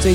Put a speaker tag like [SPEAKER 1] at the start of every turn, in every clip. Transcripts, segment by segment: [SPEAKER 1] 最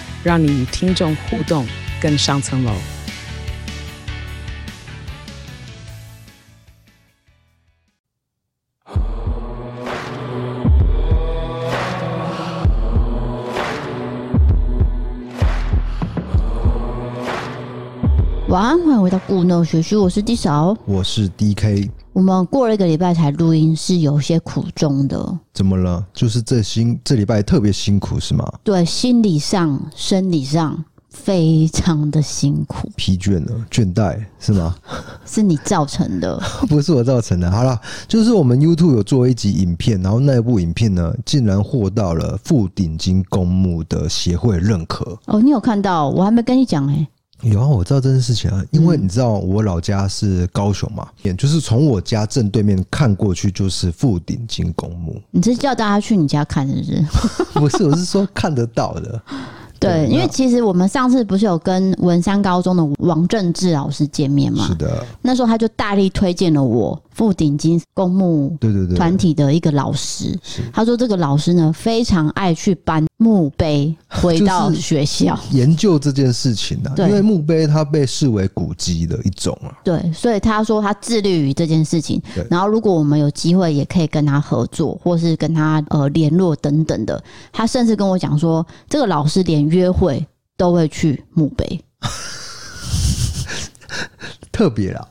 [SPEAKER 1] 让你与听众互动更上层楼。
[SPEAKER 2] 晚安，欢迎回到故弄学区，我是地嫂。
[SPEAKER 3] 我是 DK，
[SPEAKER 2] 我们过了一个礼拜才录音，是有些苦衷的，
[SPEAKER 3] 怎么了？就是这辛这礼拜特别辛苦是吗？
[SPEAKER 2] 对，心理上、生理上非常的辛苦，
[SPEAKER 3] 疲倦了，倦怠是吗？
[SPEAKER 2] 是你造成的。
[SPEAKER 3] 不是我造成的。好了，就是我们 YouTube 有做一集影片，然后那部影片呢，竟然获到了富鼎金公墓的协会认可。
[SPEAKER 2] 哦，你有看到？我还没跟你讲哎、
[SPEAKER 3] 有啊，我知道这件事情啊，因为你知道我老家是高雄嘛，也就是从我家正对面看过去就是富鼎金公墓，
[SPEAKER 2] 你是叫大家去你家看是不是？
[SPEAKER 3] 不是，我是说看得到的。
[SPEAKER 2] 对，因为
[SPEAKER 3] 那
[SPEAKER 2] 其实我们上次不是有跟文山高中的王正志老师见面嘛
[SPEAKER 3] 是，的，
[SPEAKER 2] 那时候他就大力推荐了我富鼎金公墓
[SPEAKER 3] 对对对，
[SPEAKER 2] 团体的一个老师
[SPEAKER 3] 是，
[SPEAKER 2] 他说这个老师呢非常爱去搬墓碑回到
[SPEAKER 3] 就是
[SPEAKER 2] 学 校，
[SPEAKER 3] 研究这件事情呢、
[SPEAKER 2] 对
[SPEAKER 3] 啊，因为墓碑它被视为古迹的一种啊，
[SPEAKER 2] 对，所以他说他致力于这件事情
[SPEAKER 3] 对。
[SPEAKER 2] 然后如果我们有机会，也可以跟他合作，或是跟他呃联络等等的。他甚至跟我讲说，这个老师连约会都会去墓碑，
[SPEAKER 3] 特别 啦。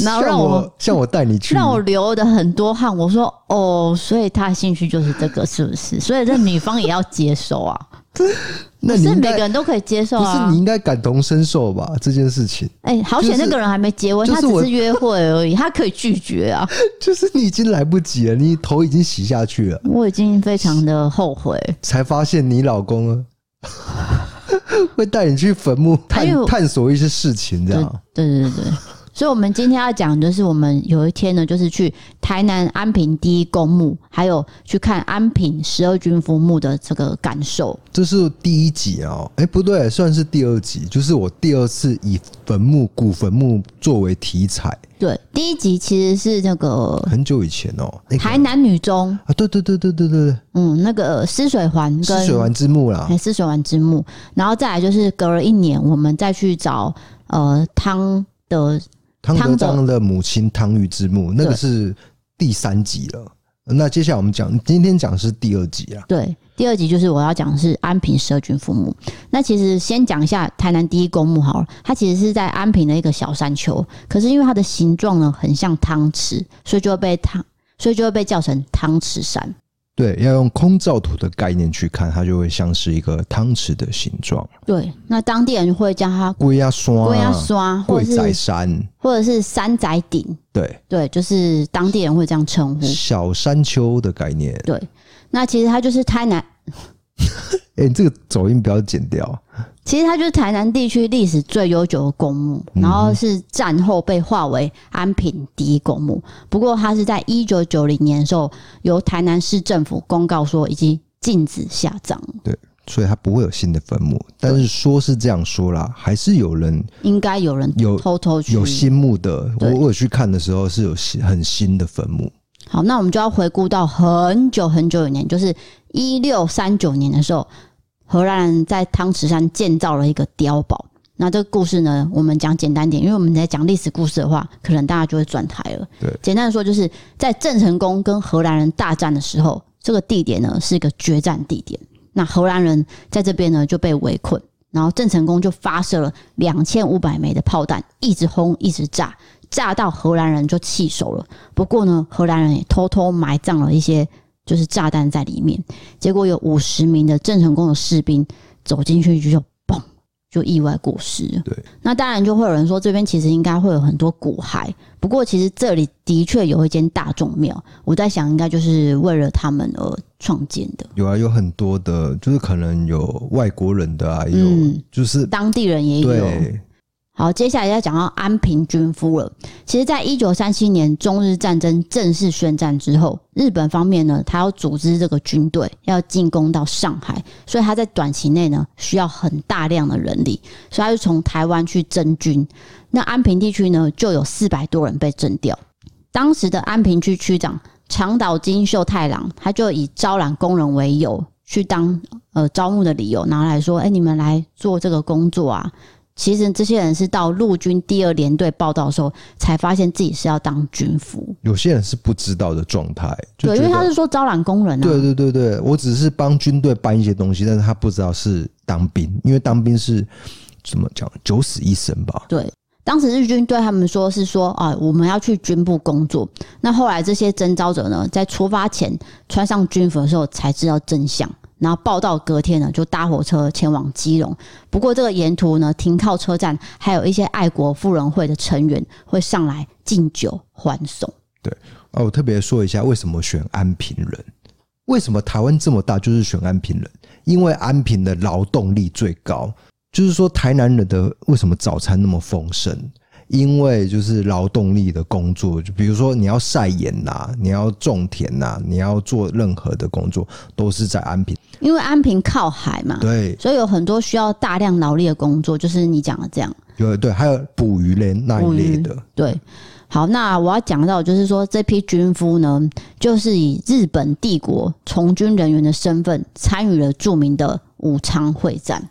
[SPEAKER 2] 然后
[SPEAKER 3] 像
[SPEAKER 2] 让我
[SPEAKER 3] 我像我带你去，
[SPEAKER 2] 让我流的很多汗。我说哦，所以他的兴趣就是这个，是不是？所以这女方也要接受啊，
[SPEAKER 3] 那
[SPEAKER 2] 不
[SPEAKER 3] 你
[SPEAKER 2] 是
[SPEAKER 3] 应
[SPEAKER 2] 每个
[SPEAKER 3] 该
[SPEAKER 2] 人都可以接受
[SPEAKER 3] 不
[SPEAKER 2] 啊
[SPEAKER 3] 是你。应该感同身受吧？这件事情
[SPEAKER 2] 哎、好险
[SPEAKER 3] 就是
[SPEAKER 2] 那个人还没结婚，
[SPEAKER 3] 就是
[SPEAKER 2] 他
[SPEAKER 3] 我
[SPEAKER 2] 只是约会而已，他可以拒绝 啊。
[SPEAKER 3] 就是你已经来不及了，你头已经洗下去了，
[SPEAKER 2] 我已经非常的后悔。
[SPEAKER 3] 才发现你老公啊 会带你去坟墓
[SPEAKER 2] 还有
[SPEAKER 3] 探探索一些事情，这样
[SPEAKER 2] 哎对对对对。所以，我们今天要讲，就是我们有一天呢，就是去台南安平第一公墓，还有去看安平十二军夫墓的这个感受。
[SPEAKER 3] 这是第一集哦，哎、不对，算是第二集，就是我第二次以坟墓古坟墓作为题材，
[SPEAKER 2] 对，第一集其实是那个
[SPEAKER 3] 很久以前哦，那个
[SPEAKER 2] 台南女中，
[SPEAKER 3] 啊，对对对对对对对，
[SPEAKER 2] 嗯，那个施水环跟哎
[SPEAKER 3] 是水丸之墓啦
[SPEAKER 2] 还，是水丸之墓，然后再来就是隔了一年，我们再去找呃汤的
[SPEAKER 3] 汤
[SPEAKER 2] 汤德
[SPEAKER 3] 德章的母亲汤玉之墓，那个是第三集了。那接下来我们讲，今天讲是第二集啊，
[SPEAKER 2] 对，第二集就是我要讲的是安平社军父母。那其实先讲一下台南第一公墓好了，它其实是在安平的一个小山丘，可是因为它的形状呢很像汤匙，所以就会被汤，所以就会被叫成汤匙山。
[SPEAKER 3] 对，要用空照图的概念去看，它就会像是一个汤匙的形状。
[SPEAKER 2] 对，那当地人会叫它
[SPEAKER 3] 龟压山，
[SPEAKER 2] 龟鸭刷，或
[SPEAKER 3] 龟
[SPEAKER 2] 者
[SPEAKER 3] 仔
[SPEAKER 2] 是
[SPEAKER 3] 山，
[SPEAKER 2] 或者是山仔顶，
[SPEAKER 3] 对，
[SPEAKER 2] 对，就是当地人会这样称呼。
[SPEAKER 3] 小山丘的概念。
[SPEAKER 2] 对，那其实它就是台南，
[SPEAKER 3] 哎、你这个走音不要剪掉。
[SPEAKER 2] 其实它就是台南地区历史最悠久的公墓，
[SPEAKER 3] 嗯
[SPEAKER 2] 然后是战后被划为安平第一公墓。不过它是在一九九零年的时候，由台南市政府公告说已经禁止下葬，
[SPEAKER 3] 所以它不会有新的坟墓，但是说是这样说啦，还是有人
[SPEAKER 2] 应该有人
[SPEAKER 3] 有
[SPEAKER 2] 偷偷去。
[SPEAKER 3] 有新墓的。我
[SPEAKER 2] 对
[SPEAKER 3] 我有去看的时候是有新很新的坟墓，
[SPEAKER 2] 好，那我们就要回顾到很久很久以前，就是一六三九年的时候，荷兰人在汤池山建造了一个碉堡。那这个故事呢，我们讲简单点，因为我们在讲历史故事的话，可能大家就会转台了。
[SPEAKER 3] 对
[SPEAKER 2] 简单的说，就是在郑成功跟荷兰人大战的时候，这个地点呢是一个决战地点。那荷兰人在这边呢就被围困，然后郑成功就发射了两千五百枚的炮弹，一直轰，一直炸，炸到荷兰人就气手了。不过呢，荷兰人也偷偷埋葬了一些就是炸弹在里面，结果有五十名的郑成功的士兵走进去就嘣就意外过世了。
[SPEAKER 3] 对，
[SPEAKER 2] 那当然就会有人说，这边其实应该会有很多骨骸，不过其实这里的确有一间大众庙，我在想应该就是为了他们而创建的，
[SPEAKER 3] 有啊，有很多的，就是可能有外国人的啊，也有、
[SPEAKER 2] 嗯
[SPEAKER 3] 就是
[SPEAKER 2] 当地人也有。
[SPEAKER 3] 对
[SPEAKER 2] 好，接下来要讲到安平军夫了。其实，在一九三七年中日战争正式宣战之后，日本方面呢，他要组织这个军队要进攻到上海，所以他在短期内呢需要很大量的人力，所以他就从台湾去征军。那安平地区呢，就有四百多人被征调。当时的安平区区长长岛金秀太郎，他就以招揽工人为由去当呃招募的理由，拿来说：“哎、你们来做这个工作啊，其实这些人是到陆军第二联队报道的时候，才发现自己是要当军服。
[SPEAKER 3] 有些人是不知道的状态，就
[SPEAKER 2] 对，因
[SPEAKER 3] 觉
[SPEAKER 2] 为
[SPEAKER 3] 得
[SPEAKER 2] 他是说招揽工人啊。
[SPEAKER 3] 对对对对，我只是帮军队搬一些东西，但是他不知道是当兵，因为当兵是怎么讲九死一生吧？
[SPEAKER 2] 对当时日军对他们说是说啊，我们要去军部工作。那后来这些征召者呢，在出发前穿上军服的时候才知道真相，然后报到隔天呢，就搭火车前往基隆。不过这个沿途呢，停靠车站还有一些爱国妇人会的成员会上来敬酒欢送。
[SPEAKER 3] 啊，我特别说一下为什么选安平人，为什么台湾这么大就是选安平人，因为安平的劳动力最高，就是说台南人的为什么早餐那么丰盛？因为就是劳动力的工作，就比如说你要晒盐呐、你要种田呐、你要做任何的工作，都是在安平。
[SPEAKER 2] 因为安平靠海嘛，
[SPEAKER 3] 对，
[SPEAKER 2] 所以有很多需要大量劳力的工作，就是你讲的这样。
[SPEAKER 3] 有对，还有捕鱼类那一类的，
[SPEAKER 2] 对，好，那我要讲到就是说，这批军夫呢，就是以日本帝国从军人员的身份参与了著名的武昌会战，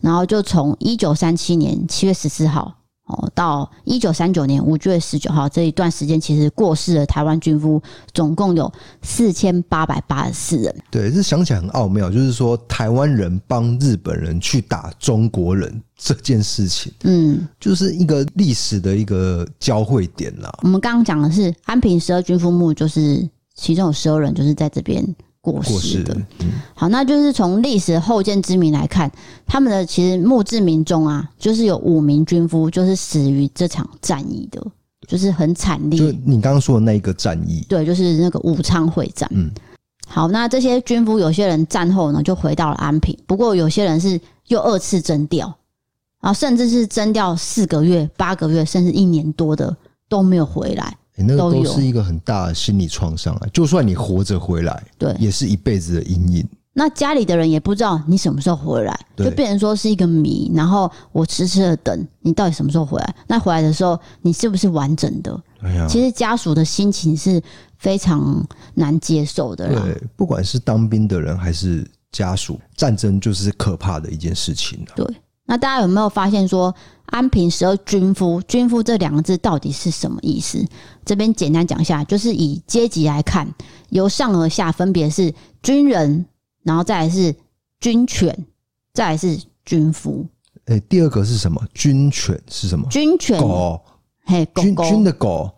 [SPEAKER 2] 然后就从一九三七年七月十四号。哦，到一九三九年五月十九号这一段时间，其实过世的台湾军夫总共有四千八百八十四人。
[SPEAKER 3] 对，这想起来很奥妙，就是说台湾人帮日本人去打中国人这件事情，
[SPEAKER 2] 嗯，
[SPEAKER 3] 就是一个历史的一个交汇点啦。
[SPEAKER 2] 我们刚刚讲的是安平十二军夫墓，就是其中有十二人就是在这边过
[SPEAKER 3] 过
[SPEAKER 2] 世
[SPEAKER 3] 世
[SPEAKER 2] 的。，
[SPEAKER 3] 嗯
[SPEAKER 2] 好，那就是从历史后见之明来看，他们的其实墓志铭中啊，就是有五名军夫就是死于这场战役的，就是很惨
[SPEAKER 3] 就
[SPEAKER 2] 烈。
[SPEAKER 3] 你刚刚说的那一个战役，
[SPEAKER 2] 对，就是那个武昌会战。
[SPEAKER 3] 嗯，
[SPEAKER 2] 好，那这些军夫有些人战后呢就回到了安平，不过有些人是又二次征调，啊，甚至是征调四个月、八个月，甚至一年多的都没有回来。
[SPEAKER 3] 诶那个
[SPEAKER 2] 都
[SPEAKER 3] 都
[SPEAKER 2] 有
[SPEAKER 3] 是一个很大的心理创伤啊。就算你活着回来，
[SPEAKER 2] 对，
[SPEAKER 3] 也是一辈子的阴影。
[SPEAKER 2] 那家里的人也不知道你什么时候回来，
[SPEAKER 3] 对
[SPEAKER 2] 就变成说是一个谜。然后我迟迟的等你到底什么时候回来？那回来的时候，你是不是完整的？
[SPEAKER 3] 哎呀，
[SPEAKER 2] 其实家属的心情是非常难接受的啦。
[SPEAKER 3] 对，不管是当兵的人还是家属，战争就是可怕的一件事情啊。
[SPEAKER 2] 那大家有没有发现说安平十二军夫“军夫”这两个字到底是什么意思？这边简单讲一下，就是以阶级来看，由上而下分别是军人，然后再来是军犬，再来是军夫。
[SPEAKER 3] 哎、第二个是什么？军犬是什么？
[SPEAKER 2] 军犬，
[SPEAKER 3] 狗，
[SPEAKER 2] 嘿，狗
[SPEAKER 3] 军
[SPEAKER 2] 狗
[SPEAKER 3] 军的狗。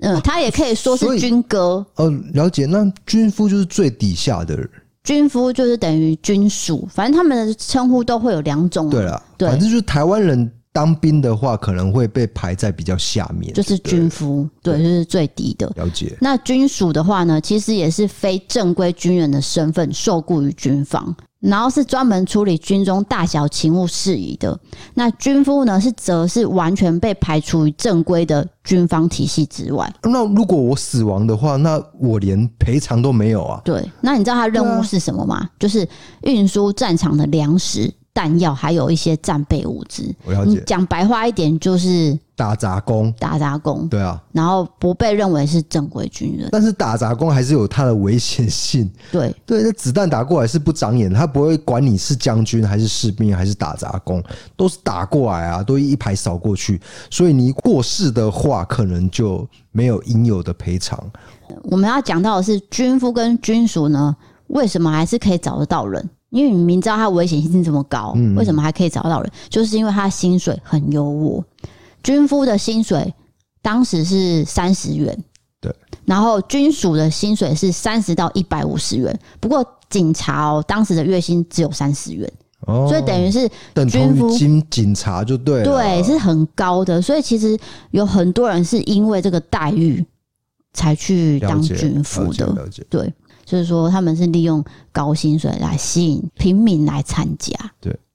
[SPEAKER 2] 嗯，他也可以说
[SPEAKER 3] 所
[SPEAKER 2] 是
[SPEAKER 3] 以
[SPEAKER 2] 军哥，
[SPEAKER 3] 哦，了解。那军夫就是最底下的人，
[SPEAKER 2] 军夫就是等于军属，反正他们的称呼都会有两种、啊
[SPEAKER 3] 对，了，
[SPEAKER 2] 嗯对
[SPEAKER 3] 反正就是台湾人当兵的话，可能会被排在比较下面，
[SPEAKER 2] 就是
[SPEAKER 3] 对了
[SPEAKER 2] 军夫，对，就是最低的。
[SPEAKER 3] 了解。
[SPEAKER 2] 那军属的话呢，其实也是非正规军人的身份受雇于军方，然后是专门处理军中大小勤务事宜的。那军夫呢，是则是完全被排除于正规的军方体系之外。
[SPEAKER 3] 那如果我死亡的话，那我连赔偿都没有啊。
[SPEAKER 2] 对，那你知道他任务是什么吗？就是运输战场的粮食、弹药，还有一些战备物资。
[SPEAKER 3] 我了
[SPEAKER 2] 你
[SPEAKER 3] 解，
[SPEAKER 2] 讲白话一点，就是
[SPEAKER 3] 打杂工，
[SPEAKER 2] 打杂工，
[SPEAKER 3] 对啊，
[SPEAKER 2] 然后不被认为是正规军人。
[SPEAKER 3] 但是打杂工还是有它的危险性。
[SPEAKER 2] 对，
[SPEAKER 3] 对，那子弹打过来是不长眼的，他不会管你是将军还是士兵还是打杂工，都是打过来啊，都一排扫过去。所以你过世的话，可能就没有应有的赔偿。
[SPEAKER 2] 我们要讲到的是军夫跟军属呢，为什么还是可以找得到人？因为你明知道他危险性这么高，
[SPEAKER 3] 嗯
[SPEAKER 2] 为什么还可以找得到人？就是因为他薪水很优渥。军夫的薪水当时是三十元，
[SPEAKER 3] 对，
[SPEAKER 2] 然后军属的薪水是三十到一百五十元。不过警察哦，当时的月薪只有三十元，
[SPEAKER 3] 哦，
[SPEAKER 2] 所以等于是
[SPEAKER 3] 等同
[SPEAKER 2] 军
[SPEAKER 3] 于
[SPEAKER 2] 夫
[SPEAKER 3] 警警察就对了，啊
[SPEAKER 2] 对是很高的。所以其实有很多人是因为这个待遇才去
[SPEAKER 3] 了
[SPEAKER 2] 当
[SPEAKER 3] 解
[SPEAKER 2] 军夫
[SPEAKER 3] 了解
[SPEAKER 2] 的。
[SPEAKER 3] 了解，
[SPEAKER 2] 对，就是说他们是利用高薪水来吸引平民来参加。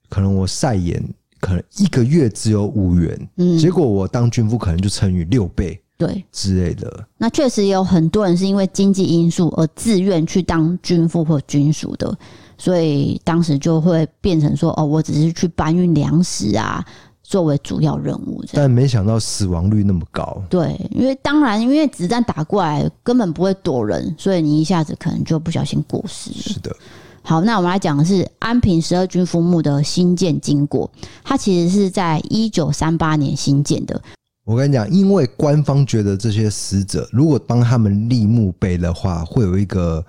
[SPEAKER 3] 可能我晒盐可能一个月只有五元，
[SPEAKER 2] 嗯，
[SPEAKER 3] 结果我当军夫可能就乘以六倍
[SPEAKER 2] 对，
[SPEAKER 3] 之类的，
[SPEAKER 2] 那确实也有很多人是因为经济因素而自愿去当军夫或军属的，所以当时就会变成说，哦，我只是去搬运粮食啊，作为主要任务这样。
[SPEAKER 3] 但没想到死亡率那么高，
[SPEAKER 2] 对，因为当然，因为子弹打过来根本不会躲人，所以你一下子可能就不小心过世了。
[SPEAKER 3] 是的，
[SPEAKER 2] 好，那我们来讲的是安平十二军夫墓的兴建经过。它其实是在一九三八年兴建的。
[SPEAKER 3] 我跟你讲，因为官方觉得这些死者如果帮他们立墓碑的话，会有一个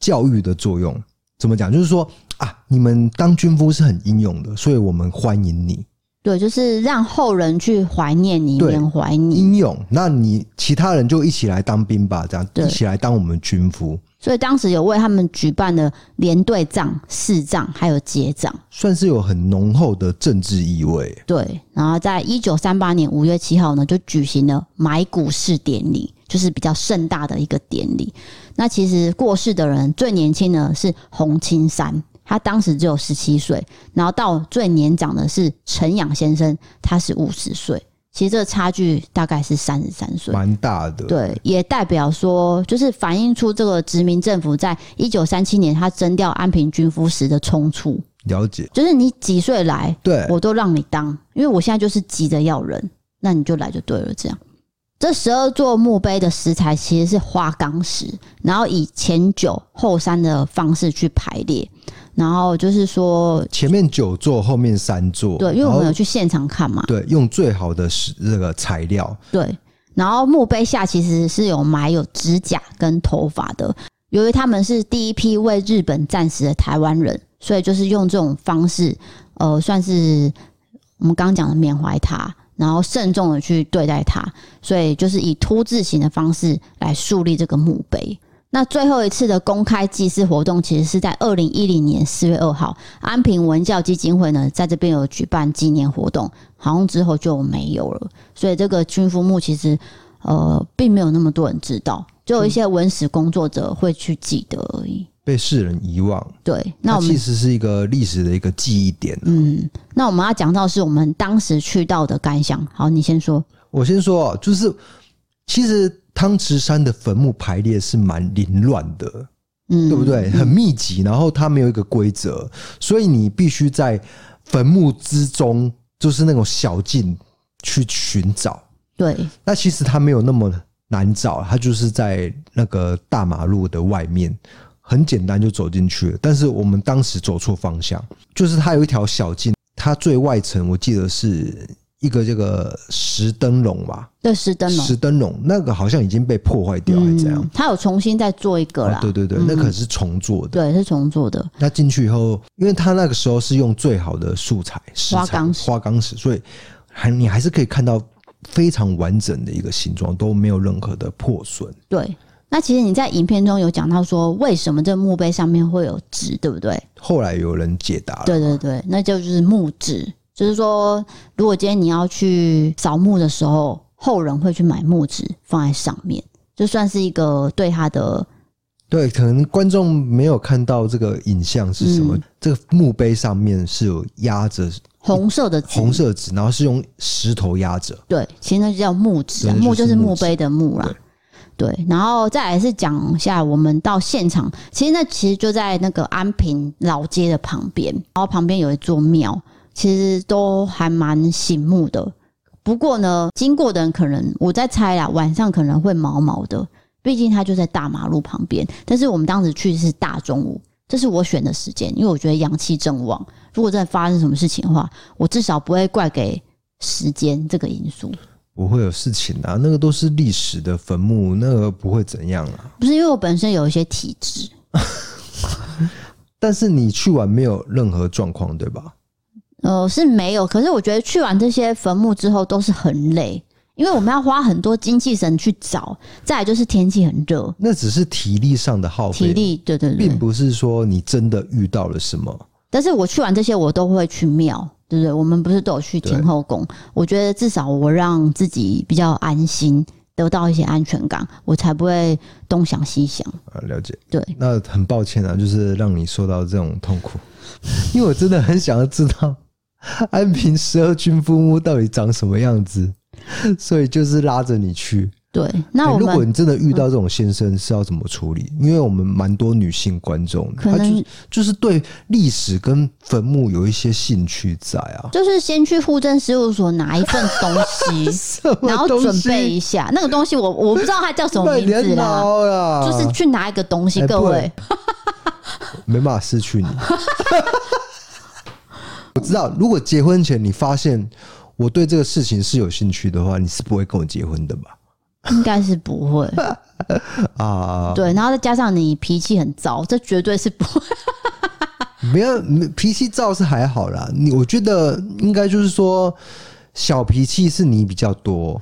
[SPEAKER 3] 教育的作用。怎么讲？就是说啊，你们当军夫是很英勇的，所以我们欢迎你
[SPEAKER 2] 对，就是让后人去怀念你，
[SPEAKER 3] 对
[SPEAKER 2] 缅怀你。
[SPEAKER 3] 英勇。那你其他人就一起来当兵吧，这样
[SPEAKER 2] 对
[SPEAKER 3] 一起来当我们军夫，
[SPEAKER 2] 所以当时有为他们举办了连队葬、市葬，还有结葬。
[SPEAKER 3] 算是有很浓厚的政治意味。
[SPEAKER 2] 对，然后在一九三八年五月七号呢，就举行了埋骨式典礼，就是比较盛大的一个典礼。那其实过世的人最年轻呢是洪青山，他当时只有十七岁，然后到最年长的是陈养先生，他是五十岁。其实这个差距大概是三十三岁，
[SPEAKER 3] 蛮大的，
[SPEAKER 2] 对，也代表说，就是反映出这个殖民政府在一九三七年他征调安平军夫时的冲突，
[SPEAKER 3] 了解，
[SPEAKER 2] 就是你几岁来，
[SPEAKER 3] 对，
[SPEAKER 2] 我都让你当，因为我现在就是急着要人，那你就来就对了。这样，这十二座墓碑的石材其实是花岗石，然后以前九后三的方式去排列，然后就是说，
[SPEAKER 3] 前面九座，后面三座，
[SPEAKER 2] 对，因为我
[SPEAKER 3] 然
[SPEAKER 2] 们
[SPEAKER 3] 后
[SPEAKER 2] 有去现场看嘛，
[SPEAKER 3] 对用最好的石这个材料，
[SPEAKER 2] 对，然后墓碑下其实是有埋有指甲跟头发的。由于他们是第一批为日本战死的台湾人，所以就是用这种方式，呃，算是我们刚刚讲的缅怀他，然后慎重的去对待他，所以就是以凸字形的方式来树立这个墓碑。那最后一次的公开祭祀活动，其实是在二零一零年四月二号，安平文教基金会呢在这边有举办纪念活动，好像之后就没有了。所以这个军夫墓其实呃并没有那么多人知道，只有一些文史工作者会去记得而已。
[SPEAKER 3] 被世人遗忘。
[SPEAKER 2] 对，那我
[SPEAKER 3] 它
[SPEAKER 2] 们
[SPEAKER 3] 其实是一个历史的一个记忆点。
[SPEAKER 2] 嗯，那我们要讲到是我们当时去到的感想。好，你先说。
[SPEAKER 3] 我先说哦，就是其实汤池山的坟墓排列是蛮凌乱的，
[SPEAKER 2] 嗯，
[SPEAKER 3] 对不对？很密集，然后它没有一个规则，所以你必须在坟墓之中，就是那种小径去寻找。
[SPEAKER 2] 对
[SPEAKER 3] 那其实它没有那么难找，它就是在那个大马路的外面，很简单就走进去了。但是我们当时走错方向，就是它有一条小径，它最外层我记得是一个这个石灯笼吧，
[SPEAKER 2] 对，石灯笼
[SPEAKER 3] 石灯笼那个好像已经被破坏掉，还是怎样？
[SPEAKER 2] 嗯，他有重新再做一个啦。
[SPEAKER 3] 啊对对对，
[SPEAKER 2] 嗯
[SPEAKER 3] 那可是重做的。
[SPEAKER 2] 对是重做的。
[SPEAKER 3] 那进去以后，因为他那个时候是用最好的素材、石材
[SPEAKER 2] 花岗石
[SPEAKER 3] 花岗石，所以还你还是可以看到非常完整的一个形状，都没有任何的破损。
[SPEAKER 2] 对，那其实你在影片中有讲到说，为什么这墓碑上面会有纸，对不对？
[SPEAKER 3] 后来有人解答了，
[SPEAKER 2] 对对对，那就是墓志，就是说，如果今天你要去扫墓的时候，后人会去买墓志放在上面，就算是一个对他的
[SPEAKER 3] 对，可能观众没有看到这个影像是什么，
[SPEAKER 2] 嗯
[SPEAKER 3] 这个墓碑上面是有压着
[SPEAKER 2] 红色的纸
[SPEAKER 3] 红色纸，然后是用石头压着，
[SPEAKER 2] 对，其实那就叫墓志啊，
[SPEAKER 3] 对那就是
[SPEAKER 2] 墓就是墓
[SPEAKER 3] 墓志
[SPEAKER 2] 碑的墓啦。对，然后再来是讲一下我们到现场，其实那其实就在那个安平老街的旁边，然后旁边有一座庙，其实都还蛮醒目的。不过呢，经过的人可能我在猜啦，晚上可能会毛毛的，毕竟它就在大马路旁边。但是我们当时去是大中午，这是我选的时间，因为我觉得阳气正旺。如果真的发生什么事情的话，我至少不会怪给时间这个因素，
[SPEAKER 3] 不会有事情啊，那个都是历史的坟墓，那个不会怎样啊。
[SPEAKER 2] 不是因为我本身有一些体质，
[SPEAKER 3] 但是你去完没有任何状况，对吧？
[SPEAKER 2] 呃，是没有。可是我觉得去完这些坟墓之后都是很累，因为我们要花很多精气神去找，再来就是天气很热，
[SPEAKER 3] 哦那只是体力上的耗费，
[SPEAKER 2] 体力对对对
[SPEAKER 3] 并，不是说你真的遇到了什么，
[SPEAKER 2] 但是我去完这些，我都会去庙，对不对？我们不是都有去
[SPEAKER 3] 对
[SPEAKER 2] 前后宫？我觉得至少我让自己比较安心，得到一些安全感，我才不会东想西想。
[SPEAKER 3] 啊，了解。
[SPEAKER 2] 对，
[SPEAKER 3] 那很抱歉啊，就是让你受到这种痛苦， 因为我真的很想要知道安平十二军夫屋到底长什么样子， 所以就是拉着你去。
[SPEAKER 2] 对，那
[SPEAKER 3] 欸
[SPEAKER 2] 我
[SPEAKER 3] 如果
[SPEAKER 2] 们
[SPEAKER 3] 你真的遇到这种先生，是要怎么处理？因为我们蛮多女性观众的，
[SPEAKER 2] 可
[SPEAKER 3] 她就
[SPEAKER 2] 能
[SPEAKER 3] 就是对历史跟坟墓有一些兴趣在啊。
[SPEAKER 2] 就是先去户政事务所拿一份东西，
[SPEAKER 3] 什么
[SPEAKER 2] 然后
[SPEAKER 3] 东西
[SPEAKER 2] 准备一下那个东西我，我不知道它叫什么
[SPEAKER 3] 那
[SPEAKER 2] 名字
[SPEAKER 3] 年
[SPEAKER 2] 啦，
[SPEAKER 3] 老啊啦，
[SPEAKER 2] 就是去拿一个东西，
[SPEAKER 3] 哎
[SPEAKER 2] 各
[SPEAKER 3] 不
[SPEAKER 2] 位。
[SPEAKER 3] 没办法失去你。 我知道，如果结婚前你发现我对这个事情是有兴趣的话，你是不会跟我结婚的吧？
[SPEAKER 2] 应该是不 会，
[SPEAKER 3] 啊，
[SPEAKER 2] 对，然后再加上你脾气很糟，这绝对是不 会。
[SPEAKER 3] 没有没脾气照是还好啦。你我觉得应该就是说，小脾气是你比 较多，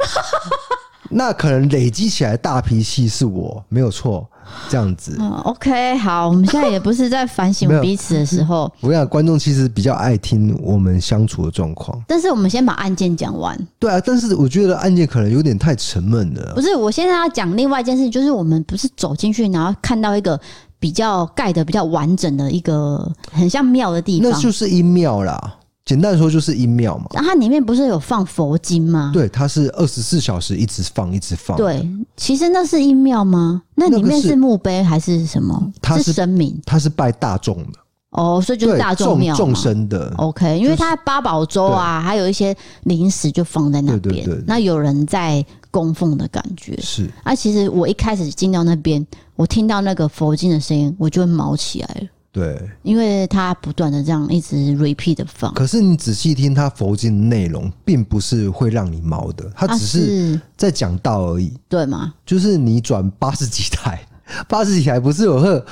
[SPEAKER 3] 那可能累积起来大脾气是我没有错，这样子。
[SPEAKER 2] 嗯，OK，好，我们现在也不是在反省
[SPEAKER 3] 哦 没有
[SPEAKER 2] 彼此的时候，
[SPEAKER 3] 我跟你讲，观众其实比较爱听我们相处的状况。
[SPEAKER 2] 但是我们先把案件讲完。
[SPEAKER 3] 对啊，但是我觉得案件可能有点太沉闷了
[SPEAKER 2] 不。是，我现在要讲另外一件事，就是我们不是走进去，然后看到一个比较盖的比较完整的一个很像庙的地方
[SPEAKER 3] 那，就是阴庙啦。简单说就是阴庙嘛。
[SPEAKER 2] 然后它里面不是有放佛经吗？
[SPEAKER 3] 对，它是二十四小时一直放，一直放。，
[SPEAKER 2] 对，其实那是阴庙吗？那
[SPEAKER 3] 那
[SPEAKER 2] 里
[SPEAKER 3] 个
[SPEAKER 2] 面
[SPEAKER 3] 是
[SPEAKER 2] 是墓碑还是什么？
[SPEAKER 3] 它是
[SPEAKER 2] 神明
[SPEAKER 3] 它是拜大众的，
[SPEAKER 2] 哦，所以就是
[SPEAKER 3] 对
[SPEAKER 2] 大众
[SPEAKER 3] 众
[SPEAKER 2] 庙
[SPEAKER 3] 众
[SPEAKER 2] 嘛哦
[SPEAKER 3] 生的。
[SPEAKER 2] OK，因为它八宝粥啊，还有一些零食就放在那
[SPEAKER 3] 对对
[SPEAKER 2] 边
[SPEAKER 3] 对对，
[SPEAKER 2] 那有人在供奉的感觉。
[SPEAKER 3] 是
[SPEAKER 2] 啊，其实我一开始进到那边，我听到那个佛经的声音，我就会毛起来了，
[SPEAKER 3] 对，
[SPEAKER 2] 因为它不断的这样一直 repeat 的放，
[SPEAKER 3] 可是你仔细听它佛经的内容，并不是会让你毛的，它
[SPEAKER 2] 啊
[SPEAKER 3] 只是在讲道而已。
[SPEAKER 2] 对吗？
[SPEAKER 3] 就是你转八十几台，八十几台不是有会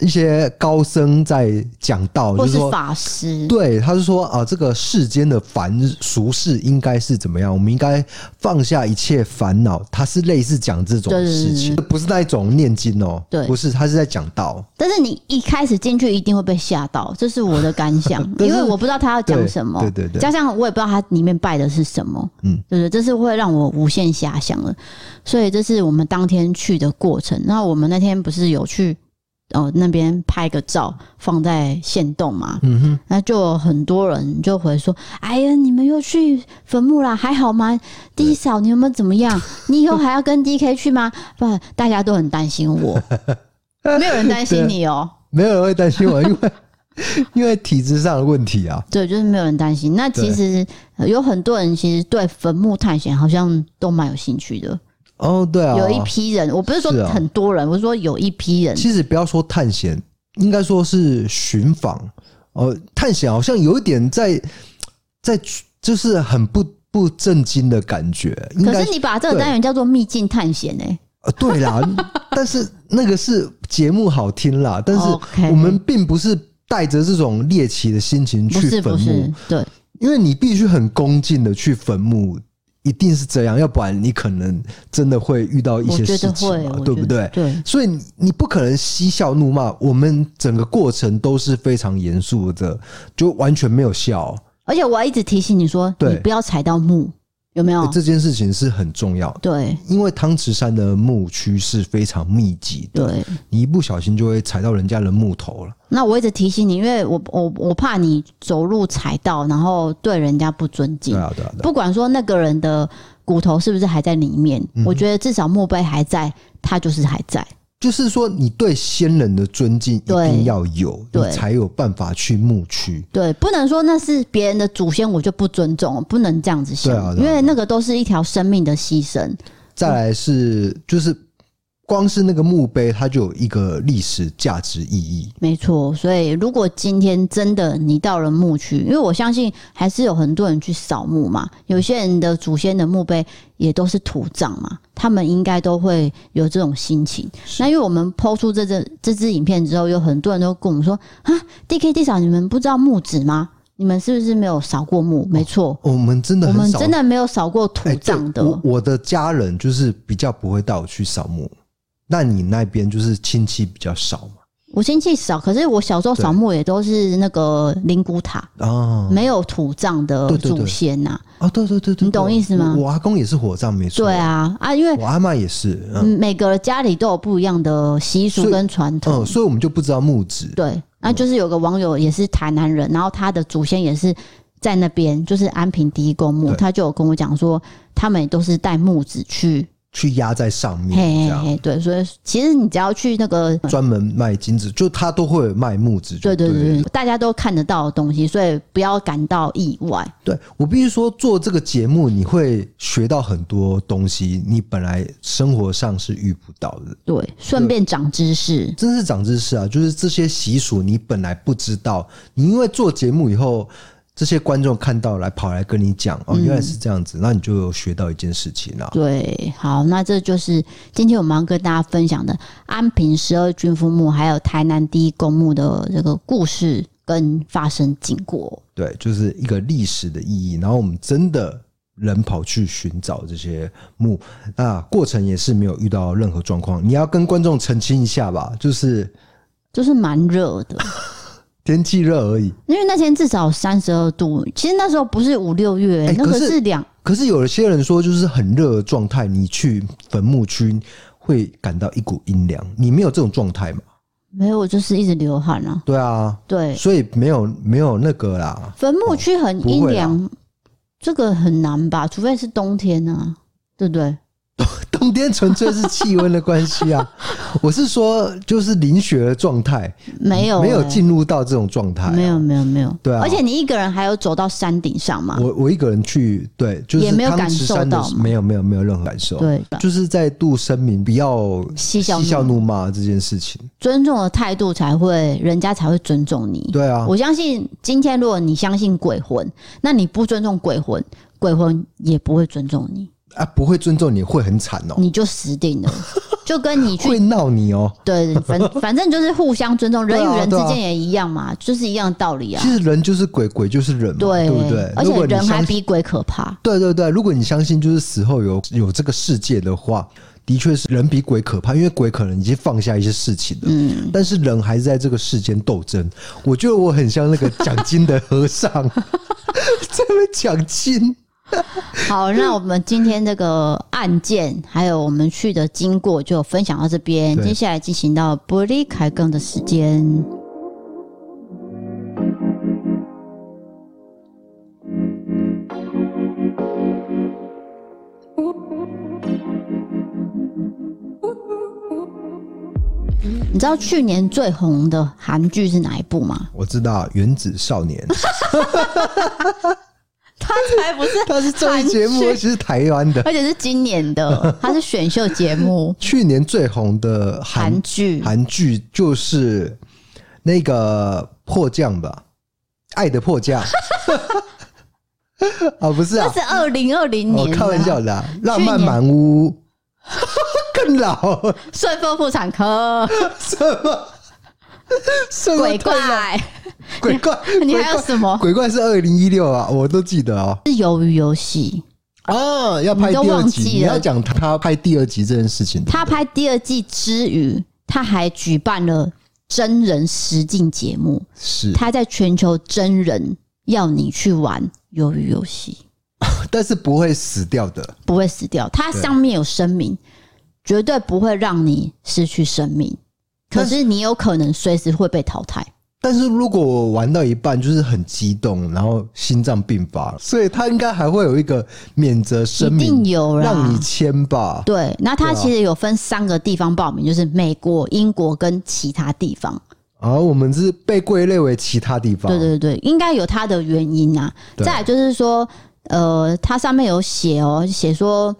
[SPEAKER 3] 一些高僧在讲道，
[SPEAKER 2] 或
[SPEAKER 3] 就是
[SPEAKER 2] 是
[SPEAKER 3] 说
[SPEAKER 2] 法师，
[SPEAKER 3] 对，他是说啊，这个世间的凡俗事应该是怎么样？我们应该放下一切烦恼。他是类似讲这种
[SPEAKER 2] 对对对
[SPEAKER 3] 事情，不是那一种念经哦、
[SPEAKER 2] 对
[SPEAKER 3] 不是，他是在讲道。，
[SPEAKER 2] 但是你一开始进去一定会被吓到，这是我的感想
[SPEAKER 3] 但
[SPEAKER 2] 因
[SPEAKER 3] 是
[SPEAKER 2] 为我不知道他要讲什么，
[SPEAKER 3] 对对对对
[SPEAKER 2] 加上我也不知道他里面拜的是什么，
[SPEAKER 3] 嗯
[SPEAKER 2] 嗯，对不对？这是会让我无限遐想的，所以这是我们当天去的过程。那我们那天不是有去呃那边拍个照放在线动嘛，
[SPEAKER 3] 嗯哼，
[SPEAKER 2] 那就有很多人就回说：“哎呀，你们又去坟墓啦，还好吗？弟嫂，你有没有怎么 样？你以后还要跟 DK 去吗？”不，大家都很担心 我，没有人担心你哦、
[SPEAKER 3] 没有人会担心我，因为 因为体质上的问题啊。
[SPEAKER 2] 对，就是没有人担心。那其实呃有很多人其实对坟墓探险好像都蛮有兴趣的，
[SPEAKER 3] 哦，对啊，
[SPEAKER 2] 有一批人，我不是说
[SPEAKER 3] 是啊
[SPEAKER 2] 很多人，我是说有一批人，
[SPEAKER 3] 其实不要说探险，应该说是寻访。呃，探险好像有一点在在就是很不不正经的感觉。应
[SPEAKER 2] 可
[SPEAKER 3] 该
[SPEAKER 2] 是你把这个
[SPEAKER 3] 对
[SPEAKER 2] 单元叫做秘境探险哎、
[SPEAKER 3] 啊，对啦，但是那个是节目好听啦，但是
[SPEAKER 2] OK
[SPEAKER 3] 我们并不是带着这种猎奇的心情
[SPEAKER 2] 不
[SPEAKER 3] 去
[SPEAKER 2] 是
[SPEAKER 3] 坟
[SPEAKER 2] 不
[SPEAKER 3] 墓，
[SPEAKER 2] 是，对，
[SPEAKER 3] 因为你必须很恭敬的去坟墓。一定是这样，要不然你可能真的会遇到一
[SPEAKER 2] 我
[SPEAKER 3] 些
[SPEAKER 2] 觉
[SPEAKER 3] 事
[SPEAKER 2] 得
[SPEAKER 3] 情
[SPEAKER 2] 会，
[SPEAKER 3] 嘛
[SPEAKER 2] 我，
[SPEAKER 3] 对不
[SPEAKER 2] 觉得
[SPEAKER 3] 对？
[SPEAKER 2] 对。
[SPEAKER 3] 所以你你不可能嬉笑怒骂，我们整个过程都是非常严肃的，就完全没有笑、
[SPEAKER 2] 而且我一直提醒你说，
[SPEAKER 3] 对
[SPEAKER 2] 你不要踩到墓，有没有
[SPEAKER 3] 欸？这件事情是很重要的，
[SPEAKER 2] 对
[SPEAKER 3] 因为汤池山的墓区是非常密集的，
[SPEAKER 2] 对。
[SPEAKER 3] 你一不小心就会踩到人家的木头了。
[SPEAKER 2] 那我一直提醒你，因为我我我怕你走路踩到，然后对人家不尊敬
[SPEAKER 3] 对。啊，对啊，对啊
[SPEAKER 2] 不管说那个人的骨头是不是还在里面，
[SPEAKER 3] 嗯
[SPEAKER 2] 我觉得至少墓碑还在，他就是还在。
[SPEAKER 3] 就是说你对先人的尊敬一
[SPEAKER 2] 对
[SPEAKER 3] 定要有，你
[SPEAKER 2] 对
[SPEAKER 3] 才有办法去墓区。
[SPEAKER 2] 对，不能说那是别人的祖先，我就不尊重，不能这样子想，
[SPEAKER 3] 对啊对啊
[SPEAKER 2] 因
[SPEAKER 3] 对啊
[SPEAKER 2] 为那个都是一条生命的牺牲。
[SPEAKER 3] 再来是就是。光是那个墓碑，它就有一个历史价值意义。
[SPEAKER 2] 没错，所以如果今天真的你到了墓区，因为我相信还是有很多人去扫墓嘛，有些人的祖先的墓碑也都是土葬嘛，他们应该都会有这种心情。那因为我们抛出这支这支影片之后，有很多人都跟我们说啊，D K D 嫂，你们不知道墓址吗？你们是不是没有扫过墓？没错，
[SPEAKER 3] 我们真的
[SPEAKER 2] 我
[SPEAKER 3] 很
[SPEAKER 2] 们
[SPEAKER 3] 少
[SPEAKER 2] 真的没有扫过土
[SPEAKER 3] 哎，对
[SPEAKER 2] 葬的。
[SPEAKER 3] 我我的家人就是比较不会带我去扫墓，那你那边就是亲戚比较少嘛？
[SPEAKER 2] 我亲戚少，可是我小时候扫墓也都是那个灵骨塔，
[SPEAKER 3] 啊
[SPEAKER 2] 没有土葬的
[SPEAKER 3] 对对对
[SPEAKER 2] 祖先呐、
[SPEAKER 3] 啊，对对对对，
[SPEAKER 2] 你懂
[SPEAKER 3] 对
[SPEAKER 2] 意思吗
[SPEAKER 3] 我我阿公也是火葬，没错。
[SPEAKER 2] 对，啊，啊，因为
[SPEAKER 3] 我阿嬷也是，嗯
[SPEAKER 2] 嗯每个家里都有不一样的习
[SPEAKER 3] 所
[SPEAKER 2] 俗
[SPEAKER 3] 以
[SPEAKER 2] 跟传统。
[SPEAKER 3] 嗯，所以我们就不知道木质。
[SPEAKER 2] 对，那就是有个网友也是台南人，然后他的祖先也是在那边，就是安平第一公墓，
[SPEAKER 3] 对
[SPEAKER 2] 他就有跟我讲说，他们也都是带木子去，
[SPEAKER 3] 去压在上面，
[SPEAKER 2] 嘿
[SPEAKER 3] 这
[SPEAKER 2] 嘿
[SPEAKER 3] 样
[SPEAKER 2] 嘿，对，所以其实你只要去那个。
[SPEAKER 3] 专门卖金子，就他都会有卖木质。
[SPEAKER 2] 对对
[SPEAKER 3] 对
[SPEAKER 2] 对对，大家都看得到的东西，所以不要感到意外。
[SPEAKER 3] 对我必须说，做这个节目你会学到很多东西，你本来生活上是遇不到的，
[SPEAKER 2] 对，顺便长知识。
[SPEAKER 3] 真是长知识啊！就是这些习俗你本来不知道，你因为做节目以后，这些观众看到来跑来跟你讲
[SPEAKER 2] 嗯
[SPEAKER 3] 哦，原来是这样子，那你就有学到一件事情啊。
[SPEAKER 2] 对，好，那这就是今天我们要跟大家分享的安平十二军夫墓，还有台南第一公墓的这个故事跟发生经过。
[SPEAKER 3] 对，就是一个历史的意义。然后我们真的人跑去寻找这些墓，那过程也是没有遇到任何状况。你要跟观众澄清一下吧，就是
[SPEAKER 2] 就是蛮热 的，
[SPEAKER 3] 天气热而已。
[SPEAKER 2] 因为那天至少三十二度。其实那时候不是五六月，
[SPEAKER 3] 哎
[SPEAKER 2] 那
[SPEAKER 3] 可
[SPEAKER 2] 个
[SPEAKER 3] 是
[SPEAKER 2] 是两
[SPEAKER 3] 可是有些人说，就是很热的状态，你去坟墓区会感到一股阴凉。你没有这种状态嘛？
[SPEAKER 2] 没有，就是一直流汗啊。
[SPEAKER 3] 对啊，
[SPEAKER 2] 对，
[SPEAKER 3] 所以没有没有那个啦。
[SPEAKER 2] 坟墓区很
[SPEAKER 3] 哦不会
[SPEAKER 2] 阴
[SPEAKER 3] 啦
[SPEAKER 2] 凉，这个很难吧？除非是冬天啊，对不对？
[SPEAKER 3] 冬天纯粹是气温的关系啊。 我是说，就是淋雪的状态，
[SPEAKER 2] 没有、
[SPEAKER 3] 没有
[SPEAKER 2] 哎
[SPEAKER 3] 进入到这种状态啊、
[SPEAKER 2] 没有，没有，没有。
[SPEAKER 3] 对啊
[SPEAKER 2] 而且你一个人还有走到山顶上嘛？
[SPEAKER 3] 我我一个人去，对，就是
[SPEAKER 2] 也没有
[SPEAKER 3] 汤
[SPEAKER 2] 感
[SPEAKER 3] 池
[SPEAKER 2] 受
[SPEAKER 3] 山的
[SPEAKER 2] 到
[SPEAKER 3] 时
[SPEAKER 2] 嘛
[SPEAKER 3] 没有没有没有任何感受，，
[SPEAKER 2] 对，
[SPEAKER 3] 就是在度声明，不要
[SPEAKER 2] 嬉笑
[SPEAKER 3] 嬉
[SPEAKER 2] 怒
[SPEAKER 3] 笑怒骂这件事情。
[SPEAKER 2] 尊重的态度才会，人家才会尊重你。
[SPEAKER 3] 对啊，
[SPEAKER 2] 我相信今天如果你相信鬼魂，那你不尊重鬼魂，鬼魂也不会尊重你，
[SPEAKER 3] 啊，不会尊重你会很惨哦、
[SPEAKER 2] 你就死定 了。就跟你
[SPEAKER 3] 会
[SPEAKER 2] 去
[SPEAKER 3] 闹你哦、
[SPEAKER 2] 对，反反正就是互相尊重，
[SPEAKER 3] 对
[SPEAKER 2] 人
[SPEAKER 3] 啊
[SPEAKER 2] 与人之
[SPEAKER 3] 对啊
[SPEAKER 2] 间也一样嘛，就是一样的道理啊
[SPEAKER 3] 其。实人就是鬼，鬼就是人嘛，
[SPEAKER 2] 对，
[SPEAKER 3] 不对？
[SPEAKER 2] 而
[SPEAKER 3] 如
[SPEAKER 2] 且
[SPEAKER 3] 果你
[SPEAKER 2] 人还
[SPEAKER 3] 相信，
[SPEAKER 2] 比鬼可怕。
[SPEAKER 3] 对对对，如果你相信就是死后有有这个世界的话，的确是人比鬼可怕，因为鬼可能已经放下一些事情了。
[SPEAKER 2] 嗯，
[SPEAKER 3] 但是人还是在这个世间斗争，我觉得我很像那个讲经的 和尚，在那边讲经。
[SPEAKER 2] 好，那我们今天这个案件，还有我们去的经过，就分享到这边。
[SPEAKER 3] 对
[SPEAKER 2] 接下来进行到玻璃开更的时间。你知道去年最红的韩剧是哪一部 吗？
[SPEAKER 3] 我知道《原子 少年》，
[SPEAKER 2] 它才不是，
[SPEAKER 3] 它是综艺节目，而且是台湾的。
[SPEAKER 2] 而且是今年的，它是选秀节目
[SPEAKER 3] 去年最红的韩
[SPEAKER 2] 韩剧。
[SPEAKER 3] 韩剧就是那个迫降吧，《爱的迫降》 啊，不是
[SPEAKER 2] 那
[SPEAKER 3] 啊，
[SPEAKER 2] 是二零二零
[SPEAKER 3] 我
[SPEAKER 2] 年、啊，
[SPEAKER 3] 哦开玩笑的啊，《浪漫
[SPEAKER 2] 年
[SPEAKER 3] 满屋》 更老，
[SPEAKER 2] 顺丰妇产 科
[SPEAKER 3] 什么？ 什么
[SPEAKER 2] 鬼
[SPEAKER 3] 太老
[SPEAKER 2] 怪，
[SPEAKER 3] 鬼怪，
[SPEAKER 2] 你
[SPEAKER 3] 鬼
[SPEAKER 2] 还有
[SPEAKER 3] 怪
[SPEAKER 2] 什 么？
[SPEAKER 3] 鬼怪是二零一六啊，我都记得哦。
[SPEAKER 2] 是鱿鱼游戏，
[SPEAKER 3] 啊，要拍
[SPEAKER 2] 你都
[SPEAKER 3] 第二
[SPEAKER 2] 忘
[SPEAKER 3] 集，
[SPEAKER 2] 记
[SPEAKER 3] 你
[SPEAKER 2] 了
[SPEAKER 3] 要讲他他拍第二集这件事情。对不对
[SPEAKER 2] 他拍第二季之余，他还举办了真人实境节目，
[SPEAKER 3] 是，
[SPEAKER 2] 他在全球真人要你去玩鱿鱼游戏，
[SPEAKER 3] 但是不会死掉的。
[SPEAKER 2] 不会死掉。他上面有声明，绝对不会让你失去生命，可
[SPEAKER 3] 但是
[SPEAKER 2] 是你有可能随时会被淘汰。
[SPEAKER 3] 但是如果我玩到一半就是很激动，然后心脏病发，所以他应该还会有一个免责声
[SPEAKER 2] 一定
[SPEAKER 3] 明，
[SPEAKER 2] 有啦
[SPEAKER 3] 让你签吧。
[SPEAKER 2] 对，那它
[SPEAKER 3] 对啊
[SPEAKER 2] 其实有分三个地方报名，就是美国、英国跟其他地方。
[SPEAKER 3] 而我们是被归类为其他地方。
[SPEAKER 2] 对对对，应该有它的原因啊。
[SPEAKER 3] 对
[SPEAKER 2] 再来就是说，呃，它上面有写哦，写说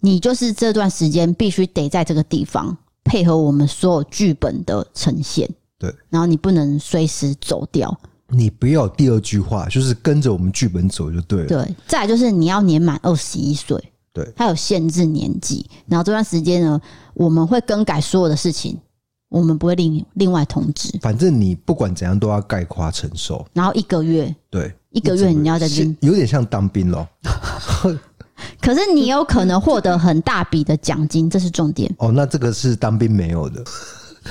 [SPEAKER 2] 你就是这段时间必须得在这个地方配合我们所有剧本的呈现。
[SPEAKER 3] 对，
[SPEAKER 2] 然后你不能随时走掉。
[SPEAKER 3] 你不要有第二句话，就是跟着我们剧本走就对了。
[SPEAKER 2] 对，再来就是你要年满二十一岁。
[SPEAKER 3] 对
[SPEAKER 2] 它有限制年纪，然后这段时间呢，我们会更改所有的事情，我们不会另另外通知。
[SPEAKER 3] 反正你不管怎样都要概括承受。
[SPEAKER 2] 然后一个月，
[SPEAKER 3] 对，
[SPEAKER 2] 一个月你要在这边
[SPEAKER 3] 是有点像当兵咯。
[SPEAKER 2] 可是你有可能获得很大笔的奖金，这是重点。
[SPEAKER 3] 哦，那这个是当兵没有的。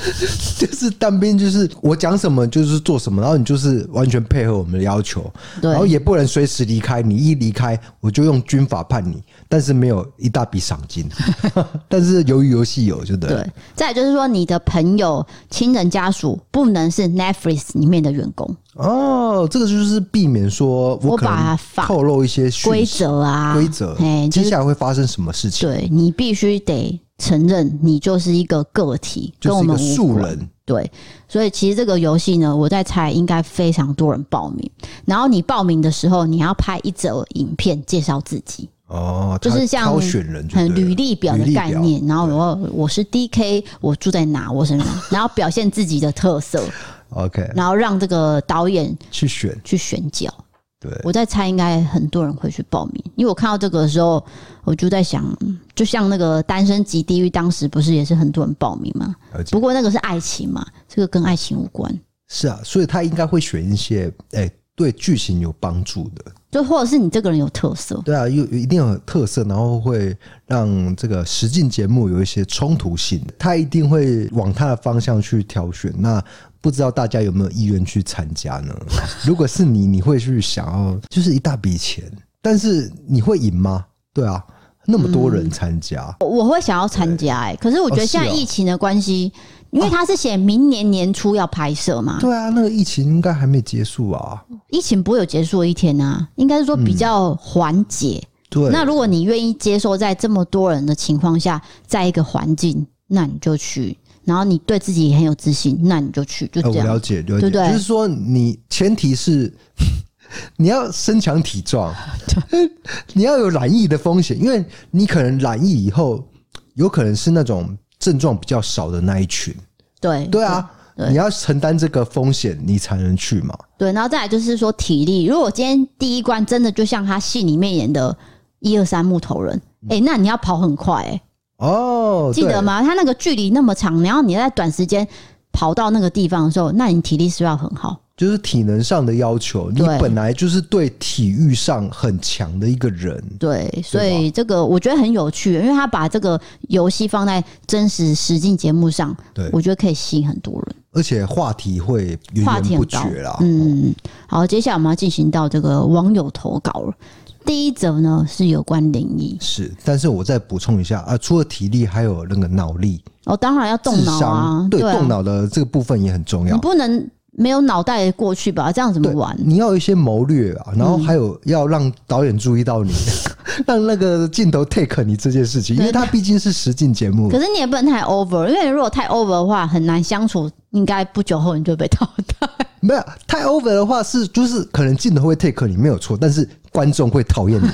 [SPEAKER 3] 就是当兵，就是我讲什么就是做什么，然后你就是完全配合我们的要求，
[SPEAKER 2] 对
[SPEAKER 3] 然后也不能随时离开。你一离开，我就用军法判你，但是没有一大笔赏金。 但是由于游戏有，就对了。
[SPEAKER 2] 对，再来就是说，你的朋友、亲人、家属不能是 Netflix 里面的员工，
[SPEAKER 3] 哦，这个就是避免说
[SPEAKER 2] 我
[SPEAKER 3] 可能
[SPEAKER 2] 把法
[SPEAKER 3] 透露一些讯
[SPEAKER 2] 规
[SPEAKER 3] 息
[SPEAKER 2] 则啊，
[SPEAKER 3] 规则
[SPEAKER 2] 哎，，就
[SPEAKER 3] 接
[SPEAKER 2] 是
[SPEAKER 3] 下来会发生什么事情？
[SPEAKER 2] 对你必须得承认，你就是一个个体，跟
[SPEAKER 3] 就
[SPEAKER 2] 我
[SPEAKER 3] 是一
[SPEAKER 2] 们
[SPEAKER 3] 个
[SPEAKER 2] 无
[SPEAKER 3] 素
[SPEAKER 2] 关。
[SPEAKER 3] 人，
[SPEAKER 2] 对，所以其实这个游戏呢，我在猜应该非常多人报名。然后你报名的时候，你要拍一则影片介绍自己，
[SPEAKER 3] 哦，
[SPEAKER 2] 就
[SPEAKER 3] 他
[SPEAKER 2] 是像
[SPEAKER 3] 挑选人就对
[SPEAKER 2] 很
[SPEAKER 3] 了，
[SPEAKER 2] 履历表的
[SPEAKER 3] 履历
[SPEAKER 2] 概
[SPEAKER 3] 表
[SPEAKER 2] 念。然后我我是 DK，我住在哪，我是哪，然后表现自己的特色，
[SPEAKER 3] OK
[SPEAKER 2] 然后让这个导演
[SPEAKER 3] 去选，
[SPEAKER 2] 去选角。
[SPEAKER 3] 对，
[SPEAKER 2] 我在猜，应该很多人会去报名，因为我看到这个的时候，我就在想，嗯就像那个《单身即地狱》，当时不是也是很多人报名吗？
[SPEAKER 3] 了解
[SPEAKER 2] 不过那个是爱情嘛，这个跟爱情无关。
[SPEAKER 3] 是啊，所以他应该会选一些哎、对剧情有帮助的，
[SPEAKER 2] 就或者是你这个人有特色，
[SPEAKER 3] 对啊，又一定要有特色，然后会让这个实境节目有一些冲突性，他一定会往他的方向去挑选。那不知道大家有没有意愿去参加呢？如果是你，你会去想要就是一大笔钱，但是你会赢吗？对啊，那么多人参加，
[SPEAKER 2] 我我会想要参加哎、可是我觉得
[SPEAKER 3] 哦
[SPEAKER 2] 现在
[SPEAKER 3] 是哦
[SPEAKER 2] 疫情的关系，因为他是写明年年初要拍摄嘛，
[SPEAKER 3] 对啊，那个疫情应该还没结束啊。
[SPEAKER 2] 疫情不会有结束的一天啊，应该是说
[SPEAKER 3] 嗯
[SPEAKER 2] 比较缓解。
[SPEAKER 3] 对，
[SPEAKER 2] 那如果你愿意接受在这么多人的情况下，在一个环境，那你就去，然后你对自己也很有自信，那你就去，就
[SPEAKER 3] 呃
[SPEAKER 2] 这
[SPEAKER 3] 我了
[SPEAKER 2] 样。
[SPEAKER 3] 解，了解，
[SPEAKER 2] 对不对
[SPEAKER 3] 就是说你前提是 你要身强体壮， 你要有染疫的风险，因为你可能染疫以后，有可能是那种症状比较少的那一群。
[SPEAKER 2] 对
[SPEAKER 3] 对啊，
[SPEAKER 2] 对
[SPEAKER 3] 你要承担这个风险，你才能去嘛。
[SPEAKER 2] 对，然后再来就是说体力。如果今天第一关真的就像他戏里面演的一二三木头人，哎、那你要跑很快、欸，
[SPEAKER 3] 哦，
[SPEAKER 2] 记得
[SPEAKER 3] 嗯对？
[SPEAKER 2] 吗？他那个距离那么长，然后你在短时间跑到那个地方的时候，那你体力是不是要很好？
[SPEAKER 3] 就是体能上的要求，你
[SPEAKER 2] 对
[SPEAKER 3] 本来就是对体育上很强的一个人。
[SPEAKER 2] 对，所以这个我觉得很有趣，因为他把这个游戏放在真实实境节目上，
[SPEAKER 3] 对，
[SPEAKER 2] 我觉得可以吸引很多人，
[SPEAKER 3] 而且话题会源
[SPEAKER 2] 话题很
[SPEAKER 3] 源不
[SPEAKER 2] 高
[SPEAKER 3] 绝啦。。
[SPEAKER 2] 嗯，好，接下来我们要进行到这个网友投稿了。第一则呢是有关灵异，
[SPEAKER 3] 是，但是我再补充一下啊，除了体力，还有那个脑力，
[SPEAKER 2] 哦，当然要动
[SPEAKER 3] 智
[SPEAKER 2] 脑啊
[SPEAKER 3] 商，，对，
[SPEAKER 2] 啊
[SPEAKER 3] 动脑的这个部分也很重
[SPEAKER 2] 你
[SPEAKER 3] 要。
[SPEAKER 2] 不能没有脑袋过去吧？这样怎么
[SPEAKER 3] 对嗯
[SPEAKER 2] 玩？
[SPEAKER 3] 你要有一些谋略啊，
[SPEAKER 2] 嗯
[SPEAKER 3] 然后还有要让导演注意到你， 让那个镜头 take 你这件事情，因为它毕竟是实境节目
[SPEAKER 2] 可，是你也不能太 over，因为如果太 over 的话，很难相处，应该不久后你就被淘汰。
[SPEAKER 3] 没有太 over 的话是就是可能镜头会 take 你没有错，但是观众会 讨厌你，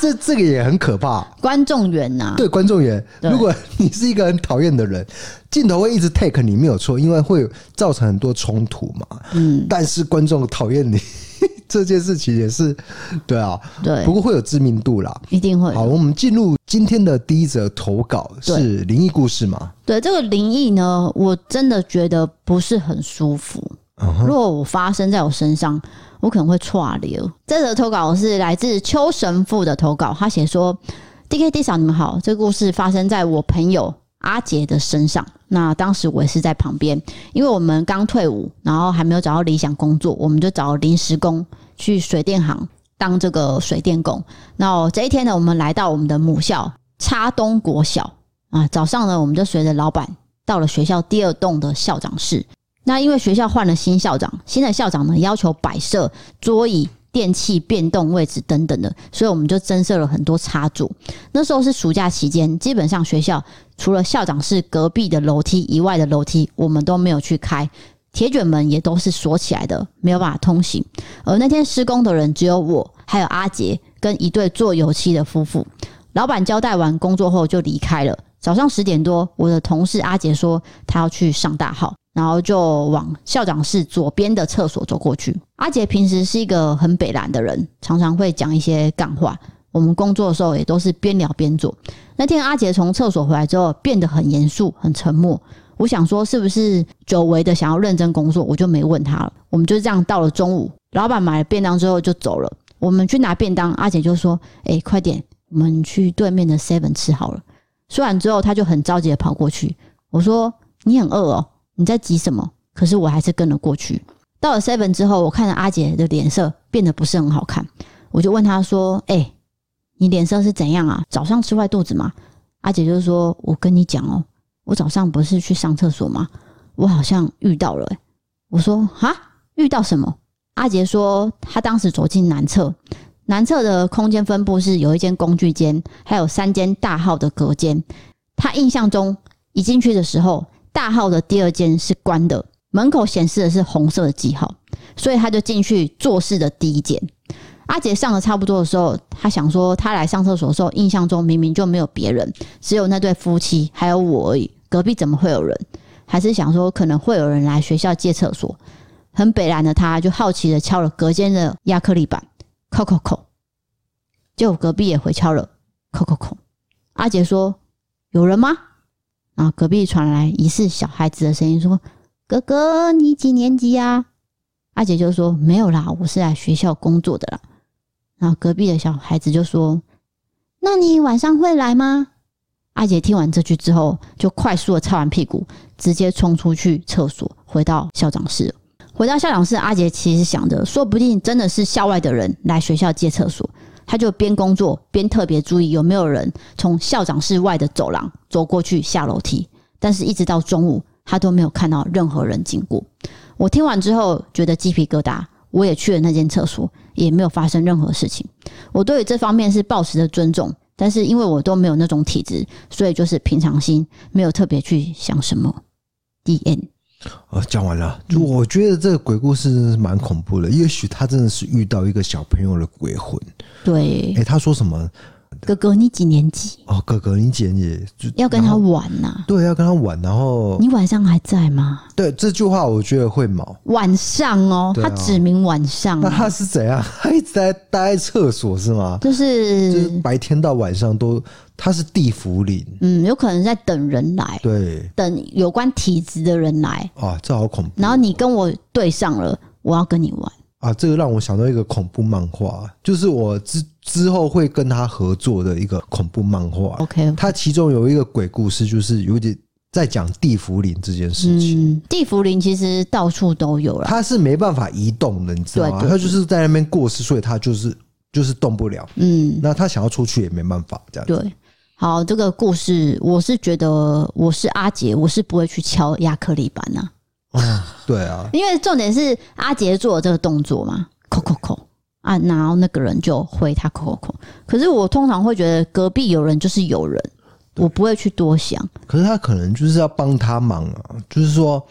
[SPEAKER 3] 这这个也很可怕。
[SPEAKER 2] 观众缘呐，
[SPEAKER 3] 对观众也，
[SPEAKER 2] 对
[SPEAKER 3] 如果你是一个很讨厌的人，镜头会一直 take 你没有错，因为会造成很多冲突嘛。
[SPEAKER 2] 嗯，
[SPEAKER 3] 但是观众讨厌你 这件事情也是，对啊，
[SPEAKER 2] 对
[SPEAKER 3] 不，过会有知名度啦。
[SPEAKER 2] 一定会。
[SPEAKER 3] 好，我们进入今天的第一则投稿是灵异故事嘛？
[SPEAKER 2] 对这个灵异呢，我真的觉得不是很舒服。
[SPEAKER 3] 嗯
[SPEAKER 2] 如果我发生在我身上，我可能会岔流。这则投稿是来自邱神父的投稿，他写说：“D K D 嫂，你们好，这个故事发生在我朋友阿杰的身上。那当时我也是在旁边，因为我们刚退伍，然后还没有找到理想工作，我们就找临时工去水电行当这个水电工。那这一天呢，我们来到我们的母校叉东国小啊，早上呢，我们就随着老板到了学校第二栋的校长室。那因为学校换了新校长，新的校长呢要求摆设桌椅、电器变动位置等等的，所以我们就增设了很多插座。那时候是暑假期间，基本上学校除了校长室隔壁的楼梯以外的楼梯，我们都没有去开。铁卷门也都是锁起来的，没有办法通行。而那天施工的人只有我，还有阿杰跟一对做油漆的夫妇。老板交代完工作后就离开了。早上十点多，我的同事阿杰说他要去上大号，然后就往校长室左边的厕所走过去。阿杰平时是一个很北蓝的人，常常会讲一些干话。我们工作的时候也都是边聊边做。那天阿杰从厕所回来之后，变得很严肃、很沉默。我想说是不是久违的想要认真工作，我就没问他了。我们就这样到了中午，老板买了便当之后就走了。我们去拿便当，阿姐就说：“哎、快点，我们去对面的 Seven 吃好了。”说完之后，他就很着急的跑过去。我说：“你很饿哦，你在急什么？可是我还是跟了过去。到了 Seven 之后，我看着阿姐的脸色变得不是很好看，我就问她说：“哎、你脸色是怎样啊？早上吃坏肚子吗？”阿姐就说：“我跟你讲哦，我早上不是去上厕所吗？我好像遇到了、欸。”我说：“哈，遇到什么？”阿杰说，他当时走进男厕，男厕的空间分布是有一间工具间，还有三间大号的隔间。他印象中一进去的时候，大号的第二间是关的，门口显示的是红色的记号，所以他就进去做事的第一间。阿杰上的差不多的时候，他想说他来上厕所的时候，印象中明明就没有别人，只有那对夫妻还有我而已，隔壁怎么会有人？还是想说可能会有人来学校借厕所。很北然的他就好奇的敲了隔间的亚克力板，扣扣扣。结果隔壁也回敲了，扣扣扣。阿杰说：“有人吗？”然后隔壁传来疑似小孩子的声音说：“哥哥，你几年级呀、阿杰就说：“没有啦，我是来学校工作的啦。”然后隔壁的小孩子就说：“那你晚上会来吗？”阿杰听完这句之后，就快速的擦完屁股，直接冲出去厕所，回到校长室了。回到校长室，阿杰其实想着，说不定真的是校外的人来学校借厕所。他就边工作边特别注意有没有人从校长室外的走廊走过去下楼梯，但是一直到中午，他都没有看到任何人经过。我听完之后觉得鸡皮疙瘩，我也去了那间厕所，也没有发生任何事情。我对于这方面是抱持着尊重，但是因为我都没有那种体质，所以就是平常心，没有特别去想什么。D N。
[SPEAKER 3] 哦，讲完了。
[SPEAKER 2] 嗯
[SPEAKER 3] 就我觉得这个鬼故事真的是蛮恐怖的，也许他真的是遇到一个小朋友的鬼魂。
[SPEAKER 2] 对
[SPEAKER 3] 诶，，他说什么？
[SPEAKER 2] 哥哥，你几年级？
[SPEAKER 3] 哦，哥哥，你姐姐就
[SPEAKER 2] 要跟他玩呐、
[SPEAKER 3] 对，要跟他玩，然后
[SPEAKER 2] 你晚上还在吗？
[SPEAKER 3] 对这句话，我觉得会毛。
[SPEAKER 2] 晚上哦，
[SPEAKER 3] 对啊
[SPEAKER 2] 他指明晚上、啊
[SPEAKER 3] 那他是怎样？他一直在待在厕所是吗？
[SPEAKER 2] 就
[SPEAKER 3] 就是
[SPEAKER 2] 是
[SPEAKER 3] 白天到晚上都，他是地府灵，
[SPEAKER 2] 嗯，有可能在等人来，
[SPEAKER 3] 对
[SPEAKER 2] 等有关体质的人来，
[SPEAKER 3] 啊，这好恐怖
[SPEAKER 2] 然后你跟我对上了，我要跟你玩。
[SPEAKER 3] 啊！这个让我想到一个恐怖漫画，就是我之之后会跟他合作的一个恐怖漫画。
[SPEAKER 2] OK，
[SPEAKER 3] 它其中有一个鬼故事，就是有点在讲地府灵这件事情。
[SPEAKER 2] 嗯，地茯苓其实到处都有啦。
[SPEAKER 3] 它是没办法移动的，你知道吗？
[SPEAKER 2] 对对
[SPEAKER 3] 它就是在那边过世，所以它就是就是动不了。
[SPEAKER 2] 嗯，
[SPEAKER 3] 那他想要出去也没办法，这样子。
[SPEAKER 2] 对。好，这个故事我是觉得我是阿杰，我是不会去敲亚克力板啊呐、
[SPEAKER 3] 对啊，
[SPEAKER 2] 因为重点是阿杰做了这个动作嘛，扣扣扣啊，然后那个人就回他扣扣扣。可是我通常会觉得隔壁有人就是有人，我不会去多想。
[SPEAKER 3] 可是他可能就是要帮他忙啊，就是说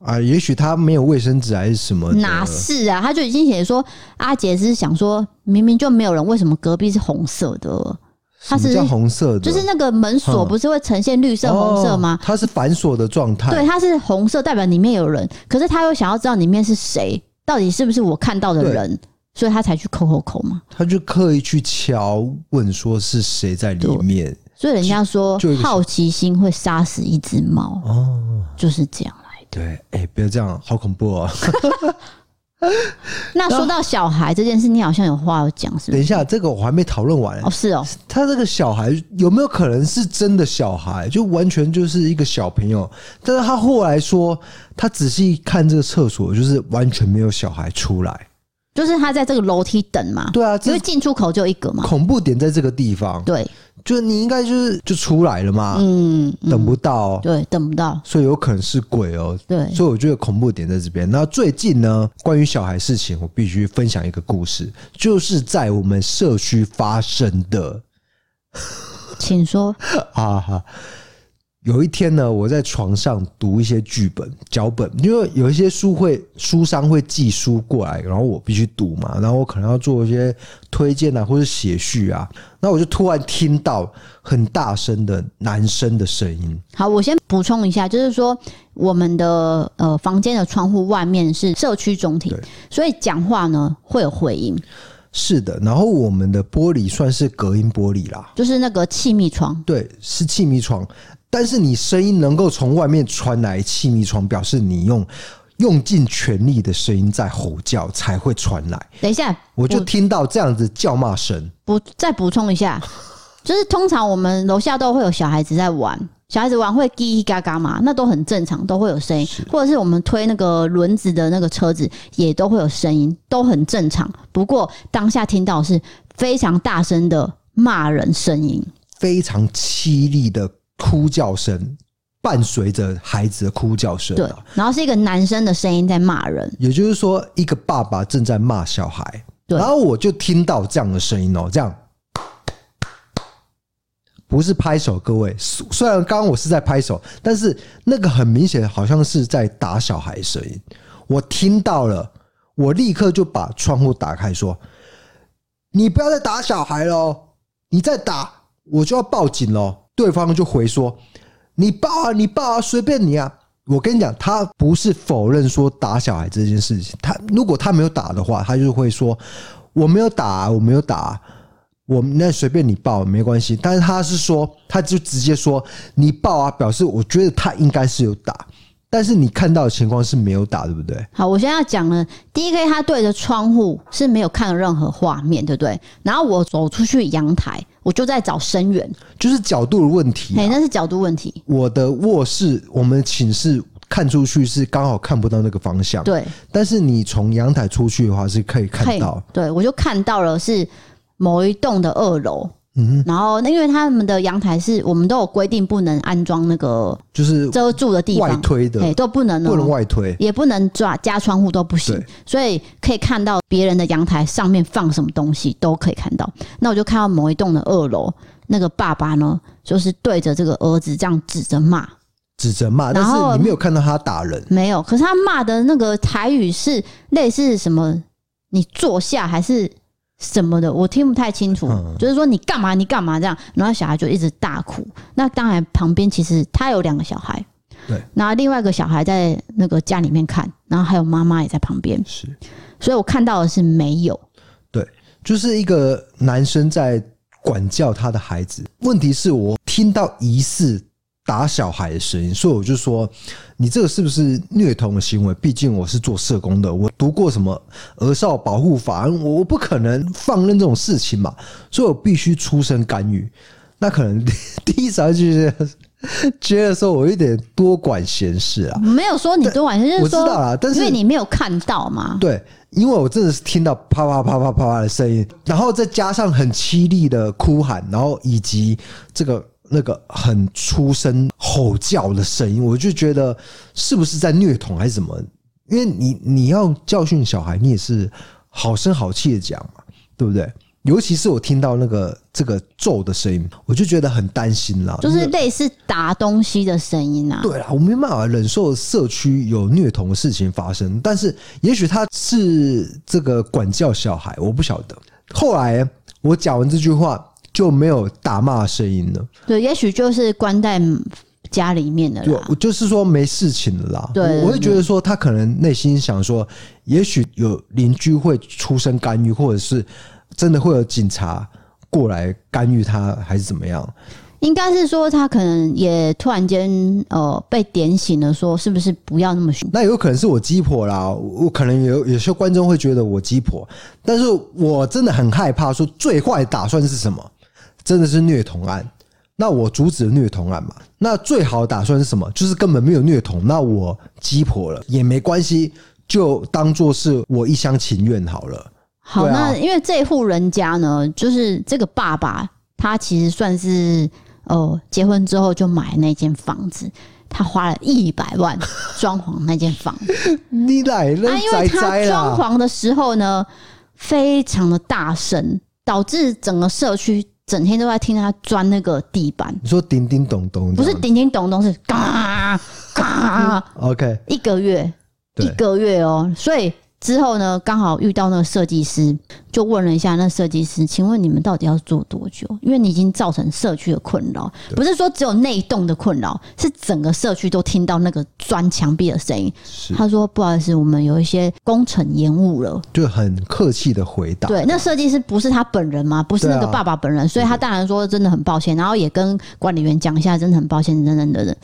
[SPEAKER 3] 啊，也许他没有卫生纸还是什么的
[SPEAKER 2] 哪是啊？他就已经写说阿杰是想说，明明就没有人，为什么隔壁是红色的？他
[SPEAKER 3] 什么
[SPEAKER 2] 是
[SPEAKER 3] 叫红色的，
[SPEAKER 2] 就是那个门锁
[SPEAKER 3] 嗯
[SPEAKER 2] 不是会呈现绿色、红色吗
[SPEAKER 3] 哦？它是繁琐的状态，
[SPEAKER 2] 对，它是红色，代表里面有人。可是他又想要知道里面是谁，到底是不是我看到的
[SPEAKER 3] 对
[SPEAKER 2] 人，所以他才去扣扣扣嘛。
[SPEAKER 3] 他就刻意去敲问说是谁在里面
[SPEAKER 2] 所以人家说
[SPEAKER 3] 就就一个小
[SPEAKER 2] 好奇心会杀死一只猫，
[SPEAKER 3] 哦。
[SPEAKER 2] 就是这样来
[SPEAKER 3] 对，哎、不要这样，好恐怖哦！
[SPEAKER 2] 的。那说到小孩这件事，你好像有话要讲，是不
[SPEAKER 3] 等一
[SPEAKER 2] 是？
[SPEAKER 3] 下，这个我还没讨论完、
[SPEAKER 2] 哦，是哦，
[SPEAKER 3] 他这个小孩有没有可能是真的小孩？就完全就是一个小朋友，但是他后来说，他仔细看这个厕所，就是完全没有小孩出来。
[SPEAKER 2] 就是他在这个楼梯等嘛，
[SPEAKER 3] 对啊，
[SPEAKER 2] 因
[SPEAKER 3] 这
[SPEAKER 2] 为进出口就一个嘛。
[SPEAKER 3] 恐怖点在这个地方，
[SPEAKER 2] 对，
[SPEAKER 3] 就是你应该就是就出来了嘛，
[SPEAKER 2] 嗯，嗯
[SPEAKER 3] 啊等不到，
[SPEAKER 2] 对，等不到，
[SPEAKER 3] 所以有可能是鬼哦。
[SPEAKER 2] 对，
[SPEAKER 3] 所以我觉得恐怖点在这边。那最近呢，关于小孩事情，我必须分享一个故事，就是在我们社区发生的。
[SPEAKER 2] 请说。
[SPEAKER 3] 哈哈。有一天呢，我在床上读一些剧本脚本，因为有一些书会书商会寄书过来，然后我必须读嘛，然后我可能要做一些推荐啊，或者写序啊。那我就突然听到很大声的男生的声音，
[SPEAKER 2] 好，我先补充一下，就是说我们的呃房间的窗户外面是社区中庭
[SPEAKER 3] 对，
[SPEAKER 2] 所以讲话呢会有回音，
[SPEAKER 3] 是的，然后我们的玻璃算是隔音玻璃啦，
[SPEAKER 2] 就是那个气密窗。
[SPEAKER 3] 对，是气密窗，但是你声音能够从外面传来气密窗，表示你用用尽全力的声音在吼叫才会传来。
[SPEAKER 2] 等一下，
[SPEAKER 3] 我就听到这样子叫骂声，
[SPEAKER 2] 补再补充一下，就是通常我们楼下都会有小孩子在玩，小孩子玩会叽叽嘎嘎嘛，那都很正常，都会有声音。或者是我们推那个轮子的那个车子，也都会有声音，都很正常。不过当下听到的是非常大声的骂人声音，
[SPEAKER 3] 非常凄厉的哭叫声，伴随着孩子的哭叫声、
[SPEAKER 2] 对
[SPEAKER 3] 啊。，
[SPEAKER 2] 然后是一个男生的声音在骂人，
[SPEAKER 3] 也就是说，一个爸爸正在骂小孩，
[SPEAKER 2] 对
[SPEAKER 3] 然后我就听到这样的声音哦，这样。不是拍手，各位。虽虽然刚刚我是在拍手，但是那个很明显好像是在打小孩的声音，我听到了，我立刻就把窗户打开，说：“你不要再打小孩喽，你再打我就要报警喽。”对方就回说：“你报啊，你报啊，随便你啊。”我跟你讲，他不是否认说打小孩这件事情，他如果他没有打的话，他就会说我没有打啊、我没有打啊、我们那随便你报没关系。但是他是说，他就直接说你报啊，表示我觉得他应该是有打，但是你看到的情况是没有打，对不对？
[SPEAKER 2] 好，我现在要讲了。第一个，他对着窗户是没有看到任何画面，对不对？然后我走出去阳台，我就在找声源，
[SPEAKER 3] 就是角度的问题、
[SPEAKER 2] 哎、
[SPEAKER 3] 啊。
[SPEAKER 2] 那是角度问题。
[SPEAKER 3] 我的卧室，我们寝室看出去是刚好看不到那个方向，。
[SPEAKER 2] 对，
[SPEAKER 3] 但是你从阳台出去的话是可以看
[SPEAKER 2] 嘿
[SPEAKER 3] 到，
[SPEAKER 2] 对我就看到了是某一栋的二楼，嗯，然后那因为他们的阳台是我们都有规定不能安装那个
[SPEAKER 3] 就是
[SPEAKER 2] 遮住的地方，
[SPEAKER 3] 呃外推的
[SPEAKER 2] 哎、都不能、哦，
[SPEAKER 3] 不能外推。
[SPEAKER 2] 也不能抓加窗户都不行
[SPEAKER 3] 对，
[SPEAKER 2] 所以可以看到别人的阳台上面放什么东西都可以看到。那我就看到某一栋的二楼，那个爸爸呢，就是对着这个儿子这样指着骂，
[SPEAKER 3] 指责骂，但
[SPEAKER 2] 然后
[SPEAKER 3] 是你没有看到他打人，
[SPEAKER 2] 没有，可是他骂的那个台语是类似什么？你坐下还是什么的？我听不太清楚，
[SPEAKER 3] 嗯
[SPEAKER 2] 就是说你干嘛你干嘛这样，然后小孩就一直大哭。那当然，旁边其实他有两个小孩，
[SPEAKER 3] 对，
[SPEAKER 2] 然后另外一个小孩在那个家里面看，然后还有妈妈也在旁边。
[SPEAKER 3] 是
[SPEAKER 2] 所以我看到的是没有，
[SPEAKER 3] 对，就是一个男生在管教他的孩子。问题是我听到疑似打小孩的声音，所以我就说，你这个是不是虐童的行为？毕竟我是做社工的，我读过什么《儿少保护法》，我我不可能放任这种事情嘛，所以我必须出声干预。那可能第一时 间就觉得觉得说我有点多管闲事啊，
[SPEAKER 2] 没有说你多晚，就是
[SPEAKER 3] 我知
[SPEAKER 2] 说，
[SPEAKER 3] 道啦但是
[SPEAKER 2] 因为你没有看到嘛，
[SPEAKER 3] 对，因为我真的是听到啪啪啪啪啪啪的声音，然后再加上很凄厉的哭喊，然后以及这个那个很出声吼叫的声音，我就觉得是不是在虐童还是什么？因为你你要教训小孩，你也是好声好气的讲嘛，对不对？尤其是我听到那个这个咒的声音，我就觉得很担心啦。
[SPEAKER 2] 就是
[SPEAKER 3] 那
[SPEAKER 2] 类似打东西的声音啊。
[SPEAKER 3] 对啦，我没办法忍受社区有虐童的事情发生，但是也许他是这个管教小孩，我不晓得。后来我讲完这句话就没有打骂的声音了，
[SPEAKER 2] 对，也许就是关在家里面的
[SPEAKER 3] 就
[SPEAKER 2] 啦
[SPEAKER 3] 我。就是说没事情了啦。
[SPEAKER 2] 对对
[SPEAKER 3] 我我会觉得说他可能内心想说，也许有邻居会出声干预，或者是真的会有警察过来干预他，还是怎么样？
[SPEAKER 2] 应该是说他可能也突然间呃被点醒了，说是不是不要那么凶？
[SPEAKER 3] 那有可能是我鸡婆啦，我我可能有有些观众会觉得我鸡婆，但是我真的很害怕说最坏打算是什么？真的是虐童案。那我阻止了虐童案嘛？那最好的打算是什么？就是根本没有虐童，那我鸡婆了也没关系，就当做是我一厢情愿好了。
[SPEAKER 2] 好，
[SPEAKER 3] 对啊
[SPEAKER 2] 那因为这户人家呢，就是这个爸爸，他其实算是呃结婚之后就买那间房子，他花了一百 万装潢那间房子。
[SPEAKER 3] 你来了
[SPEAKER 2] 啊，因，
[SPEAKER 3] 宅
[SPEAKER 2] 为他
[SPEAKER 3] 宅
[SPEAKER 2] 装
[SPEAKER 3] 啦，
[SPEAKER 2] 潢的时候呢，非常的大声，导致整个社区整天都在听他钻那个地板，
[SPEAKER 3] 你说叮叮咚咚这
[SPEAKER 2] 不是
[SPEAKER 3] 样，
[SPEAKER 2] 叮叮咚咚，是嘎 嘎。
[SPEAKER 3] OK，
[SPEAKER 2] 一个月，
[SPEAKER 3] 对
[SPEAKER 2] 一个月哦。所以之后呢，刚好遇到那个设计师，就问了一下那设计师，请问你们到底要做多久？因为你已经造成社区的困扰，不是说只有那一栋的困扰，是整个社区都听到那个砖墙壁的声音。
[SPEAKER 3] 是
[SPEAKER 2] 他说：“不好意思，我们有一些工程延误了。
[SPEAKER 3] 就很客气的回”答。
[SPEAKER 2] 对，那设计师不是他本人吗？不是那个
[SPEAKER 3] 对啊
[SPEAKER 2] 爸爸本人，所以他当然说真的很抱歉，然后也跟管理员讲一下，真的很抱歉，等等等等。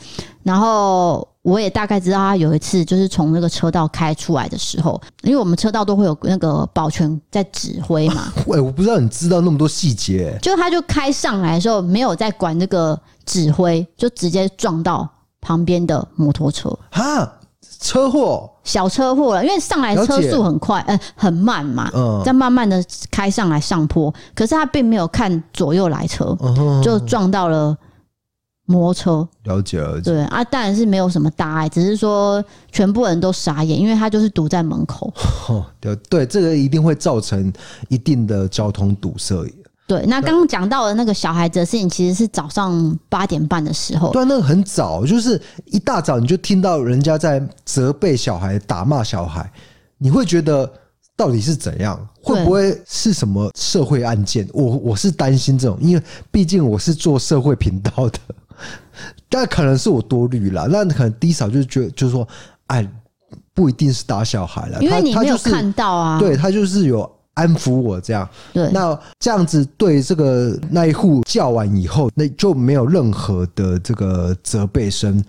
[SPEAKER 2] 然后我也大概知道他有一次就是从那个车道开出来的时候，因为我们车道都会有那个保全在指挥 嘛，
[SPEAKER 3] 喂，哎我不知道你知道那么多细节、
[SPEAKER 2] 就他就开上来的时候没有在管这个指挥，就直接撞到旁边的摩托车。
[SPEAKER 3] 哈，车祸，
[SPEAKER 2] 小车祸了，因为上来车速很快，呃，很慢嘛，
[SPEAKER 3] 嗯
[SPEAKER 2] 再慢慢的开上来上坡，可是他并没有看左右来车，
[SPEAKER 3] 嗯哼
[SPEAKER 2] 就撞到了摩托车，
[SPEAKER 3] 了解了解。
[SPEAKER 2] 对啊，当然是没有什么大碍，只是说全部人都傻眼，因为他就是堵在门口，
[SPEAKER 3] 哦，对对，这个一定会造成一定的交通堵塞。
[SPEAKER 2] 对，那刚刚讲到的那个小孩子的事情，其实是早上八点半的时候，
[SPEAKER 3] 对啊，那个很早，就是一大早你就听到人家在责备小孩、打骂小孩，你会觉得到底是怎样？会不会是什么社会案件？我我是担心这种，因为毕竟我是做社会频道的， 但可能是我多虑了。那可能第一嫂就觉得，就是说，哎，不一定是打小孩了，
[SPEAKER 2] 因为你
[SPEAKER 3] 他
[SPEAKER 2] 没
[SPEAKER 3] 他
[SPEAKER 2] 有
[SPEAKER 3] 就是
[SPEAKER 2] 看到啊，
[SPEAKER 3] 对他就是有安抚我这样。
[SPEAKER 2] 对
[SPEAKER 3] 那这样子对这个那一户叫完以后，那就没有任何的这个责备声。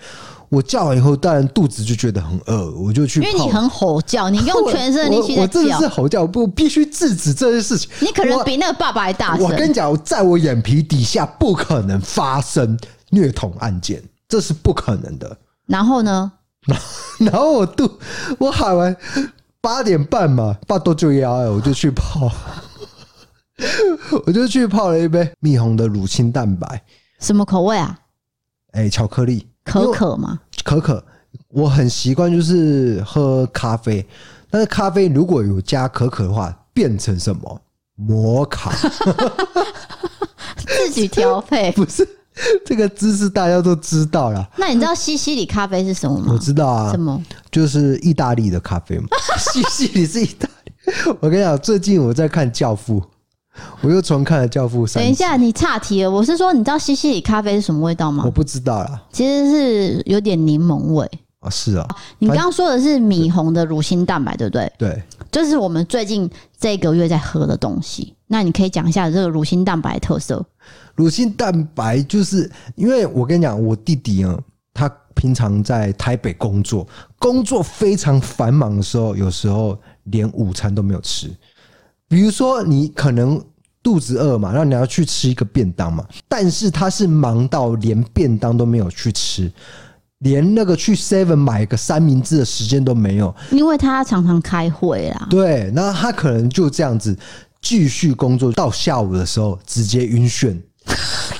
[SPEAKER 3] 我叫完以后，当然肚子就觉得很饿，我就去
[SPEAKER 2] 因
[SPEAKER 3] 泡。
[SPEAKER 2] 为你很吼叫，你用全身的力气
[SPEAKER 3] 我
[SPEAKER 2] 在
[SPEAKER 3] 我我真的
[SPEAKER 2] 叫
[SPEAKER 3] 是，吼叫，我必须制止这件事情。
[SPEAKER 2] 你可能
[SPEAKER 3] 我
[SPEAKER 2] 比那个爸爸还大
[SPEAKER 3] 我跟
[SPEAKER 2] 声，
[SPEAKER 3] 你讲，在我眼皮底下不可能发生虐童案件，这是不可能的。
[SPEAKER 2] 然后呢，
[SPEAKER 3] 然后我肚我喊完八点半嘛，八多就要了，我就去泡， 我就去泡了一杯蜜红的乳清蛋白，
[SPEAKER 2] 什么口味啊？
[SPEAKER 3] 哎、巧克力，因
[SPEAKER 2] 可
[SPEAKER 3] 为
[SPEAKER 2] 可嘛，
[SPEAKER 3] 可可，我很习惯就是喝咖啡，但是咖啡如果有加可可的话，变成什么摩卡？
[SPEAKER 2] 自己调 配。
[SPEAKER 3] 不是这个知识大家都知道啦，
[SPEAKER 2] 那你知道西西里咖啡是什么吗
[SPEAKER 3] 我？知道啊，
[SPEAKER 2] 什么？
[SPEAKER 3] 就是意大利的咖啡 嘛，西西里是意大利。我跟你讲，最近我在看《教父》，我又重看了《教父》三。
[SPEAKER 2] 等一，下，你岔题了。我是说，你知道西西里咖啡是什么味道吗
[SPEAKER 3] 我？不知道啦。
[SPEAKER 2] 其实是有点柠檬味。
[SPEAKER 3] 啊，是啊，
[SPEAKER 2] 你刚刚说的是米红的乳清蛋白，对不对？
[SPEAKER 3] 对，
[SPEAKER 2] 就是我们最近这个月在喝的东西。那你可以讲一下这个乳清蛋白的特色。
[SPEAKER 3] 乳清蛋白就是因为我跟你讲，我弟弟啊，他平常在台北工作，工作非常繁忙的时候，有时候连午餐都没有吃。比如说，你可能肚子饿嘛，那你要去吃一个便当嘛，但是他是忙到连便当都没有去吃。连那个去 Seven 买个三明治的时间都没有，
[SPEAKER 2] 因为他常常开会啦，
[SPEAKER 3] 对，那他可能就这样子继续工作到下午的时候，直接晕眩，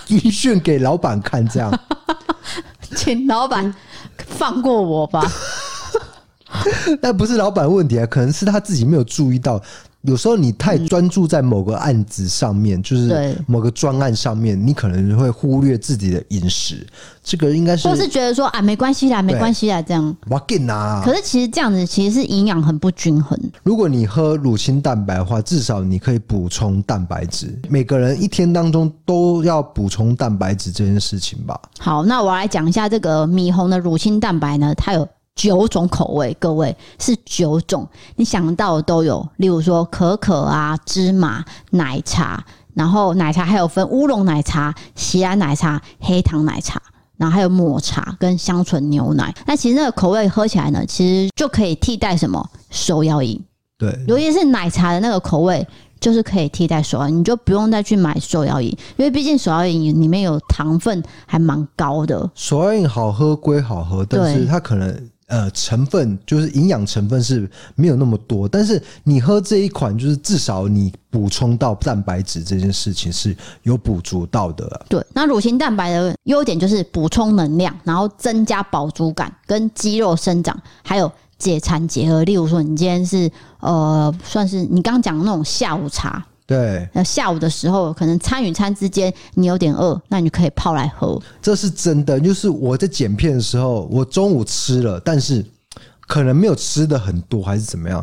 [SPEAKER 3] 晕眩给老板看，这 样
[SPEAKER 2] 请老板放过我吧。
[SPEAKER 3] 那不是老板问题啊，可能是他自己没有注意到。有时候你太专注在某个案子上面，就是
[SPEAKER 2] 嗯对
[SPEAKER 3] 某个专案上面，你可能会忽略自己的饮食。这个应该 是
[SPEAKER 2] 或是觉得说啊，没关系啦，没关系啦，这样。
[SPEAKER 3] 我给啊。
[SPEAKER 2] 可是其实这样子其实是营养很不均衡。
[SPEAKER 3] 如果你喝乳清蛋白的话，至少你可以补充蛋白质。每个人一天当中都要补充蛋白质这件事情吧。
[SPEAKER 2] 好，那我来讲一下这个米红的乳清蛋白呢，它有九种口味，各位是九种，你想到的都有，例如说可可啊、芝麻、奶茶，然后奶茶还有分乌龙奶茶、喜来奶茶、黑糖奶茶。然后还有抹茶跟香醇牛奶，那其实那个口味喝起来呢，其实就可以替代什么手摇饮，
[SPEAKER 3] 对，
[SPEAKER 2] 尤其是奶茶的那个口味，就是可以替代手摇饮，你就不用再去买手摇饮，因为毕竟手摇饮里面有糖分还蛮高的。
[SPEAKER 3] 手摇饮好喝归好喝，但是
[SPEAKER 2] 对
[SPEAKER 3] 它可能呃成分就是营养成分是没有那么多，但是你喝这一款，就是至少你补充到蛋白质这件事情是有补足到的。
[SPEAKER 2] 对，那乳清蛋白的优点就是补充能量，然后增加饱足感跟肌肉生长，还有解馋解饿。例如说，你今天是呃，算是你刚讲的那种下午茶，
[SPEAKER 3] 对，
[SPEAKER 2] 呃，下午的时候可能餐与餐之间你有点饿，那你就可以泡来喝。
[SPEAKER 3] 这是真的。就是我在剪片的时候，我中午吃了，但是可能没有吃的很多，还是怎么样。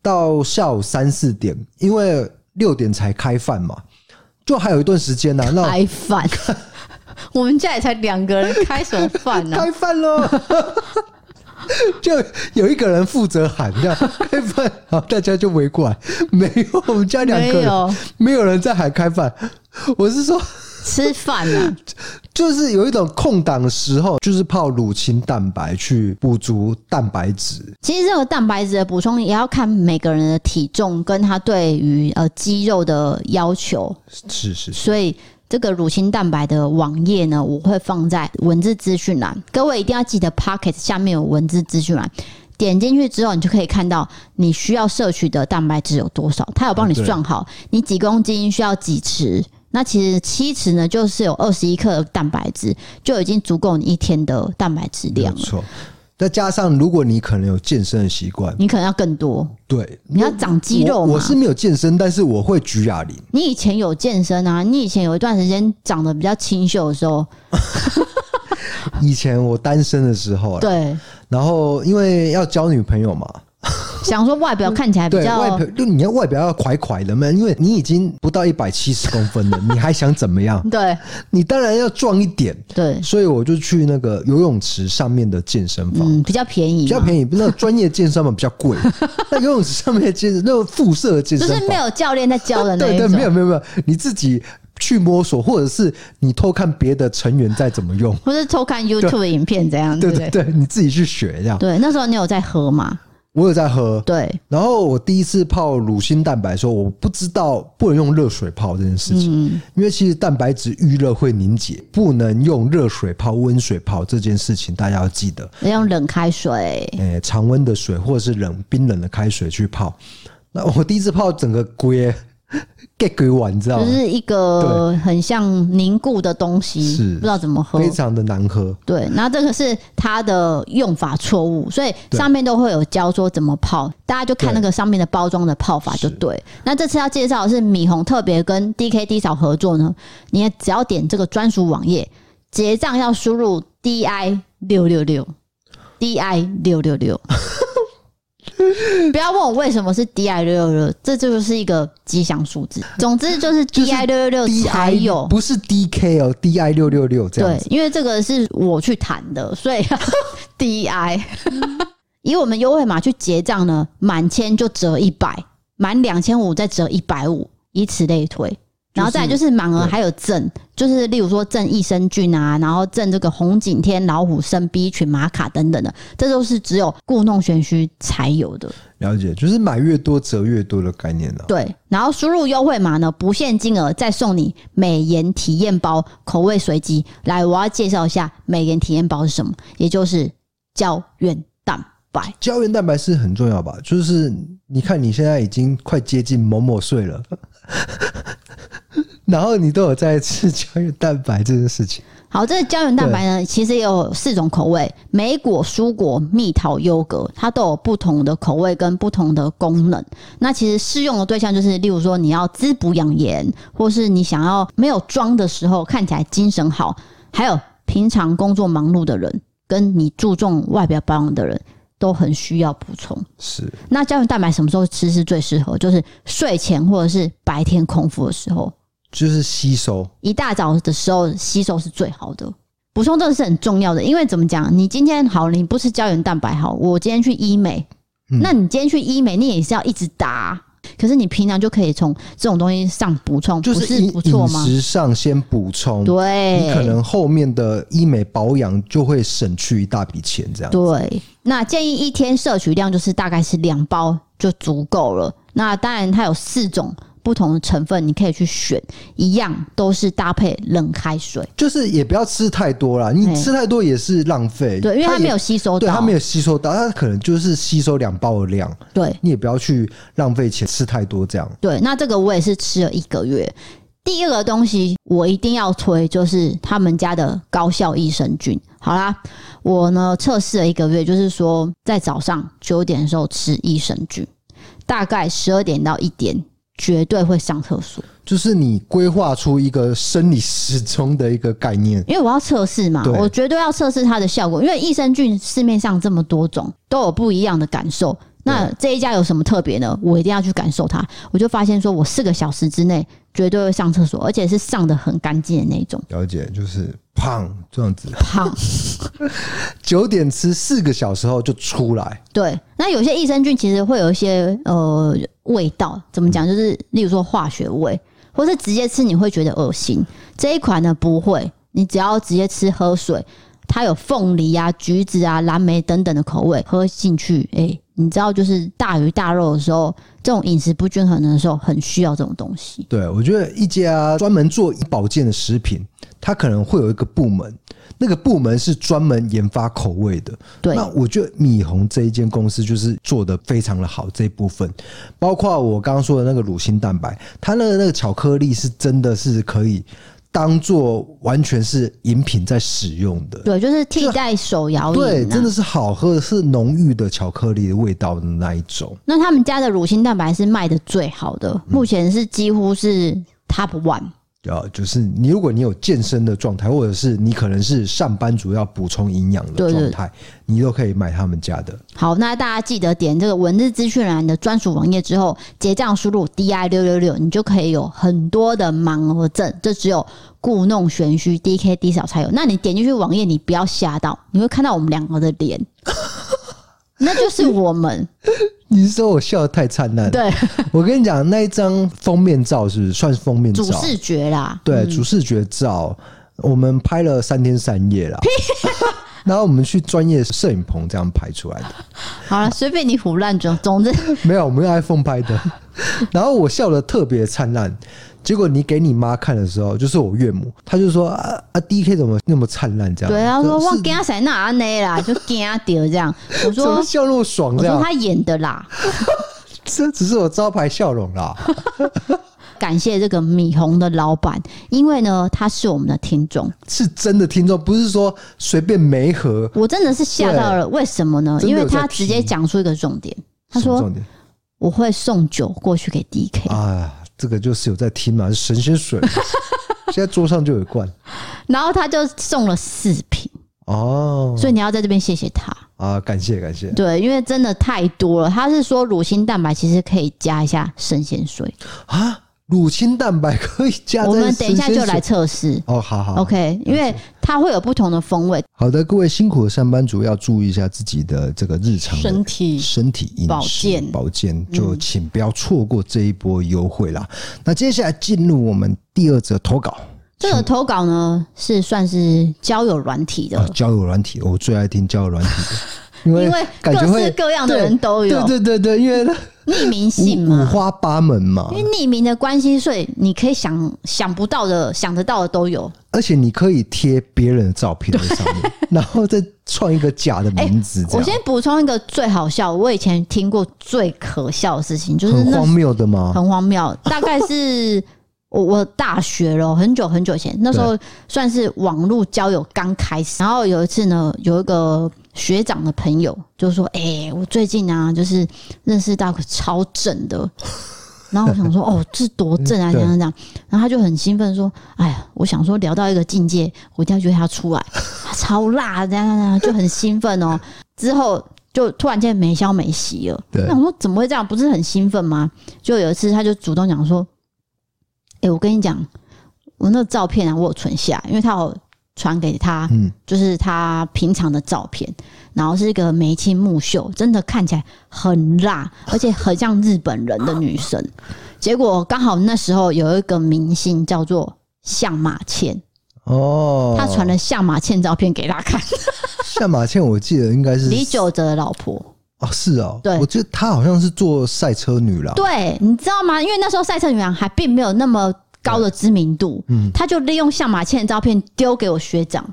[SPEAKER 3] 到下午三四点，因为六点才开饭嘛，就还有一段时间呢、啊那我
[SPEAKER 2] 开饭，我们家也才两个人，开什么饭啊呢、
[SPEAKER 3] 开饭喽！ 就有一个人负责喊这 样开饭，然后大家就围过来。没有，我们家两个
[SPEAKER 2] 没
[SPEAKER 3] 人
[SPEAKER 2] 有，
[SPEAKER 3] 没有人在喊开饭。我是说，
[SPEAKER 2] 吃饭啊，
[SPEAKER 3] 就是有一种空档的时候，就是泡乳清蛋白去补足蛋白质。
[SPEAKER 2] 其实这个蛋白质的补充也要看每个人的体重跟他对于呃肌肉的要求，
[SPEAKER 3] 是是是，
[SPEAKER 2] 所以这个乳清蛋白的网页呢，我会放在文字资讯栏，各位一定要记得 Pocket 下面有文字资讯栏。点进去之后，你就可以看到你需要摄取的蛋白质有多少，它有帮你
[SPEAKER 3] 啊对
[SPEAKER 2] 算好你几公斤需要几匙。那其实七匙呢，就是有二十一克的蛋白质，就已经足够你一天的蛋白质
[SPEAKER 3] 没有
[SPEAKER 2] 量了。
[SPEAKER 3] 错。再加上如果你可能有健身的习惯，
[SPEAKER 2] 你可能要更多，
[SPEAKER 3] 对，
[SPEAKER 2] 你要长肌肉
[SPEAKER 3] 我
[SPEAKER 2] 嘛。
[SPEAKER 3] 我是没有健身，但是我会举哑铃。
[SPEAKER 2] 你以前有健身啊，你以前有一段时间长得比较清秀的时候，
[SPEAKER 3] 以前我单身的时候啦，啊
[SPEAKER 2] 对，
[SPEAKER 3] 然后因为要交女朋友嘛，
[SPEAKER 2] 想说外表看起来比
[SPEAKER 3] 对
[SPEAKER 2] 较
[SPEAKER 3] 外表就你要外表要快快的嘛，因为你已经不到一百七十公 分了，你还想怎么样？
[SPEAKER 2] 对
[SPEAKER 3] 你当然要壮一点，
[SPEAKER 2] 对，
[SPEAKER 3] 所以我就去那个游泳池上面的健身房。
[SPEAKER 2] 嗯，比较便宜嘛，
[SPEAKER 3] 比较便宜，那专业健身房比较 贵。那游泳池上面的健身，那种附设的健
[SPEAKER 2] 就
[SPEAKER 3] 身
[SPEAKER 2] 是没
[SPEAKER 3] 房，
[SPEAKER 2] 有教练在教的那一
[SPEAKER 3] 对对，
[SPEAKER 2] 种。
[SPEAKER 3] 没有没有没有，你自己去摸索，或者是你偷看别的成员在怎么用，
[SPEAKER 2] 或是偷看 YouTube 影片这样，
[SPEAKER 3] 对
[SPEAKER 2] 不
[SPEAKER 3] 对对，你自己去学这样。
[SPEAKER 2] 对，那时候你有在喝吗？
[SPEAKER 3] 我有在喝，
[SPEAKER 2] 对，
[SPEAKER 3] 然后我第一次泡乳清蛋白的时候，我不知道不能用热水泡这件事情，
[SPEAKER 2] 嗯
[SPEAKER 3] 因为其实蛋白质遇热会凝结，不能用热水泡、温水泡这件事情，大家要记得。
[SPEAKER 2] 要用冷开水，
[SPEAKER 3] 诶、常温的水或者是冷冰冷的开水去泡。那我第一次泡整个龟
[SPEAKER 2] 嗯
[SPEAKER 3] get 鬼碗，你知道
[SPEAKER 2] 就
[SPEAKER 3] 吗？
[SPEAKER 2] 是一个很像凝固的东西，
[SPEAKER 3] 是
[SPEAKER 2] 不知道怎么喝。
[SPEAKER 3] 非常的难喝。
[SPEAKER 2] 对，那这个是它的用法错误，所以
[SPEAKER 3] 对
[SPEAKER 2] 上面都会有教说怎么泡，大家就看那个上面的包装的泡法就对。那这次要介绍的是米红特别跟 DKD 嫂合作呢，你也只要点这个专属网页，结账要输入 DI 六六六，DI 六六 六。不要问我为什么是 DI 六六六，这就是一个吉祥数字。总之就是 DI 六六六
[SPEAKER 3] D
[SPEAKER 2] 才
[SPEAKER 3] I
[SPEAKER 2] 有。
[SPEAKER 3] 不是 D K 哦，D I 六六六这样
[SPEAKER 2] 对
[SPEAKER 3] 子，，
[SPEAKER 2] 因为这个是我去谈的，所 以 DI
[SPEAKER 3] 嗯
[SPEAKER 2] 以我们优惠码去结账呢，满千就折一百，满两千五再折一百五，以此类推。然后再来就是满额
[SPEAKER 3] 对
[SPEAKER 2] 还有赠，就是例如说赠益生菌啊，然后赠这个红景天、老虎参、B 群、玛卡等等的，这都是只有故弄玄虚才有的。
[SPEAKER 3] 了解，就是买越多折越多的概念啊。
[SPEAKER 2] 对，然后输入优惠码呢，不限金额，再送你美颜体验包，口味随机。来，我要介绍一下美颜体验包是什么，也就是胶原蛋白。
[SPEAKER 3] 胶原蛋白是很重要吧？就是你看你现在已经快接近某某岁了， 然后你都有在吃胶原蛋白这件事情，
[SPEAKER 2] 好，这个胶原蛋白呢，其实也有四种口味：莓果、蔬果、蜜桃、优格，它都有不同的口味跟不同的功能。那其实适用的对象就是，例如说你要滋补养颜，或是你想要没有妆的时候看起来精神好，还有平常工作忙碌的人，跟你注重外表保养的人，都很需要补充。
[SPEAKER 3] 是
[SPEAKER 2] 那胶原蛋白什么时候吃是最适合？就是睡前或者是白天空腹的时候。
[SPEAKER 3] 就是吸收。
[SPEAKER 2] 一大早的时候吸收是最好的。补充这个是很重要的，因为怎么讲？你今天好，你不吃胶原蛋白好，我今天去医美，
[SPEAKER 3] 嗯
[SPEAKER 2] 那你今天去医美，你也是要一直打啊、可是你平常就可以从这种东西上补充，
[SPEAKER 3] 就
[SPEAKER 2] 不
[SPEAKER 3] 饮
[SPEAKER 2] 不错
[SPEAKER 3] 饮
[SPEAKER 2] 吗？
[SPEAKER 3] 食上先补充，你可
[SPEAKER 2] 对，
[SPEAKER 3] 能后面的医美保养就会省去一大笔钱，这样。
[SPEAKER 2] 对。那建议一天摄取量就是大概是两包就足够了。那当然，它有四种不同的成分，你可以去选，一样都是搭配冷开水。
[SPEAKER 3] 就是也不要吃太多啦，你
[SPEAKER 2] 嘿
[SPEAKER 3] 吃太多也是浪费。
[SPEAKER 2] 对，因为它
[SPEAKER 3] 也
[SPEAKER 2] 没有，吸收
[SPEAKER 3] 对
[SPEAKER 2] 到，
[SPEAKER 3] 它没有吸收到，它可能就是吸收两包的量，
[SPEAKER 2] 对。
[SPEAKER 3] 你也不要去浪费钱吃太多这样。
[SPEAKER 2] 对，那这个我也是吃了一个月。第二个东西我一定要推，就是他们家的高效益生菌。好啦，我呢测试了一个月，就是说在早上九点的时候吃益生菌，大概十二点到一点绝对会上厕所，
[SPEAKER 3] 就是你规划出一个生理时钟的一个概念，
[SPEAKER 2] 因为我要测试嘛
[SPEAKER 3] 对，
[SPEAKER 2] 我绝对要测试它的效果。因为益生菌市面上这么多种，都有不一样的感受。那这一家有什么特别呢？我一定要去感受它。我就发现说，我四个小时之内绝对会上厕所，而且是上的很干净的那种。
[SPEAKER 3] 了解？就是胖这样子，
[SPEAKER 2] 胖，
[SPEAKER 3] 九点吃四个小时后就出来，
[SPEAKER 2] 对。那有
[SPEAKER 3] 嗯
[SPEAKER 2] 些益生菌其实会有一些呃味道，怎么讲？就是例如说化学味。或是直接吃你会觉得恶心。这一款呢不会，你只要直接吃喝水，它有凤梨啊、橘子啊、蓝莓等等的口味，喝进去，哎、你知道就是大鱼大肉的时候，这种饮食不均衡的时候，很需要这种东西。
[SPEAKER 3] 对，我觉得一家专门做保健的食品，它可能会有一个部门，那个部门是专门研发口味的。
[SPEAKER 2] 对
[SPEAKER 3] 那我觉得米红这一间公司就是做的非常的好这一部分，包括我刚刚说的那个乳清蛋白，它那个那个巧克力是真的是可以当做完全是饮品在使用的。
[SPEAKER 2] 对，就是替代手摇饮、啊，
[SPEAKER 3] 啊对，真的是好喝，是浓郁的巧克力的味道的那一种。
[SPEAKER 2] 那他们家的乳清蛋白是卖的最好的，
[SPEAKER 3] 嗯
[SPEAKER 2] 目前是几乎是 top one。
[SPEAKER 3] 啊，就是你如果你有健身的状态，或者是你可能是上班族要补充营养的
[SPEAKER 2] 对对
[SPEAKER 3] 状态，你都可以买他们家的。
[SPEAKER 2] 好，那大家记得点这个文字资讯栏的专属网页之后，结账输入 DI 六六六，你就可以有很多的盲盒赠，这只有故弄玄虚 DK D 少才有。那你点进去网页，你不要吓到，你会看到我们两个的脸， 那就是我们。
[SPEAKER 3] 你是说我笑得太灿烂？，
[SPEAKER 2] 对，
[SPEAKER 3] 我跟你讲，那一张封面照是不是算是封面照？
[SPEAKER 2] 主视嗯觉啦，
[SPEAKER 3] 对，主视觉照，我们拍了三天三夜 啦。 然后我们去专业摄影棚这样拍出来的，
[SPEAKER 2] 好了，随便你胡乱总，总之
[SPEAKER 3] 没有，我们用 iPhone 拍的。然后我笑得特别灿烂，结果你给你妈看的时候，就是我岳母，她就说啊啊，DK 怎么那么灿烂这样？
[SPEAKER 2] 对啊，
[SPEAKER 3] 就
[SPEAKER 2] 说
[SPEAKER 3] 是
[SPEAKER 2] 我惊谁那安内啦， 就惊掉这样。我
[SPEAKER 3] 怎么
[SPEAKER 2] 说
[SPEAKER 3] 笑那么爽
[SPEAKER 2] 我
[SPEAKER 3] 这
[SPEAKER 2] 说
[SPEAKER 3] 样？
[SPEAKER 2] 他演的啦，
[SPEAKER 3] 这只是我招牌笑容啦。
[SPEAKER 2] 感谢这个米红的老板，因为呢他是我们的听众，
[SPEAKER 3] 是真的听众，不是说随便没合。
[SPEAKER 2] 我真的是吓到了。为什么呢？
[SPEAKER 3] 真的
[SPEAKER 2] 因
[SPEAKER 3] 有
[SPEAKER 2] 为他
[SPEAKER 3] 在
[SPEAKER 2] 直接
[SPEAKER 3] 批
[SPEAKER 2] 讲出一个重点，他
[SPEAKER 3] 什么
[SPEAKER 2] 说
[SPEAKER 3] 重点
[SPEAKER 2] 我会送酒过去给 DK，、
[SPEAKER 3] 啊，这个就是有在听嘛，是神仙 水嘛，现在桌上就有一罐
[SPEAKER 2] 然后他就送了四瓶，
[SPEAKER 3] 哦。
[SPEAKER 2] 所以你要在这边谢谢他。
[SPEAKER 3] 啊，感谢感谢。
[SPEAKER 2] 对，因为真的太多了。他是说乳清蛋白其实可以加一下生鲜水，
[SPEAKER 3] 啊，乳清蛋白可以加在
[SPEAKER 2] 我们等一下
[SPEAKER 3] 神仙
[SPEAKER 2] 就
[SPEAKER 3] 水
[SPEAKER 2] 来测试。
[SPEAKER 3] 哦，好好
[SPEAKER 2] OK，因为它会有不同的风味，
[SPEAKER 3] 好的，各位辛苦的上班族要注意一下自己的这个日常的
[SPEAKER 2] 身体
[SPEAKER 3] 身体饮食
[SPEAKER 2] 保健嗯
[SPEAKER 3] 保健就请不要错过这一波优惠啦。那接下来进入我们第二则投稿。
[SPEAKER 2] 这个投稿呢是算是交友软体的，
[SPEAKER 3] 啊，交友软体，我最爱听交友软体的， 因为
[SPEAKER 2] 因为
[SPEAKER 3] 感觉
[SPEAKER 2] 各式
[SPEAKER 3] 会
[SPEAKER 2] 各样的
[SPEAKER 3] 对
[SPEAKER 2] 人都有
[SPEAKER 3] 对对对对，因为
[SPEAKER 2] 匿名性
[SPEAKER 3] 五五
[SPEAKER 2] 嘛，
[SPEAKER 3] 花八门嘛
[SPEAKER 2] 因，为匿名的关系，所以你可以想想不到的、想得到的都有。
[SPEAKER 3] 而且你可以贴别人的照片在上 面，然后再创一个假的名字，这
[SPEAKER 2] 哎我
[SPEAKER 3] 样、
[SPEAKER 2] 先补充一个最好笑，我以前听过最可笑的事情，就是
[SPEAKER 3] 很
[SPEAKER 2] 那
[SPEAKER 3] 荒谬的嘛。
[SPEAKER 2] 很荒谬，大概是 我我大学了，很久很久以前，那时候算是网络交友刚开始。然后有一次呢，有一个学长的朋友就说：“哎、我最近啊，就是认识到个超正的。” 然后我想说：“哦，这多正啊！”
[SPEAKER 3] 嗯
[SPEAKER 2] 怎
[SPEAKER 3] 对
[SPEAKER 2] 样怎样。然后他就很兴奋说：“哎呀，我想说聊到一个境界，我一定要约他出来， 他超辣，这样这样，就很兴奋哦。”之后就突然间没消没息了。
[SPEAKER 3] 对
[SPEAKER 2] 那我说怎么会这样？不是很兴奋吗？就有一次，他就主动讲说：“哎、我跟你讲，我那个照片啊，我有存下，因为他有传给他，
[SPEAKER 3] 嗯
[SPEAKER 2] 就是他平常的照片，然后是一个眉清目秀，真的看起来很 辣，而且很像日本人的女生。结果刚好那时候有一个明星叫做向马倩，
[SPEAKER 3] 哦，
[SPEAKER 2] 他传了向马倩照片给他看，
[SPEAKER 3] 下马倩，我记得应该是
[SPEAKER 2] 李玖哲的老婆。”
[SPEAKER 3] 哦，是哦，
[SPEAKER 2] 对
[SPEAKER 3] 我记得她好像是做赛车女郎，
[SPEAKER 2] 对，你知道吗？因为那时候赛车女郎还并没有那么高的知名度，
[SPEAKER 3] 嗯
[SPEAKER 2] 他就利用向马倩的照片丢给我学长，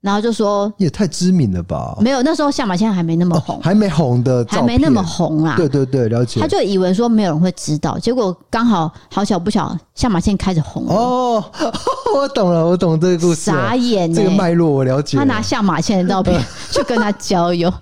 [SPEAKER 2] 然后就说
[SPEAKER 3] 也太知名了吧？
[SPEAKER 2] 没有，那时候向马倩还没那么
[SPEAKER 3] 哦
[SPEAKER 2] 红，
[SPEAKER 3] 还没红的照
[SPEAKER 2] 还
[SPEAKER 3] 片，
[SPEAKER 2] 没那么红啊啦。
[SPEAKER 3] 对对对，了解
[SPEAKER 2] 他。就以为说没有人会知道，结果刚好好巧不巧，向马倩开始红了，
[SPEAKER 3] 哦， 我懂了，我懂这个故事了，
[SPEAKER 2] 傻眼呢、
[SPEAKER 3] 啊这个脉络我了解
[SPEAKER 2] 他
[SPEAKER 3] 了。
[SPEAKER 2] 拿向马倩的照 片去跟他交友，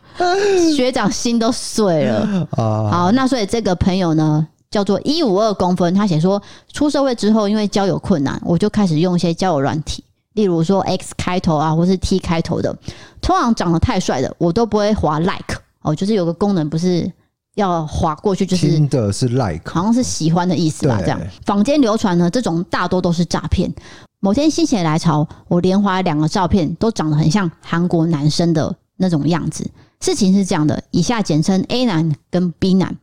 [SPEAKER 2] 学长心都碎了。
[SPEAKER 3] 啊，
[SPEAKER 2] 好，那所以这个朋友呢，叫做一五二公分，他写说，出社会之后因为交友困难，我就开始用一些交友软体，例如说 X 开头啊，或是 T 开头的，通常长得太帅的，我都不会划 like 哦，就是有个功能不是要划过去，就是
[SPEAKER 3] 听的是 like，
[SPEAKER 2] 好像是喜欢的意思吧？
[SPEAKER 3] 对
[SPEAKER 2] 这样，坊间流传呢，这种大多都是诈骗。某天心血来潮，我连划两个照片，都长得很像韩国男生的那种样子。事情是这样的，以下简称 A 男跟 B 男，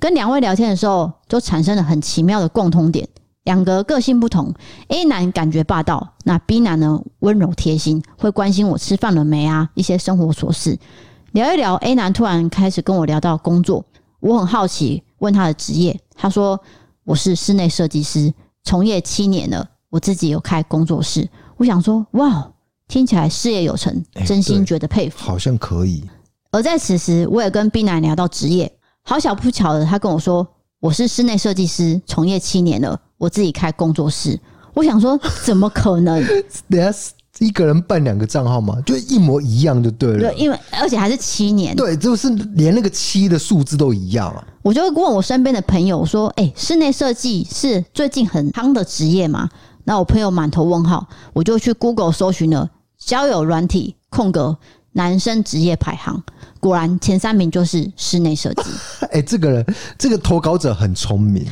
[SPEAKER 2] 跟两位聊天的时候，就产生了很奇妙的共通点，两个个性不同，A 男感觉霸道，那 B 男呢温柔贴心，会关心我吃饭了没啊，一些生活琐事。聊一聊，A 男突然开始跟我聊到工作，我很好奇，问他的职业，他说我是室内设计师，从业七年了，我自己有开工作室。我想说，哇，听起来事业有成
[SPEAKER 3] 哎，
[SPEAKER 2] 真心
[SPEAKER 3] 对
[SPEAKER 2] 觉得佩服。
[SPEAKER 3] 好像可以。
[SPEAKER 2] 而在此时，我也跟 B 男聊到职业，好巧不巧的，他跟我说我是室内设计师，从业七年了，我自己开工作室。我想说， 怎么可能？
[SPEAKER 3] 等一下一个人办两个账号嘛，就一模一样就对啊了
[SPEAKER 2] 对，。因为而且还是七年。
[SPEAKER 3] 对，就是连那个七的数字都一样啊。
[SPEAKER 2] 我就问我身边的朋友说：“哎、室内设计是最近很夯的职业吗？”那我朋友满头问号，我就去 Google 搜寻了交友软体空格男生职业排行，果然前三名就是室内设计。
[SPEAKER 3] 哎、这个人，这个投稿者很聪明。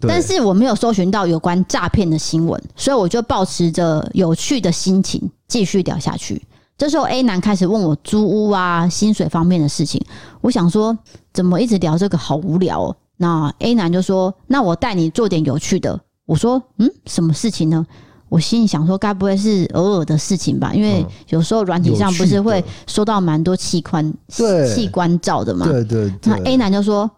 [SPEAKER 3] 对
[SPEAKER 2] 但是我没有搜寻到有关诈骗的新闻，所以我就保持着有趣的心情继续聊下去。这时候 A 男开始问我租屋啊、薪水方面的事情，我想说怎么一直聊这个好无聊哦。那 A 男就说：“那我带你做点有趣的。”我说：“嗯，什么事情呢？”我心里想说，该不会是偶尔的事情吧？因为
[SPEAKER 3] 嗯
[SPEAKER 2] 有时候软体上不是
[SPEAKER 3] 有
[SPEAKER 2] 会
[SPEAKER 3] 趣的
[SPEAKER 2] 收到蛮多器官
[SPEAKER 3] 对
[SPEAKER 2] 器官照的嘛？
[SPEAKER 3] 对对
[SPEAKER 2] 那
[SPEAKER 3] 对
[SPEAKER 2] A 男就说：“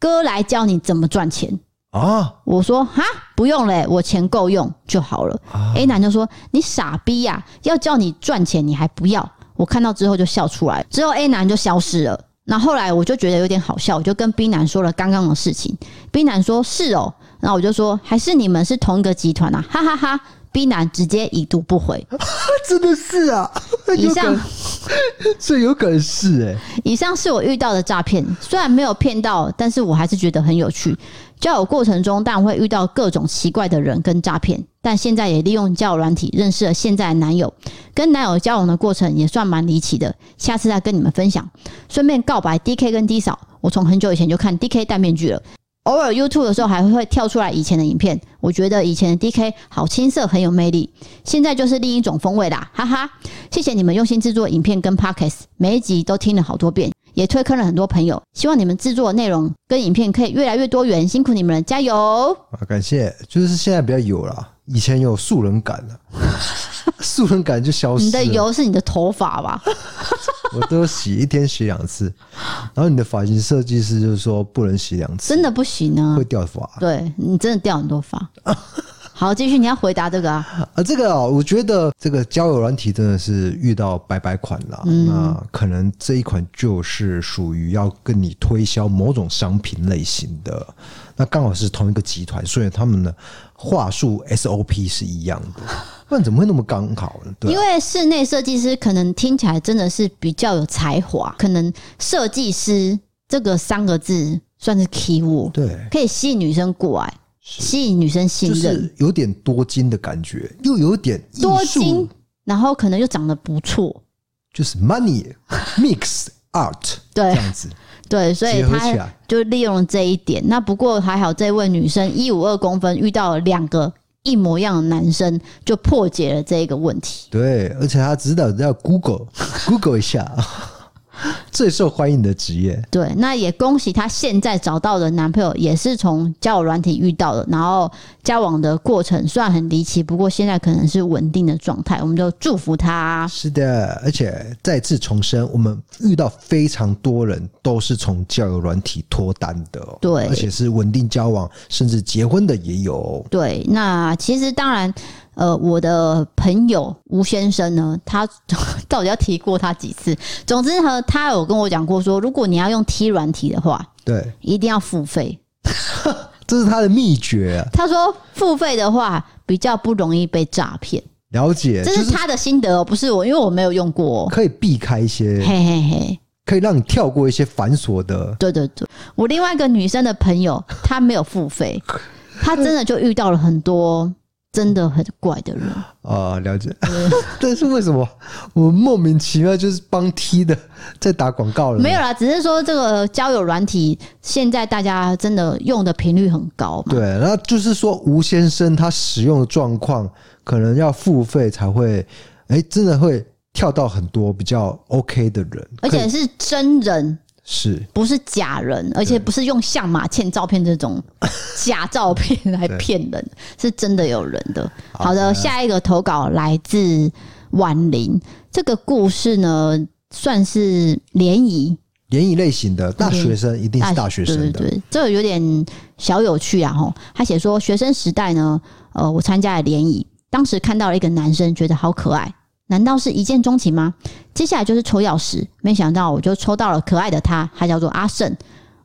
[SPEAKER 2] 哥来教你怎么赚钱。”
[SPEAKER 3] 啊
[SPEAKER 2] 我说哈，不用嘞，我钱够用就好了。
[SPEAKER 3] 啊
[SPEAKER 2] A 男就说你傻逼呀、要叫你赚钱你还不要。我看到之后就笑出来，之后 A 男就消失了。那后来我就觉得有点好笑，我就跟 B 男说了刚刚的事情。B 男说是哦，那我就说还是你们是同一个集团啊，哈哈哈 B 男直接已读不回。
[SPEAKER 3] 真的是啊，
[SPEAKER 2] 以
[SPEAKER 3] 有可
[SPEAKER 2] 上
[SPEAKER 3] 能，所以有可能是哎、
[SPEAKER 2] 以上是我遇到的诈骗，虽然没有骗到，但是我还是觉得很有趣。交友过程中当然会遇到各种奇怪的人跟诈骗，但现在也利用交友软体认识了现在的男友，跟男友交往的过程也算蛮离奇的，下次再跟你们分享。顺便告白 D K 跟 D 嫂，我从很久以前就看 D K 戴面具了。偶尔 YouTube 的时候还会跳出来以前的影片，我觉得以前的 D K 好青涩，很有魅力。现在就是另一种风味啦，哈哈！谢谢你们用心制作影片跟 Podcast，每一集都听了好多遍，也推坑了很多朋友。希望你们制作的内容跟影片可以越来越多元，辛苦你们了，加油！
[SPEAKER 3] 啊，感谢，就是现在比较有啦，以前有素人感 了、素人感就消失了。
[SPEAKER 2] 你的油是你的头发 吧？
[SPEAKER 3] 我都洗一天洗两次，然后你的发型设计师就是说不能洗两次，
[SPEAKER 2] 真的不行啊
[SPEAKER 3] 会！掉发
[SPEAKER 2] 对你真的掉很多 发。好，继续，你要回答这个啊？
[SPEAKER 3] 啊。这个、哦、我觉得这个交友软体真的是遇到白白款啦，
[SPEAKER 2] 嗯
[SPEAKER 3] 那可能这一款就是属于要跟你推销某种商品类型的，那刚好是同一个集团，所以他们的话术 SOP 是一样的，不然怎么会那么刚好呢？对
[SPEAKER 2] 因
[SPEAKER 3] 啊、
[SPEAKER 2] 为室内设计师可能听起来真的是比较有才华，可能设计师这个三个字算是 key word，
[SPEAKER 3] 对。
[SPEAKER 2] 可以吸引女生过来，吸引女生信
[SPEAKER 3] 就
[SPEAKER 2] 任。
[SPEAKER 3] 是有点多金的感觉，又有点艺术
[SPEAKER 2] 多金，然后可能又长得不错，
[SPEAKER 3] 就是 money mix art 这
[SPEAKER 2] 对
[SPEAKER 3] 样子。
[SPEAKER 2] 对，所以
[SPEAKER 3] 结合起来
[SPEAKER 2] 他就利用了这一点。那不过还好，这位女生一五二公分遇到了两个一模一样的男生，就破解了这一个问题。
[SPEAKER 3] 对，而且他知道要 Google Google 一下最受欢迎的职业。
[SPEAKER 2] 对，那也恭喜她现在找到的男朋友也是从交友软体遇到的，然后交往的过程虽然很离奇，不过现在可能是稳定的状态，我们就祝福她。
[SPEAKER 3] 是的，而且再次重申，我们遇到非常多人都是从交友软体脱单的、哦，
[SPEAKER 2] 对
[SPEAKER 3] 而且是稳定交往，甚至结婚的也有哦。
[SPEAKER 2] 对，那其实当然，呃，我的朋友吴先生呢，他 到底要提过他几次？总之呢，他有跟我讲过说，如果你要用 T 软体的话，
[SPEAKER 3] 对，
[SPEAKER 2] 一定要付费。
[SPEAKER 3] 这是他的秘诀、啊。
[SPEAKER 2] 他说付费的话比较不容易被诈骗，
[SPEAKER 3] 了解，
[SPEAKER 2] 这
[SPEAKER 3] 哎就是
[SPEAKER 2] 他的心得哦，不是我，因为我没有用过、哦。
[SPEAKER 3] 可以避开一些
[SPEAKER 2] 嘿，嘿嘿，
[SPEAKER 3] 可以让你跳过一些繁琐的
[SPEAKER 2] 对对对，我另外一个女生的朋友，她没有付 费，她真的就遇到了很多真的很怪的人。
[SPEAKER 3] 啊，了解。
[SPEAKER 2] 嗯
[SPEAKER 3] 但是为什么我莫名其妙就是帮 T 的在打广告了？
[SPEAKER 2] 没有啦，只是说这个交友软体现在大家真的用的频率很高嘛。
[SPEAKER 3] 对，那就是说吴先生他使用的状况，可能要付费才会，哎、真的会跳到很多比较 OK 的人，
[SPEAKER 2] 而
[SPEAKER 3] 可
[SPEAKER 2] 且
[SPEAKER 3] 以
[SPEAKER 2] 是真人
[SPEAKER 3] 是
[SPEAKER 2] 不是假人，而且不是用相马欠照片这种假照片来骗人，是真的有人的。好的，下一个投稿来自婉玲，这个故事呢算是联谊，
[SPEAKER 3] 联谊类型的大学生一定是大学生
[SPEAKER 2] 对对
[SPEAKER 3] 的，
[SPEAKER 2] 对，这个有点小有趣啊！吼，他写说学生时代呢，呃，我参加了联谊，当时看到了一个男生，觉得好可爱，难道是一见钟情吗？接下来就是抽钥匙，没想到我就抽到了可爱的他，他叫做阿胜。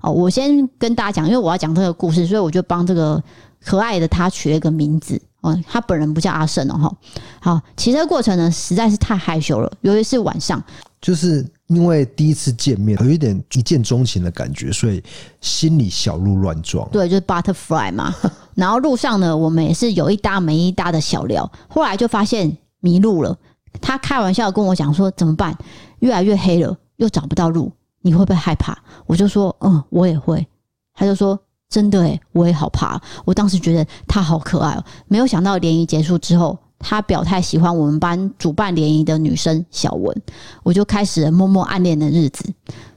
[SPEAKER 2] 哦，我先跟大家讲，因为我要讲这个故事，所以我就帮这个可爱的他取了一个名字。哦，他本人不叫阿胜哦，吼。好，骑车过程呢实在是太害羞了，尤其是晚上，
[SPEAKER 3] 就是因为第一次见面有一点一见钟情的感觉，所以心里小鹿乱撞。
[SPEAKER 2] 对，就是 butterfly 嘛。然后路上呢，我们也是有一搭没一搭的小聊，后来就发现迷路了。他开玩笑跟我讲说：“怎么办？越来越黑了，又找不到路，你会不会害怕？”我就说：“嗯，我也会。”他就说：“真的诶、我也好怕。”我当时觉得他好可爱哦、没有想到联谊结束之后，他表态喜欢我们班主办联谊的女生小文，我就开始了默默暗恋的日子。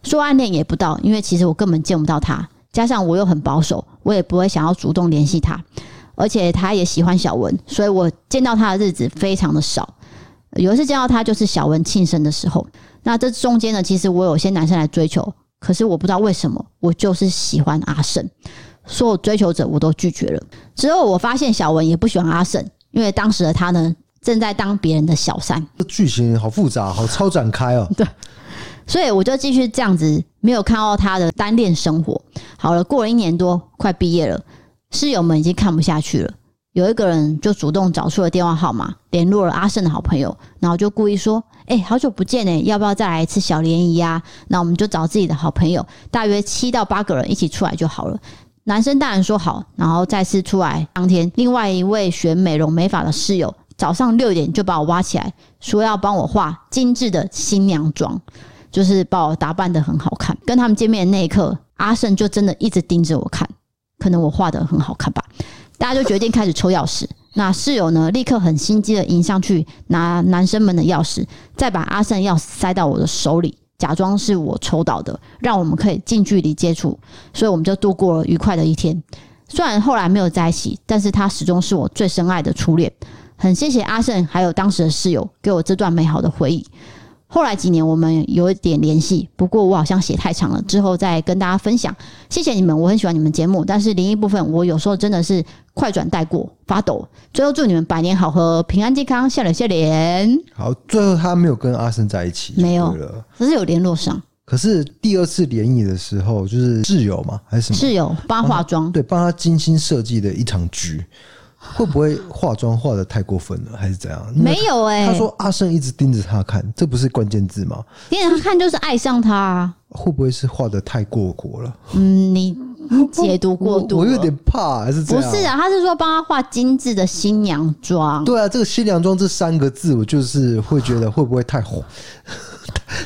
[SPEAKER 2] 说暗恋也不到，因为其实我根本见不到他，加上我又很保守，我也不会想要主动联系他，而且他也喜欢小文，所以我见到他的日子非常的少。有一次见到他就是小文庆生的时候，那这中间呢，其实我有些男生来追求，可是我不知道为什么，我就是喜欢阿胜，所有追求者我都拒绝了。之后我发现小文也不喜欢阿胜，因为当时的他呢正在当别人的小三，
[SPEAKER 3] 这剧情好复杂，好超展开哦。
[SPEAKER 2] 所以我就继续这样子，没有看到他的单恋生活。好了，过了一年多，快毕业了，室友们已经看不下去了。有一个人就主动找出了电话号码，联络了阿胜的好朋友，然后就故意说：“哎、好久不见呢、要不要再来一次小联谊啊？”那我们就找自己的好朋友，大约七到八个人一起出来就好了。男生当然说好，然后再次出来当天，另外一位学美容美发的室友早上六点就把我挖起来，说要帮我化精致的新娘妆。就是把我打扮的很好看。跟他们见面的那一刻，阿胜就真的一直盯着我看，可能我画的很好看吧。大家就决定开始抽钥匙。那室友呢，立刻很心机的迎上去拿男生们的钥匙，再把阿胜钥匙塞到我的手里，假装是我抽到的，让我们可以近距离接触。所以我们就度过了愉快的一天。虽然后来没有在一起，但是他始终是我最深爱的初恋。很谢谢阿胜还有当时的室友给我这段美好的回忆。后来几年我们有一点联系，不过我好像写太长了，之后再跟大家分享。谢谢你们，我很喜欢你们节目，但是灵异部分我有时候真的是快转带过，发抖。最后祝你们百年好合，平安健康，笑脸笑脸。
[SPEAKER 3] 好，最后他没有跟阿生在一起，
[SPEAKER 2] 没有
[SPEAKER 3] 了。
[SPEAKER 2] 只是有联络上
[SPEAKER 3] 可是第二次联谊的时候，就是挚友嘛，还是什么？
[SPEAKER 2] 室友帮他化妆，
[SPEAKER 3] 对，帮他精心设计的一场局，会不会化妆化的太过分了，还是怎样？因为
[SPEAKER 2] 没有哎、
[SPEAKER 3] 他说阿胜一直盯着他看，这不是关键字吗？
[SPEAKER 2] 店人看就是爱上他、啊。
[SPEAKER 3] 会不会是画的太过火了？
[SPEAKER 2] 嗯，你你解读过
[SPEAKER 3] 我
[SPEAKER 2] 度
[SPEAKER 3] 我有
[SPEAKER 2] 了。
[SPEAKER 3] 点怕，还是这
[SPEAKER 2] 不
[SPEAKER 3] 样？
[SPEAKER 2] 是啊，他是说帮他化精致的新娘妆。
[SPEAKER 3] 对啊，这个新娘妆这三个字，我就是会觉得会不会太火，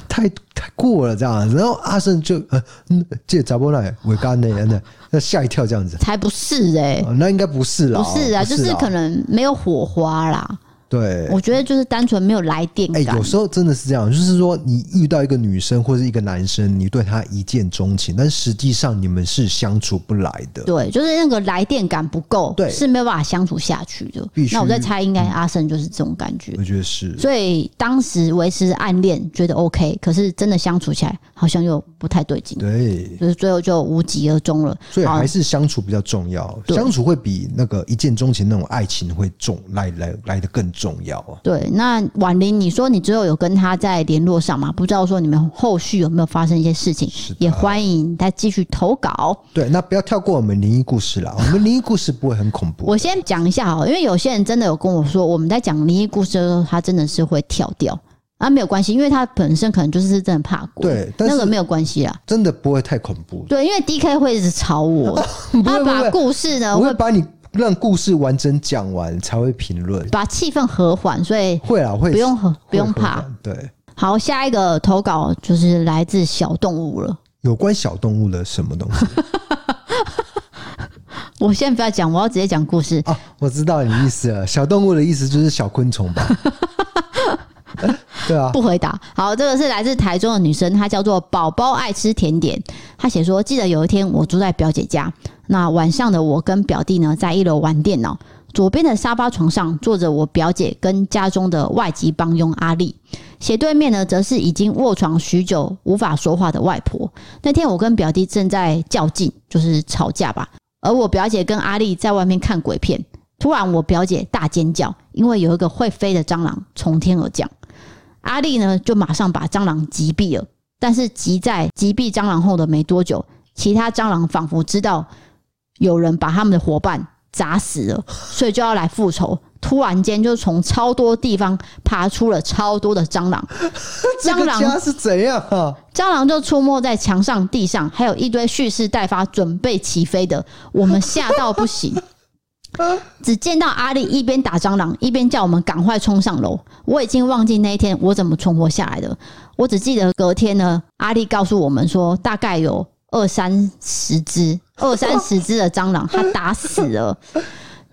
[SPEAKER 3] 太太过了这样。然后阿胜就呃，嗯，这杂波奶尾干那那那吓一跳这样子。
[SPEAKER 2] 才不是哎、
[SPEAKER 3] 啊那应该哦不是啦，
[SPEAKER 2] 不是啊，就是
[SPEAKER 3] 啦
[SPEAKER 2] 可能没有火花啦。
[SPEAKER 3] 对。
[SPEAKER 2] 我觉得就是单纯没有来电
[SPEAKER 3] 哎、
[SPEAKER 2] 感。
[SPEAKER 3] 有时候真的是这样，就是说你遇到一个女生或者一个男生，你对他一见钟情，但实际上你们是相处不来的。
[SPEAKER 2] 对，就是那个来电感不够，
[SPEAKER 3] 对
[SPEAKER 2] 是没有办法相处下去的
[SPEAKER 3] 必。须嗯
[SPEAKER 2] 那我在猜，应该阿胜就是这种感觉。
[SPEAKER 3] 我觉得是，
[SPEAKER 2] 所以当时维持暗恋觉得 OK，可是真的相处起来好像又不太对劲，
[SPEAKER 3] 对，
[SPEAKER 2] 就是最后就无疾而终了。
[SPEAKER 3] 所以
[SPEAKER 2] 好
[SPEAKER 3] 还是相处比较重要，
[SPEAKER 2] 对
[SPEAKER 3] 相处会比那个一见钟情那种爱情会重来来来的更重要啊。
[SPEAKER 2] 对，那婉玲，你说你之后有跟他在联络上吗？不知道说你们后续有没有发生一些事情
[SPEAKER 3] 是的，
[SPEAKER 2] 也欢迎他继续投稿。
[SPEAKER 3] 对，那不要跳过我们灵异故事 啦，我们灵异故事不会很恐怖的。
[SPEAKER 2] 我先讲一下哦，因为有些人真的有跟我说，我们在讲灵异故事的时候，他真的是会跳掉啊，没有关系，因为他本身可能就是真的怕鬼，
[SPEAKER 3] 对但是
[SPEAKER 2] 那个没有关系啦。
[SPEAKER 3] 真的不会太恐怖，
[SPEAKER 2] 对，因为 D K 会一直吵 我，
[SPEAKER 3] 不
[SPEAKER 2] 他
[SPEAKER 3] 会不
[SPEAKER 2] 把
[SPEAKER 3] 会，
[SPEAKER 2] 故事呢
[SPEAKER 3] 我会
[SPEAKER 2] 会
[SPEAKER 3] 把你让故事完整讲完才会评论。
[SPEAKER 2] 把气氛和缓，所以
[SPEAKER 3] 会啦，会
[SPEAKER 2] 啊不用和不
[SPEAKER 3] 会
[SPEAKER 2] 用
[SPEAKER 3] 会
[SPEAKER 2] 怕
[SPEAKER 3] 的。对，
[SPEAKER 2] 好，下一个投稿就是来自小动物了。
[SPEAKER 3] 有关小动物的什么东西
[SPEAKER 2] 我现在不要讲，我要直接
[SPEAKER 3] 哦
[SPEAKER 2] 讲故事。
[SPEAKER 3] 啊？我知道你意思了，小动物的意思就是小昆虫吧？对啊，
[SPEAKER 2] 不回答。好，这个是来自台中的女生，她叫做宝宝爱吃甜点。她写说，记得有一天我住在表姐家，那晚上的我跟表弟呢在一楼玩电脑，左边的沙发床上坐着我表姐跟家中的外籍帮佣阿丽，斜对面呢则是已经卧床许久无法说话的外婆。那天我跟表弟正在较劲，就是吵架吧，而我表姐跟阿丽在外面看鬼片。突然，我表姐大尖叫，因为有一个会飞的蟑螂从天而降。阿丽呢就马上把蟑螂击毙了。但是击在击毙蟑螂后的没多久，其他蟑螂仿佛知道有人把他们的伙伴砸死了，所以就要来复仇。突然间就从超多地方爬出了超多的蟑螂，
[SPEAKER 3] 这
[SPEAKER 2] 蟑
[SPEAKER 3] 个
[SPEAKER 2] 螂
[SPEAKER 3] 家是怎样啊？
[SPEAKER 2] 蟑螂就出没在墙上、地上，还有一堆蓄势待发、准备起飞的，我们吓到不行。只见到阿丽一边打蟑螂，一边叫我们赶快冲上楼。我已经忘记那一天我怎么存活下来的，我只记得隔天呢，阿丽告诉我们说，大概有二三十只、二三十只的蟑螂，她打死了。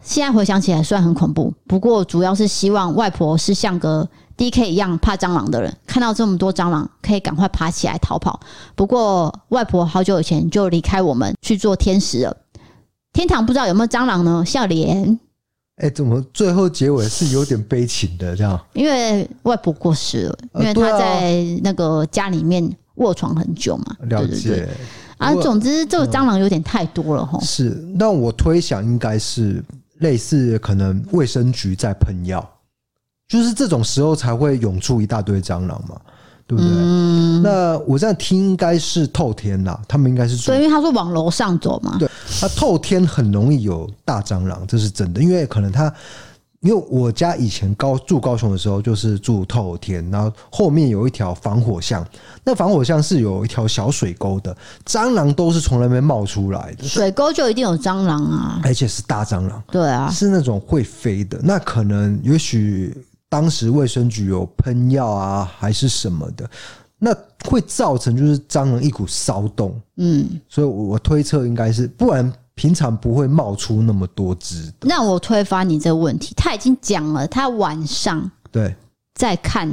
[SPEAKER 2] 现在回想起来虽然很恐怖，不过主要是希望外婆是像个 D K 一样怕蟑螂的人，看到这么多蟑螂可以赶快爬起来逃跑。不过外婆好久以前就离开我们去做天使了。天堂不知道有没有蟑螂呢？笑脸，
[SPEAKER 3] 哎、怎么最后结尾是有点悲情的这样？
[SPEAKER 2] 因为外婆过世了，因
[SPEAKER 3] 呃
[SPEAKER 2] 为
[SPEAKER 3] 对
[SPEAKER 2] 她
[SPEAKER 3] 啊
[SPEAKER 2] 在那个家里面卧床很久嘛。
[SPEAKER 3] 了
[SPEAKER 2] 对对
[SPEAKER 3] 解嗯
[SPEAKER 2] 对。啊，
[SPEAKER 3] 我
[SPEAKER 2] 总之这个蟑螂有点太多了吼。
[SPEAKER 3] 是，那我推想应该是类似可能卫生局在喷药，就是这种时候才会涌出一大堆蟑螂嘛，对不对？
[SPEAKER 2] 嗯，
[SPEAKER 3] 那我这样听应该是透天啦，他们应该是住
[SPEAKER 2] 所以因为他说往楼上走嘛，
[SPEAKER 3] 对，那透天很容易有大蟑螂，这是真的，因为可能它，因为我家以前高住高雄的时候就是住透天，然后后面有一条防火巷，那防火巷是有一条小水沟的，蟑螂都是从那边冒出来的，
[SPEAKER 2] 水沟就一定有蟑螂啊。
[SPEAKER 3] 而且是大蟑螂。
[SPEAKER 2] 对啊，
[SPEAKER 3] 是那种会飞的，那可能也许当时卫生局有喷药啊，还是什么的，那会造成就是蟑螂一股骚动，
[SPEAKER 2] 嗯。
[SPEAKER 3] 所以我我推测应该是，不然平常不会冒出那么多只。
[SPEAKER 2] 那我推翻你这个问题，他已经讲了，他晚上
[SPEAKER 3] 对，
[SPEAKER 2] 在看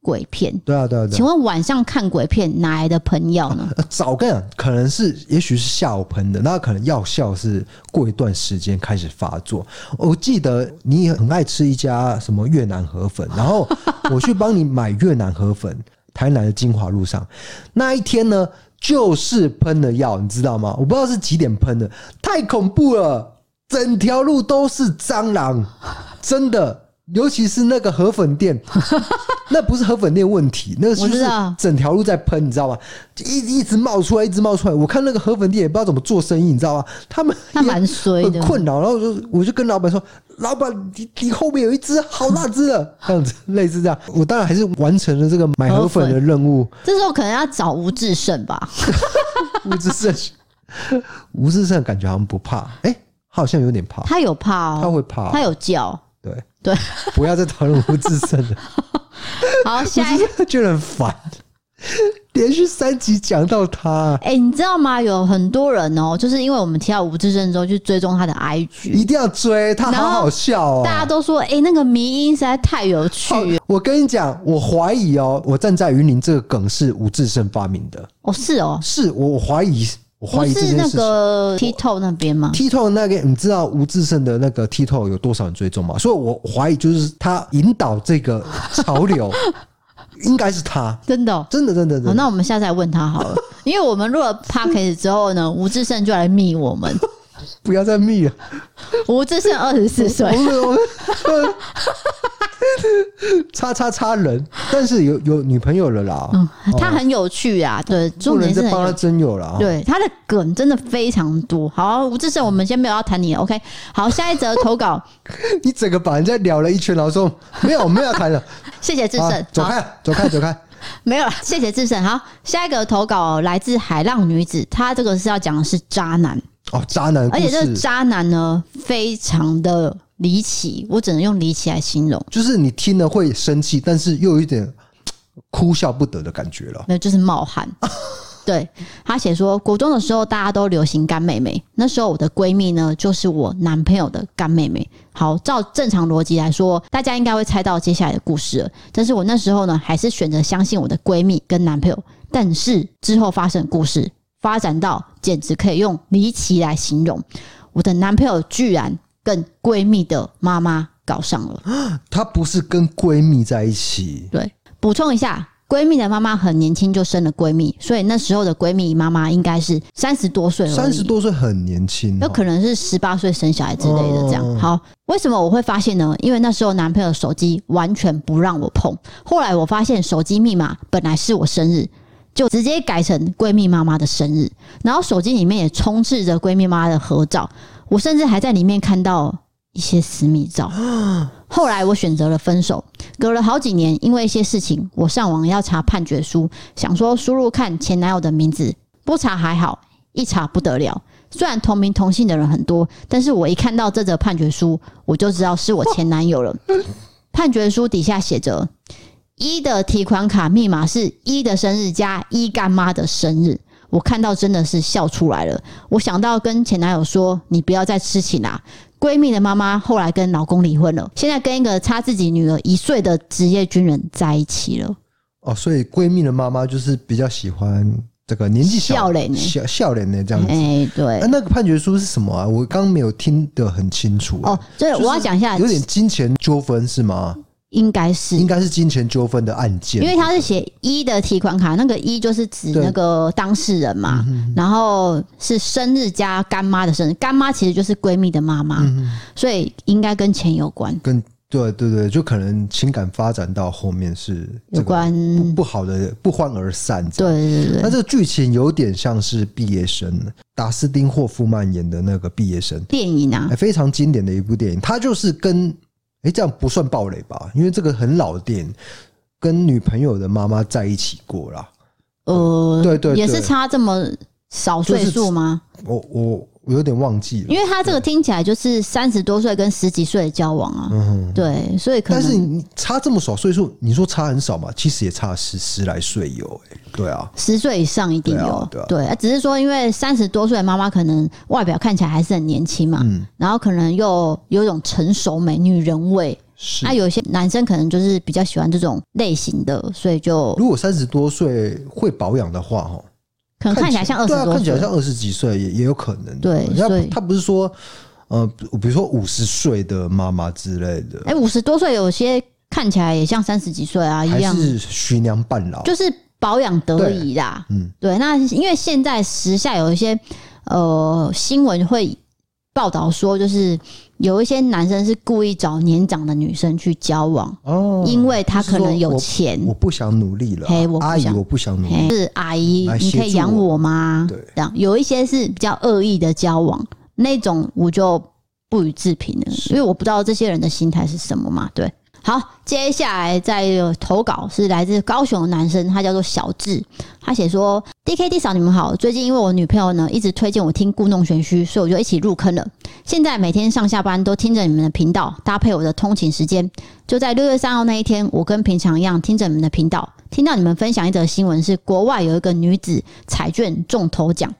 [SPEAKER 2] 鬼片。
[SPEAKER 3] 对啊，对啊，对
[SPEAKER 2] 请
[SPEAKER 3] 啊。
[SPEAKER 2] 问晚上看鬼片哪来的喷药 呢？
[SPEAKER 3] 呃早跟你讲，可能是也许是下午喷的，那可能药效是过一段时间开始发作。我记得你很爱吃一家什么越南河粉，然后我去帮你买越南河粉，台南的金华路上那一天呢，就是喷的药，你知道吗？我不知道是几点喷的，太恐怖了，整条路都是蟑螂，真的。尤其是那个河粉店， 那不是河粉店问题，那个就
[SPEAKER 2] 我知
[SPEAKER 3] 是
[SPEAKER 2] 道
[SPEAKER 3] 整条路在喷，你知道吗？就一一直冒出来，一直冒出来。我看那个河粉店也不知道怎么做生意，你知道吗？他们
[SPEAKER 2] 他
[SPEAKER 3] 也
[SPEAKER 2] 蛮衰
[SPEAKER 3] 很
[SPEAKER 2] 的。
[SPEAKER 3] 困扰，然后我就我就跟老板说：“老板，你你后面有一只好大 只的，这样子类似这样。”我当然还是完成了这个买河粉的任务。
[SPEAKER 2] 这时候可能要找吴志胜吧？
[SPEAKER 3] 吴志胜，吴志胜感觉好像不怕，哎、好像有点怕，
[SPEAKER 2] 他有怕
[SPEAKER 3] 他
[SPEAKER 2] 哦，
[SPEAKER 3] 会怕，
[SPEAKER 2] 他有 叫。
[SPEAKER 3] 对
[SPEAKER 2] 对，
[SPEAKER 3] 不要再讨论吴志胜 了，
[SPEAKER 2] 好，下一
[SPEAKER 3] 觉得很烦。连续三集讲到他，
[SPEAKER 2] 哎、你知道吗？有很多人哦，就是因为我们提到吴志胜之后，去追踪他的 IG，
[SPEAKER 3] 一定要追他，好好笑哦。
[SPEAKER 2] 大家都说，哎、那个迷音实在太有趣了。
[SPEAKER 3] 我跟你讲，我怀疑哦，我站在云林这个梗是吴志胜发明的，
[SPEAKER 2] 哦，是哦，
[SPEAKER 3] 是我我怀疑，我怀
[SPEAKER 2] 不
[SPEAKER 3] 疑这
[SPEAKER 2] 是
[SPEAKER 3] 件
[SPEAKER 2] 那
[SPEAKER 3] 事情。
[SPEAKER 2] 个 TikTok 那边吗？
[SPEAKER 3] Tito 那个，你知道吴志胜的那个 Tito 有多少人追踪吗？所以我怀疑就是他引导这个潮流， 应该是他，
[SPEAKER 2] 真的、哦。
[SPEAKER 3] 真的真的真
[SPEAKER 2] 好，
[SPEAKER 3] 的。
[SPEAKER 2] 那我们下次来问他好 了，因为我们录了 podcast 之后呢，吴志胜就来密我 们。
[SPEAKER 3] 不要再密了，
[SPEAKER 2] 吴志胜二十四
[SPEAKER 3] 我
[SPEAKER 2] 岁，
[SPEAKER 3] 们我们 叉叉叉人，但是有有女朋友了啦，
[SPEAKER 2] 嗯，他很有趣啊，对，
[SPEAKER 3] 不
[SPEAKER 2] 重
[SPEAKER 3] 能
[SPEAKER 2] 点是
[SPEAKER 3] 再
[SPEAKER 2] 很
[SPEAKER 3] 帮他
[SPEAKER 2] 有。
[SPEAKER 3] 真有了啊。
[SPEAKER 2] 对他的梗真的非常多，好，吴志胜，我们先没有要谈你了，OK？好，下一则投稿，
[SPEAKER 3] 你整个把人家聊了一圈，然后说没有没有要谈 了，
[SPEAKER 2] 谢谢志
[SPEAKER 3] 啊
[SPEAKER 2] 胜，
[SPEAKER 3] 走
[SPEAKER 2] 好，
[SPEAKER 3] 开走开走开。
[SPEAKER 2] 没有了，谢谢志胜。好，下一个投稿来自海浪女子，她这个是要讲的是渣男，
[SPEAKER 3] 哦，渣男故
[SPEAKER 2] 而
[SPEAKER 3] 事，
[SPEAKER 2] 且这个渣男呢非常的离奇，我只能用离奇来形容，
[SPEAKER 3] 就是你听了会生气，但是又有一点嘖哭笑不得的感觉了。
[SPEAKER 2] 没有就是冒汗。
[SPEAKER 4] 对他写说，国中的时候大家都流行干妹妹，那时候我的闺蜜呢就是我男朋友的干妹妹。好，照正常逻辑来说，大家应该会猜到接下来的故事了。但是我那时候呢，还是选择相信我的闺蜜跟男朋友。但是之后发生的故事发展到简直可以用离奇来形容，我的男朋友居然跟闺蜜的妈妈搞上了。
[SPEAKER 3] 她不是跟闺蜜在一起，
[SPEAKER 4] 对，补充一下，闺蜜的妈妈很年轻就生了闺蜜，所以那时候的闺蜜妈妈应该是三十多岁而已，
[SPEAKER 3] 三十多岁很年轻哦、
[SPEAKER 4] 有可能是十八岁生小孩之类的。这样、
[SPEAKER 3] 哦
[SPEAKER 4] 好，为什么我会发现呢？因为那时候男朋友手机完全不让我碰，后来我发现手机密码本来是我生日。就直接改成闺蜜妈妈的生日，然后手机里面也充斥着闺蜜妈妈的合照，我甚至还在里面看到一些私密照。
[SPEAKER 3] 啊
[SPEAKER 4] 后来我选择了分手，隔了好几年，因为一些事情，我上网要查判决书，想说输入看前男友的名字，不查还好，一查不得了。虽然同名同姓的人很多，但是我一看到这则判决书，我就知道是我前 男友了。判决书底下写着一的提款卡密码是一的生日加一干妈的生日。我看到真的是笑出来了，我想到跟前男友说：“你不要再痴情啦、闺蜜的妈妈后来跟老公离婚了，现在跟一个差自己女儿一岁的职业军人在一起了。
[SPEAKER 3] 哦，所以闺蜜的妈妈就是比较喜欢这个年纪小
[SPEAKER 4] 笑脸呢
[SPEAKER 3] 小笑脸呢这样子。
[SPEAKER 4] 哎、对
[SPEAKER 3] 啊，，那个判决书是什么啊？我刚没有听得很清楚、
[SPEAKER 4] 哦，对，
[SPEAKER 3] 就是
[SPEAKER 4] 我要讲一下，
[SPEAKER 3] 有点金钱纠纷是吗？
[SPEAKER 4] 应该是
[SPEAKER 3] 应，该是金钱纠纷的案件，
[SPEAKER 4] 因为他是写一的提款卡，那个一就是指
[SPEAKER 3] 对嗯
[SPEAKER 4] 那个当事人嘛，然后是生日加干妈的生日，干妈其实就是闺蜜的妈妈，
[SPEAKER 3] 嗯
[SPEAKER 4] 所以应该跟钱有关，
[SPEAKER 3] 跟对对对，就可能情感发展到后面是这
[SPEAKER 4] 有
[SPEAKER 3] 个
[SPEAKER 4] 关，
[SPEAKER 3] 不不好的不欢而散。
[SPEAKER 4] 对。对对
[SPEAKER 3] 那
[SPEAKER 4] 对，
[SPEAKER 3] 这个剧情有点像是毕业生，达斯汀霍夫曼演的那个毕业生，
[SPEAKER 4] 电影啊
[SPEAKER 3] 哎，，非常经典的一部电影。它就是跟哎、这样不算暴雷吧？因为这个很老的电影，跟女朋友的妈妈在一起过啦。
[SPEAKER 4] 呃，
[SPEAKER 3] 对对对
[SPEAKER 4] 也是差这么少岁
[SPEAKER 3] 就是
[SPEAKER 4] 数吗？
[SPEAKER 3] 我我我有点忘记了
[SPEAKER 4] 因，为他这个听起来就是三十多岁跟十几岁的交往啊，对，所以可
[SPEAKER 3] 嗯但是
[SPEAKER 4] 能
[SPEAKER 3] 你差这么少岁数，你说差很少嘛？其实也差十十来岁有、哎，对啊，
[SPEAKER 4] 十岁以上一定
[SPEAKER 3] 对啊
[SPEAKER 4] 有，
[SPEAKER 3] 对啊
[SPEAKER 4] 只是说因为三十多岁的妈妈可能外表看起来还是很年轻嘛，
[SPEAKER 3] 嗯
[SPEAKER 4] 然后可能又有一种成熟美女人味，
[SPEAKER 3] 是。
[SPEAKER 4] 那、有一些男生可能就是比较喜欢这种类型的，所以就
[SPEAKER 3] 如果三十多岁会保养的话，哦，
[SPEAKER 4] 可嗯能看起来像二十
[SPEAKER 3] 对啊
[SPEAKER 4] 多
[SPEAKER 3] 看起来
[SPEAKER 4] 岁
[SPEAKER 3] 像。二十几岁也也有可能。
[SPEAKER 4] 对
[SPEAKER 3] 他
[SPEAKER 4] 所以
[SPEAKER 3] 他不是说，呃，比如说五十岁的妈妈之类的，
[SPEAKER 4] 哎，五十多岁有些看起来也像三十几岁啊，一
[SPEAKER 3] 还
[SPEAKER 4] 样，
[SPEAKER 3] 是徐娘半老，
[SPEAKER 4] 就是保养得宜啦。
[SPEAKER 3] 嗯
[SPEAKER 4] 对，那因为现在时下有一些呃新闻会报道说，就是有一些男生是故意找年长的女生去交往，
[SPEAKER 3] 哦，
[SPEAKER 4] 因为他可能有
[SPEAKER 3] 就是
[SPEAKER 4] 钱
[SPEAKER 3] 我，不想努力了
[SPEAKER 4] 嘿我，不
[SPEAKER 3] 阿姨，
[SPEAKER 4] 想
[SPEAKER 3] 我不想努力。
[SPEAKER 4] 嘿是阿姨
[SPEAKER 3] 来，
[SPEAKER 4] 你可
[SPEAKER 3] 协
[SPEAKER 4] 以
[SPEAKER 3] 助
[SPEAKER 4] 养
[SPEAKER 3] 我
[SPEAKER 4] 我吗？
[SPEAKER 3] 对
[SPEAKER 4] 这样有一些是比较恶意的交往，那种我就不予置评了，因为我不知道这些人的心态是什么嘛。对，好，接下来再有投稿是来自高雄的男生，他叫做小智，他写说：“D K D 嫂，你们好，最近因为我女朋友呢一直推荐我听故弄玄虚，所以我就一起入坑了。现在每天上下班都听着你们的频道，搭配我的通勤时间。就在六月三号那一天，我跟平常一样听着你们的频道，听到你们分享一则新闻，是国外有一个女子彩券中头奖。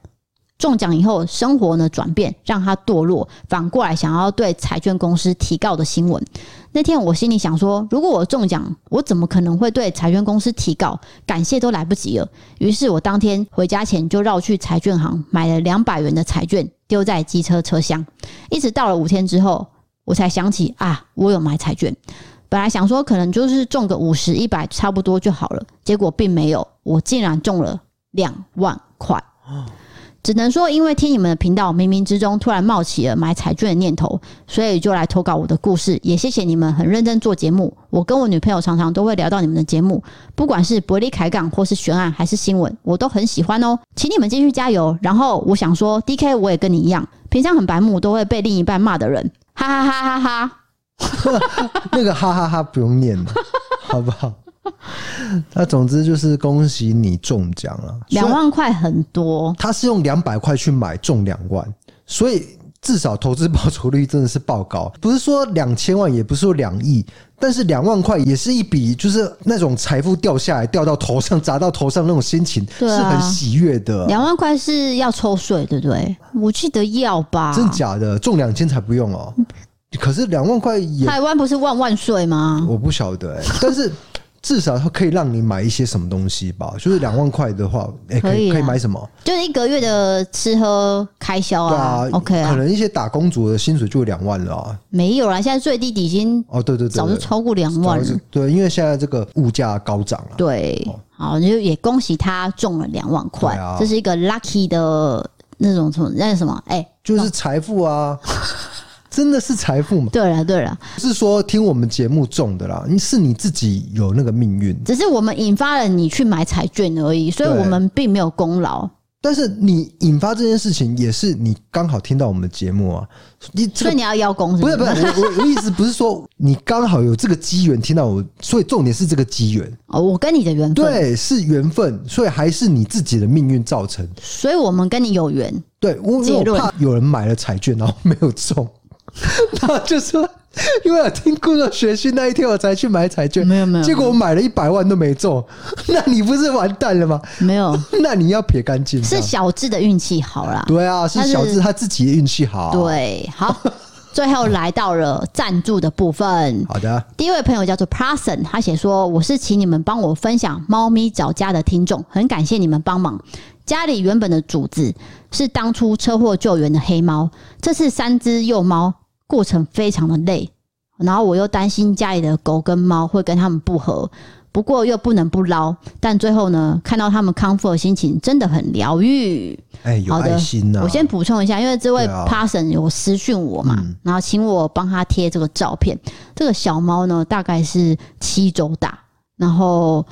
[SPEAKER 4] 中奖以后，生活呢转变，让她堕落，反过来想要对彩券公司提告的新闻。那天我心里想说，如果我中奖，我怎么可能会对彩券公司提告？感谢都来不及了。于是我当天回家前就绕去彩券行买了两百元的彩券，丢在机车车厢。一直到了五天之后，我才想起啊，我有买彩券。本来想说可能就是中个五十、一百差不多就好了，结果并没有，我竟然中了两万块。只能说，因为听你们的频道，冥冥之中突然冒起了买彩券的念头，所以就来投稿我的故事。也谢谢你们很认真做节目。我跟我女朋友常常都会聊到你们的节目，不管是伯利凯港或是悬案还是新闻，我都很喜欢哦。请你们继续加油。然后我想说，D K 我也跟你一样，平常很白目，都会被另一半骂的人，哈哈哈哈哈。
[SPEAKER 3] 那个哈哈哈不用念了，好不好？那总之就是恭喜你中奖了，啊
[SPEAKER 4] 两万块很多，
[SPEAKER 3] 他是用两百块去买中两万，所以至少投资报酬率真的是爆高，不是说两千万，也不是说两亿，但是两万块也是一笔，就是那种财富掉下来掉到头上砸到头上那种心情、
[SPEAKER 4] 对啊
[SPEAKER 3] 是很喜悦的。
[SPEAKER 4] 两万块是要抽税，对不对？我记得要吧。
[SPEAKER 3] 真假的，中两千才不用哦。可是两万块也
[SPEAKER 4] 台湾不是万万税吗？
[SPEAKER 3] 我不晓得、 欸，但是至少它可以让你买一些什么东西吧。就是两万块的话，哎、可
[SPEAKER 4] 可以
[SPEAKER 3] 以
[SPEAKER 4] 啊
[SPEAKER 3] 可以买什么？
[SPEAKER 4] 就是一个月的吃喝开销
[SPEAKER 3] 对
[SPEAKER 4] 啊
[SPEAKER 3] 啊
[SPEAKER 4] o k
[SPEAKER 3] 可
[SPEAKER 4] 啊，
[SPEAKER 3] 能一些打工族的薪水就两万了啊。
[SPEAKER 4] 没有啦，现在最低底薪
[SPEAKER 3] 哦，对对对
[SPEAKER 4] 早就
[SPEAKER 3] 对，
[SPEAKER 4] 超过两万
[SPEAKER 3] 早就
[SPEAKER 4] 了。
[SPEAKER 3] 对，因为现在这个物价高涨啊了。
[SPEAKER 4] 对，好，就也恭喜他中了两万块，
[SPEAKER 3] 对啊
[SPEAKER 4] 这是一个 lucky 的那种什么那什么？哎、
[SPEAKER 3] 就是财富啊， 真的是财富嘛？
[SPEAKER 4] 对了对了，
[SPEAKER 3] 不是说听我们节目中的啦，是你自己有那个命运。
[SPEAKER 4] 只是我们引发了你去买彩券而已，所以
[SPEAKER 3] 对
[SPEAKER 4] 我们并没有功劳。
[SPEAKER 3] 但是你引发这件事情，也是你刚好听到我们的节目啊。你这
[SPEAKER 4] 所以
[SPEAKER 3] 个
[SPEAKER 4] 你要邀功是
[SPEAKER 3] 不是
[SPEAKER 4] 是
[SPEAKER 3] 不是 我我我意思不是说你刚好有这个机缘听到我，所以重点是这个机缘，
[SPEAKER 4] 哦，我跟你的缘分，
[SPEAKER 3] 对，是缘分，所以还是你自己的命运造成。
[SPEAKER 4] 所以我们跟你有缘。
[SPEAKER 3] 对，我
[SPEAKER 4] 结
[SPEAKER 3] 因为
[SPEAKER 4] 论
[SPEAKER 3] 我怕有人买了彩券然后没有中， 那就说因为我听故作学习那一天我才去买彩券，
[SPEAKER 4] 没有没有
[SPEAKER 3] 结果我买了一百万都没中，那你不是完蛋了吗？
[SPEAKER 4] 没有，
[SPEAKER 3] 那你要撇干净，这
[SPEAKER 4] 是
[SPEAKER 3] 样
[SPEAKER 4] 小智的运气好啦。
[SPEAKER 3] 对啊，是
[SPEAKER 4] 但是
[SPEAKER 3] 小智他自己的运气好，，
[SPEAKER 4] 对，好， 最后来到了赞助的部分。
[SPEAKER 3] 好的，
[SPEAKER 4] 第一位朋友叫做 Parson，他写说：“我是请你们帮我分享猫咪找家的听众，很感谢你们帮忙。家里原本的主子是当初车祸救援的黑猫，这次三只幼猫过程非常的累，然后我又担心家里的狗跟猫会跟他们不合，不过又不能不捞。但最后呢，看到他们康复的心情真的很疗愈。
[SPEAKER 3] 哎，有
[SPEAKER 4] 好的
[SPEAKER 3] 爱心呐、
[SPEAKER 4] 我先补充一下，因为这位
[SPEAKER 3] 对啊嗯
[SPEAKER 4] Parson 有私讯我嘛，然后请我帮他贴这个照片。这个小猫呢，大概是七周大，然后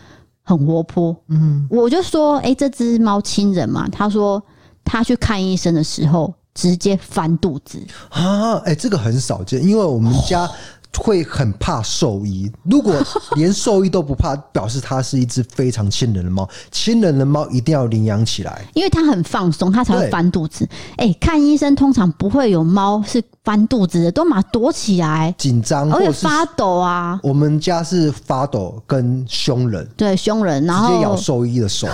[SPEAKER 4] 很活泼。嗯，我就说，哎、这只猫亲人嘛，他说他去看医生的时候直接翻肚子，
[SPEAKER 3] 啊，哎、这个很少见，因为我们家会很怕兽医。如果连兽医都不怕，表示它是一只非常亲人的猫。亲人的猫一定要领养起来。
[SPEAKER 4] 因为它很放松，它才会
[SPEAKER 3] 对
[SPEAKER 4] 翻肚子。哎、看医生通常不会有猫是翻肚子的，都嘛躲起来，
[SPEAKER 3] 紧张，
[SPEAKER 4] 而
[SPEAKER 3] 或
[SPEAKER 4] 且
[SPEAKER 3] 者是
[SPEAKER 4] 发抖啊。
[SPEAKER 3] 我们家是发抖跟凶人，
[SPEAKER 4] 对，凶人，然
[SPEAKER 3] 直接咬
[SPEAKER 4] 后
[SPEAKER 3] 兽医的 手，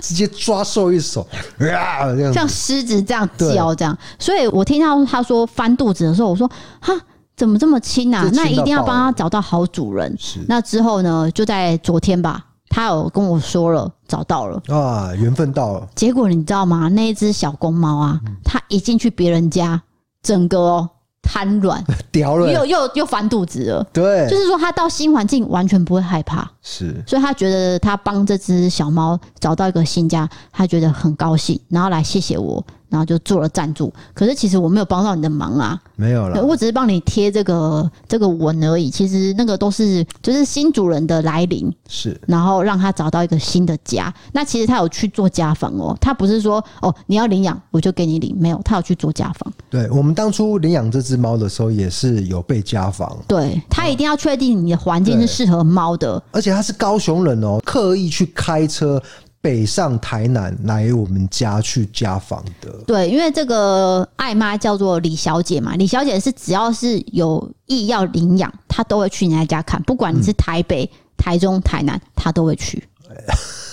[SPEAKER 3] 直接抓兽医的手，啊，这样子
[SPEAKER 4] 像狮子这样
[SPEAKER 3] 对
[SPEAKER 4] 叫这样。所以我听到他说翻肚子的时候，我说哈。怎么这么轻啊？
[SPEAKER 3] 这亲
[SPEAKER 4] 那
[SPEAKER 3] 到
[SPEAKER 4] 一定要
[SPEAKER 3] 爆
[SPEAKER 4] 帮他找到好主人
[SPEAKER 3] 是。
[SPEAKER 4] 那之后呢？就在昨天吧，他有跟我说了，找到了。
[SPEAKER 3] 啊，缘分到了，
[SPEAKER 4] 结果你知道吗？那一只小公猫啊，
[SPEAKER 3] 嗯
[SPEAKER 4] 它一进去别人家，整个哦瘫软，
[SPEAKER 3] 屌了
[SPEAKER 4] 又，又又翻肚子了。
[SPEAKER 3] 对，
[SPEAKER 4] 就是说，它到新环境完全不会害怕，
[SPEAKER 3] 是
[SPEAKER 4] 所以他觉得他帮这只小猫找到一个新家，他觉得很高兴，然后来谢谢我，然后就做了赞助。可是其实我没有帮到你的忙啊，
[SPEAKER 3] 没有了。
[SPEAKER 4] 我只是帮你贴这个这个文而已。其实那个都是就是新主人的来临，
[SPEAKER 3] 是
[SPEAKER 4] 然后让他找到一个新的家。那其实他有去做家访哦，他不是说哦你要领养我就给你领，没有，他有去做家访。
[SPEAKER 3] 对我们当初领养这只猫的时候，也是有被家访，
[SPEAKER 4] 对他一定要确定你的环境是
[SPEAKER 3] 对
[SPEAKER 4] 适合猫的，
[SPEAKER 3] 而且他是高雄人哦，刻意去开车北上台南来我们家去家访的。
[SPEAKER 4] 对，因为这个爱妈叫做李小姐嘛，李小姐是只要是有意要领养，她都会去你那家看，不管你是台北、台中、台南，她都会去。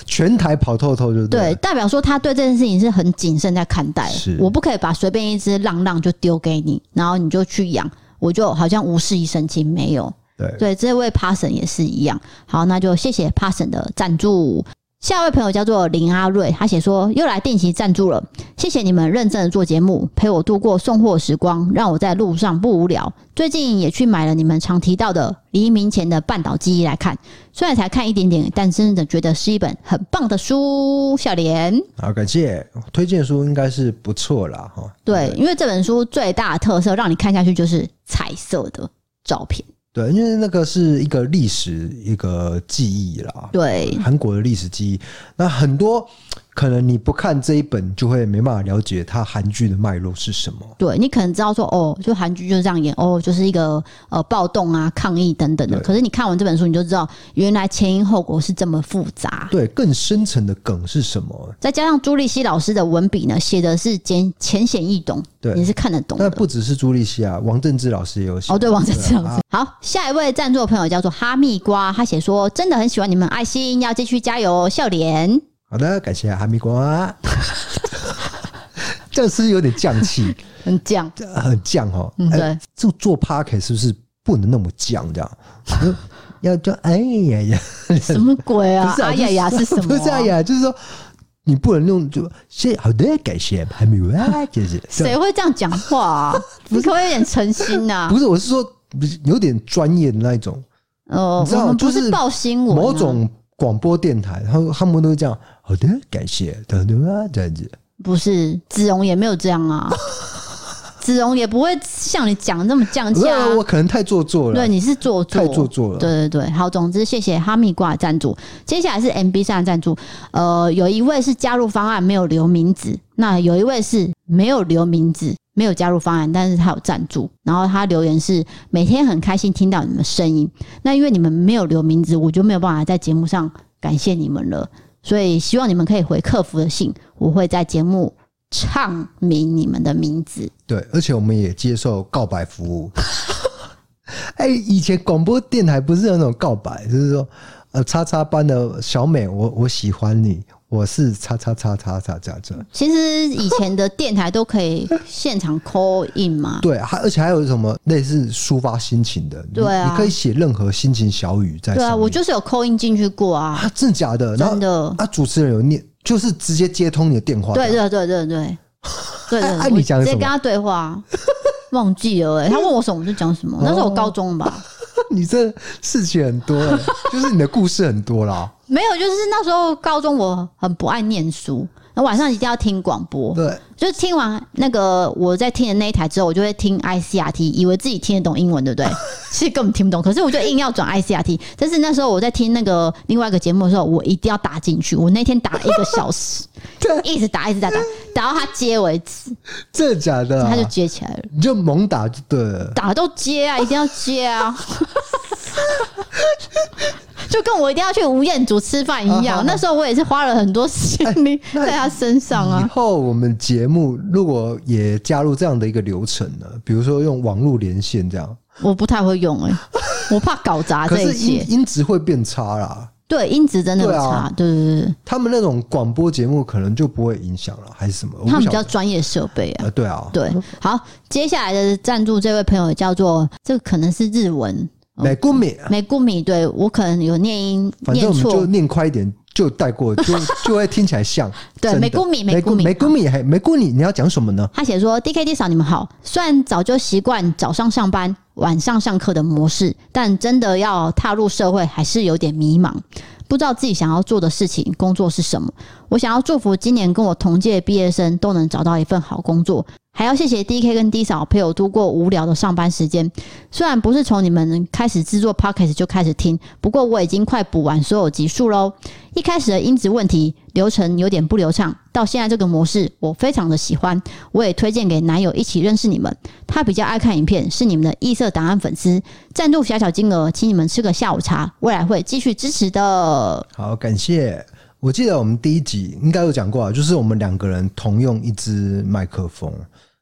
[SPEAKER 3] 全台跑透透就
[SPEAKER 4] 对，
[SPEAKER 3] 对了，
[SPEAKER 4] 代表说她对这件事情是很谨慎在看待
[SPEAKER 3] 是。
[SPEAKER 4] 我不可以把随便一只浪浪就丢给你，然后你就去养，我就好像无事一身轻，没有。
[SPEAKER 3] 对
[SPEAKER 4] 对，这位 Parson 也是一样。好，那就谢谢 Parson 的赞助。下一位朋友叫做林阿瑞，他写说又来定期赞助了，谢谢你们认真的做节目，陪我度过送货时光，让我在路上不无聊。最近也去买了你们常提到的《黎明前的半岛记忆》来看，虽然才看一点点，但真的觉得是一本很棒的书。笑脸，
[SPEAKER 3] 好感谢推荐书应该是不错啦哈。
[SPEAKER 4] 对，因为这本书最大的特色，让你看下去就是彩色的照片，
[SPEAKER 3] 对，因为那个是一个历史一个记忆啦，
[SPEAKER 4] 对，
[SPEAKER 3] 韩国的历史记忆。那很多可能你不看这一本，就会没办法了解它韩剧的脉络是什么。
[SPEAKER 4] 对你可能知道说哦，就韩剧就是这样演哦，就是一个呃暴动啊、抗议等等的。
[SPEAKER 3] 对
[SPEAKER 4] 可是你看完这本书，你就知道原来前因后果是这么复杂。
[SPEAKER 3] 对，更深层的梗是什么？
[SPEAKER 4] 再加上朱立熙老师的文笔呢，写的是简浅显易懂，
[SPEAKER 3] 对
[SPEAKER 4] 你是看得懂
[SPEAKER 3] 那啊
[SPEAKER 4] 的。
[SPEAKER 3] 不只是朱立西啊，王正之老师也有写。
[SPEAKER 4] 哦，对，王者这样
[SPEAKER 3] 对
[SPEAKER 4] 子。好，下一位赞助的朋友叫做哈密瓜，他写说真的很喜欢你们爱心，要继续加油哦，笑脸。
[SPEAKER 3] 好的，感谢哈密瓜。啊 这样是不是有点降气，
[SPEAKER 4] 嗯，这样，
[SPEAKER 3] 呃很降哦。
[SPEAKER 4] 嗯，
[SPEAKER 3] 哎
[SPEAKER 4] 对，
[SPEAKER 3] 做做 p a r k 是不是不能那么降这样？ 嗯要就哎呀呀，
[SPEAKER 4] 什么鬼啊？
[SPEAKER 3] 不是啊
[SPEAKER 4] 哎
[SPEAKER 3] 就
[SPEAKER 4] 呀呀，是什么、啊？
[SPEAKER 3] 不是哎呀，就是说你不能用就谢好的，感谢哈密 瓜，谢谢。
[SPEAKER 4] 谁会啊这样讲话 啊？你可不可以有点诚心呐、
[SPEAKER 3] 不是，我是说有点专业的那一种，
[SPEAKER 4] 呃，
[SPEAKER 3] 你知道
[SPEAKER 4] 我们不
[SPEAKER 3] 就是是
[SPEAKER 4] 报新闻、啊，
[SPEAKER 3] 某种广播电台，他他们都会这样。好的，感谢，对对啊，这样子。
[SPEAKER 4] 不是子荣也没有这 样啊，子荣也不会像你讲的那么降
[SPEAKER 3] 不是
[SPEAKER 4] 价、
[SPEAKER 3] 啊
[SPEAKER 4] 啊。
[SPEAKER 3] 我可能太做作了，
[SPEAKER 4] 对，你是做作，
[SPEAKER 3] 太做作了
[SPEAKER 4] 对对对，好，总之谢谢哈密瓜的赞助。接下来是 MB 上的赞助，呃，有一位是加入方案没有留名字，那有一位是没有留名字，没有加入方案，但是他有赞助。然后他留言是每天很开心听到你们声音，那因为你们没有留名字，我就没有办法在节目上感谢你们了，所以希望你们可以回客服的信，我会在节目唱明你们的名字。
[SPEAKER 3] 对，而且我们也接受告白服务。 哎、以前广播电台不是有那种告白，就是说，呃，叉叉班的小美，我我喜欢你，我是叉叉叉叉叉这样子。
[SPEAKER 4] 其实以前的电台都可以现场 call in 嘛，
[SPEAKER 3] 对，还而且还有什么类似抒发心情的，你
[SPEAKER 4] 对啊
[SPEAKER 3] 你可以写任何心情小语在上
[SPEAKER 4] 对
[SPEAKER 3] 面。
[SPEAKER 4] 啊，我就是有 call in 进去过啊，
[SPEAKER 3] 啊，真的假的？然后
[SPEAKER 4] 真的，
[SPEAKER 3] 啊，主持人有念，就是直接接通你的电话。
[SPEAKER 4] 对对对对 对对对，
[SPEAKER 3] 哎哎
[SPEAKER 4] 我
[SPEAKER 3] 你讲
[SPEAKER 4] 直
[SPEAKER 3] 什
[SPEAKER 4] 接
[SPEAKER 3] 么
[SPEAKER 4] 跟他对话 啊，忘记了哎，他问我什么我就讲
[SPEAKER 3] 哦
[SPEAKER 4] 什么，那时候我高中吧，
[SPEAKER 3] 你这事情很多、 欸，就是你的故事很多啦。
[SPEAKER 4] 没有，就是那时候高中我很不爱念书，然后晚上一定要听广播，
[SPEAKER 3] 对，
[SPEAKER 4] 就是听完那个我在听的那一台之后，我就会听 ICRT，以为自己听得懂英文，对 不对？其实根本听不懂，可是我就硬要转 ICRT。但是那时候我在听那个另外一个节目的时候，我一定要打进去。我那天打了一个小时
[SPEAKER 3] 对，
[SPEAKER 4] 一直打，一直打，打打到他接为止，
[SPEAKER 3] 真的假的、啊？
[SPEAKER 4] 他就接起来了。
[SPEAKER 3] 你就猛打就对了。
[SPEAKER 4] 打都接啊，一定要接啊！ 就跟我一定要去吴彦祖吃饭一
[SPEAKER 3] 啊好
[SPEAKER 4] 样
[SPEAKER 3] 好，哎
[SPEAKER 4] 那时候我也是花了很多心力
[SPEAKER 3] 那
[SPEAKER 4] 在他身上
[SPEAKER 3] 以
[SPEAKER 4] 啊。
[SPEAKER 3] 后我们节目如果也加入这样的一个流程呢，比如说用网络连线这样，
[SPEAKER 4] 我不太会用哎、我怕搞砸
[SPEAKER 3] 可
[SPEAKER 4] 啊这
[SPEAKER 3] 是
[SPEAKER 4] 一切
[SPEAKER 3] 音。音质会变差啦。
[SPEAKER 4] 对，音质真的有
[SPEAKER 3] 对
[SPEAKER 4] 差
[SPEAKER 3] 啊，
[SPEAKER 4] 对对对
[SPEAKER 3] 他们那种广播节目可能就不会影响了，还是什么？我
[SPEAKER 4] 对，他
[SPEAKER 3] 不
[SPEAKER 4] 们比
[SPEAKER 3] 晓
[SPEAKER 4] 较
[SPEAKER 3] 得。
[SPEAKER 4] 专业设备啊。
[SPEAKER 3] 呃，对啊，
[SPEAKER 4] 对，好，接下来的赞助这位朋友叫做，这个可能是日文
[SPEAKER 3] 美国美，
[SPEAKER 4] 美顾米，对我可能有念音
[SPEAKER 3] 啊反正
[SPEAKER 4] 念
[SPEAKER 3] 我们就
[SPEAKER 4] 错，
[SPEAKER 3] 念快一点，就带过，就 就会听起来像。
[SPEAKER 4] 对
[SPEAKER 3] 真的
[SPEAKER 4] 美国米
[SPEAKER 3] 美
[SPEAKER 4] 美国米
[SPEAKER 3] 美国米还美国米，你要讲什么呢？
[SPEAKER 4] 他写说：“D K D 嫂，你们好。虽然早就习惯早上上班、晚上上课的模式，但真的要踏入社会，还是有点迷茫，不知道自己想要做的事情、工作是什么。我想要祝福今年跟我同届毕业生都能找到一份好工作，还要谢谢 D K 跟 D 嫂陪我度过无聊的上班时间。虽然不是从你们开始制作 p o c k e t 就开始听，不过我已经快补完所有集数喽。一开始的音质问题、流程有点不流畅，到现在这个模式，我非常的喜欢。”我也推荐给男友一起认识你们。他比较爱看影片，是你们的异色档案粉丝，赞助小小金额，请你们吃个下午茶，未来会继续支持的。
[SPEAKER 3] 好，感谢。我记得我们第一集应该有讲过啊，就是我们两个人同用一支麦克风，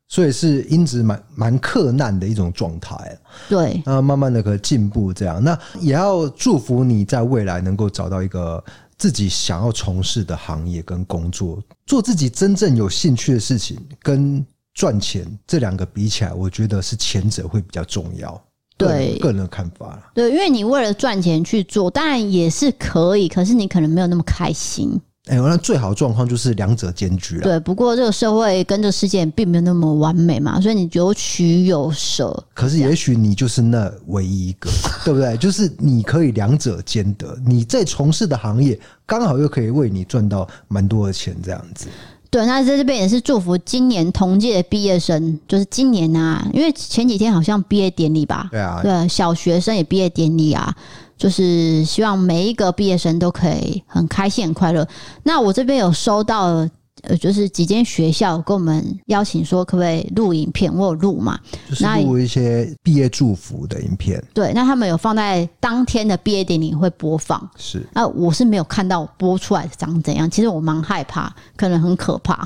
[SPEAKER 3] 所以是音质蛮蛮困难的一种状态啊。
[SPEAKER 4] 对，
[SPEAKER 3] 那慢慢的可进步，这样那也要祝福你在未来能够找到一个自己想要从事的行业跟工作，做自己真正有兴趣的事情，跟赚钱这两个比起来，我觉得是前者会比较重要。
[SPEAKER 4] 对
[SPEAKER 3] 个人的看法啦
[SPEAKER 4] 对，因为你为了赚钱去做，当然也是可以，可是你可能没有那么开心。
[SPEAKER 3] 哎、那最好的状况就是两者兼具了。
[SPEAKER 4] 对，不过这个社会跟这个世界并没有那么完美嘛，所以你有取有舍。
[SPEAKER 3] 可是也许你就是那唯一一 个，对不对？就是你可以两者兼得，你在从事的行业刚好又可以为你赚到蛮多的钱，这样子。
[SPEAKER 4] 对，那在这边也是祝福今年同届的毕业生，就是今年啊，因为前几天好像毕业典礼吧，
[SPEAKER 3] 对啊，
[SPEAKER 4] 对，小学生也毕业典礼啊，就是希望每一个毕业生都可以很开心、很快乐。那我这边有收到。呃，就是几间学校跟我们邀请说，可不可以录影片？我有录嘛？
[SPEAKER 3] 就是录一些毕业祝福的影片，
[SPEAKER 4] 对，那他们有放在当天的毕业典礼会播放。
[SPEAKER 3] 是
[SPEAKER 4] 啊，我是没有看到播出来长怎样，其实我蛮害怕，可能很可怕。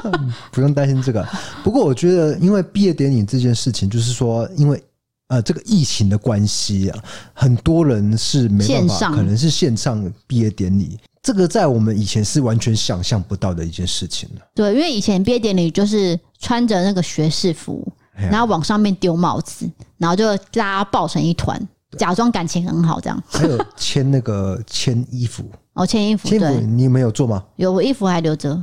[SPEAKER 3] 不用担心这个。不过我觉得，因为毕业典礼这件事情，就是说，因为呃这个疫情的关系啊，很多人是没办
[SPEAKER 4] 线
[SPEAKER 3] 法，
[SPEAKER 4] 上
[SPEAKER 3] 可能是线上毕业典礼，这个在我们以前是完全想象不到的一件事情啊了。
[SPEAKER 4] 对，因为以前毕业典礼就是穿着那个学士服，
[SPEAKER 3] 哎呀
[SPEAKER 4] 然后往上面丢帽子，然后就大家抱成一团，假装感情很好这样。
[SPEAKER 3] 还有签那个签衣服，
[SPEAKER 4] 哦，签衣服，
[SPEAKER 3] 签衣服
[SPEAKER 4] 对，
[SPEAKER 3] 你没有做吗？
[SPEAKER 4] 有我衣服还留 着，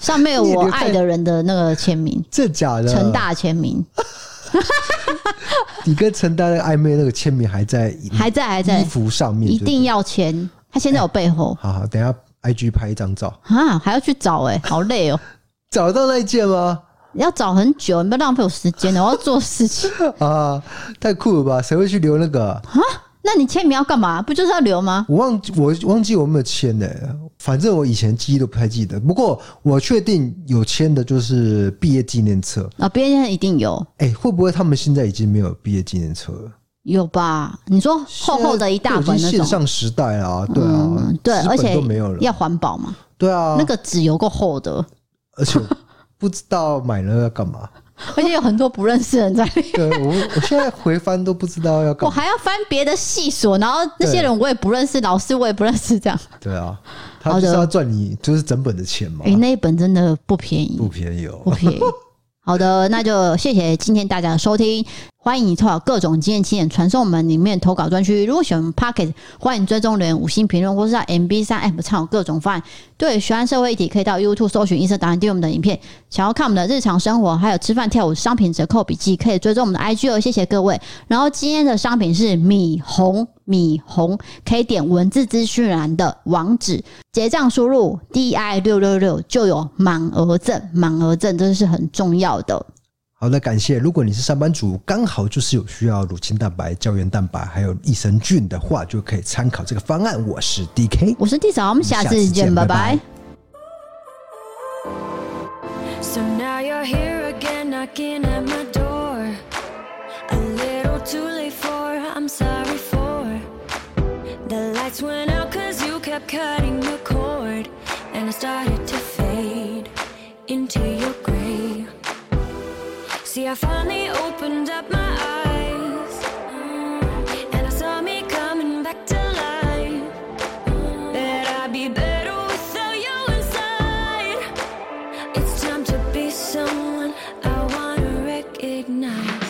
[SPEAKER 4] 上面有
[SPEAKER 3] 你留
[SPEAKER 4] 我
[SPEAKER 3] 在呃
[SPEAKER 4] 爱的人的那个签名，
[SPEAKER 3] 这假的？
[SPEAKER 4] 陈，大签名。
[SPEAKER 3] 你跟陈大的暧昧那个签名还在
[SPEAKER 4] 还在还
[SPEAKER 3] 衣
[SPEAKER 4] 在，
[SPEAKER 3] 服上面，
[SPEAKER 4] 一
[SPEAKER 3] 对不对
[SPEAKER 4] 定要签。他现在有背后
[SPEAKER 3] 好好，等一下 IG 拍一张照，
[SPEAKER 4] 啊，还要去找哎、好累哦、
[SPEAKER 3] 找到那一件吗？
[SPEAKER 4] 要找很久，你不要浪费我时间了，哦我要做 事情。
[SPEAKER 3] 啊，太酷了吧！谁会去留那个啊？
[SPEAKER 4] 那你签名要干嘛？不就是要留吗？
[SPEAKER 3] 我忘记我忘记我有没有签的、反正我以前记忆都不太记得。不过我确定有签的就是毕业纪念册。
[SPEAKER 4] 啊，别人一定有，
[SPEAKER 3] 哎、会不会他们现在已经没有毕业纪念册了？
[SPEAKER 4] 有吧？你说厚厚的一大
[SPEAKER 3] 现在都
[SPEAKER 4] 本
[SPEAKER 3] 已
[SPEAKER 4] 那
[SPEAKER 3] 经线
[SPEAKER 4] 种，
[SPEAKER 3] 上时代了啊，对啊，
[SPEAKER 4] 嗯，对，
[SPEAKER 3] 纸本
[SPEAKER 4] 而且
[SPEAKER 3] 都没有了，
[SPEAKER 4] 要环保嘛，
[SPEAKER 3] 对啊，
[SPEAKER 4] 那个纸有够厚的，
[SPEAKER 3] 而且我不知道买了要干 嘛。
[SPEAKER 4] 而且有很多不认识的人在。
[SPEAKER 3] 对我，我现在回翻都不知道要
[SPEAKER 4] 我
[SPEAKER 3] 干嘛。
[SPEAKER 4] 还要翻别的系所，然后那些人我也不认识，老师我也不认识，这样。
[SPEAKER 3] 对啊，他
[SPEAKER 4] 好
[SPEAKER 3] 就
[SPEAKER 4] 的
[SPEAKER 3] 是要赚你就是整本的钱嘛
[SPEAKER 4] 哎、，那一本真的不便宜，
[SPEAKER 3] 不便宜哦。
[SPEAKER 4] 不便宜。好的，那就谢谢今天大家的收听，欢迎你投稿各种经验经验，传送我们里面投稿专区。如果喜欢我们 Pocket，欢迎追踪留言、五星评论，或是在 MB 三 App 参考各种方案。对，喜欢社会议题，可以到 YouTube 搜寻“音色达人”订阅我们的影片。想要看我们的日常生活，还有吃饭、跳舞、商品折扣笔记，可以追踪我们的 IG 哦。谢谢各位。然后今天的商品是米红，米红可以点文字资讯栏的网址，结账输入 DI 六六六就有满额赠，满额赠这是很重要的。
[SPEAKER 3] 好的，感谢。如果你是上班族，刚好就是有需要乳清蛋白、胶原蛋白还有益生菌的话，就可以参考这个方案。我是 DK，
[SPEAKER 4] 我是地嫂，我们下
[SPEAKER 3] 下次
[SPEAKER 4] 次
[SPEAKER 3] 见
[SPEAKER 4] 见，拜
[SPEAKER 3] 拜拜
[SPEAKER 4] 拜
[SPEAKER 5] So now you're here again, knocking at my door. A little too late for, I'm sorry for. The lights went out cause you kept cutting the cord. And I started to fade into your gray. See, I finally opened up my eyes. Mm. And I saw me coming back to life. Mm. That I'd be better without you inside. It's time to be someone I wanna recognize.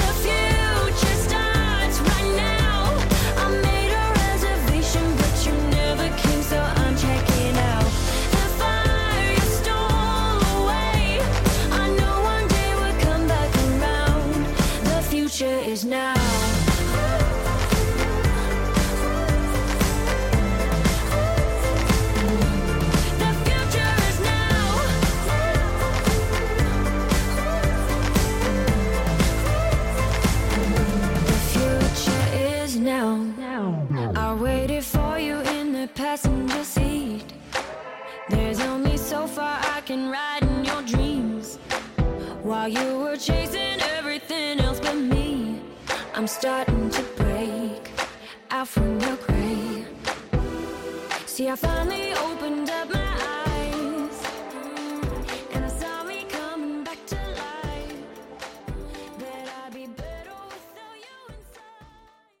[SPEAKER 5] The future starts right now. I made a reservation, but you never came, so I'm checking out. The fire you stole away. I know one day we'll come back around. The future is now. The future is now. The future is now. I waited for you in the passenger seat. There's only so far I can ride in your dreams. While you were chasing everything else but me, I'm starting to break out from your grave. See, I finally opened up my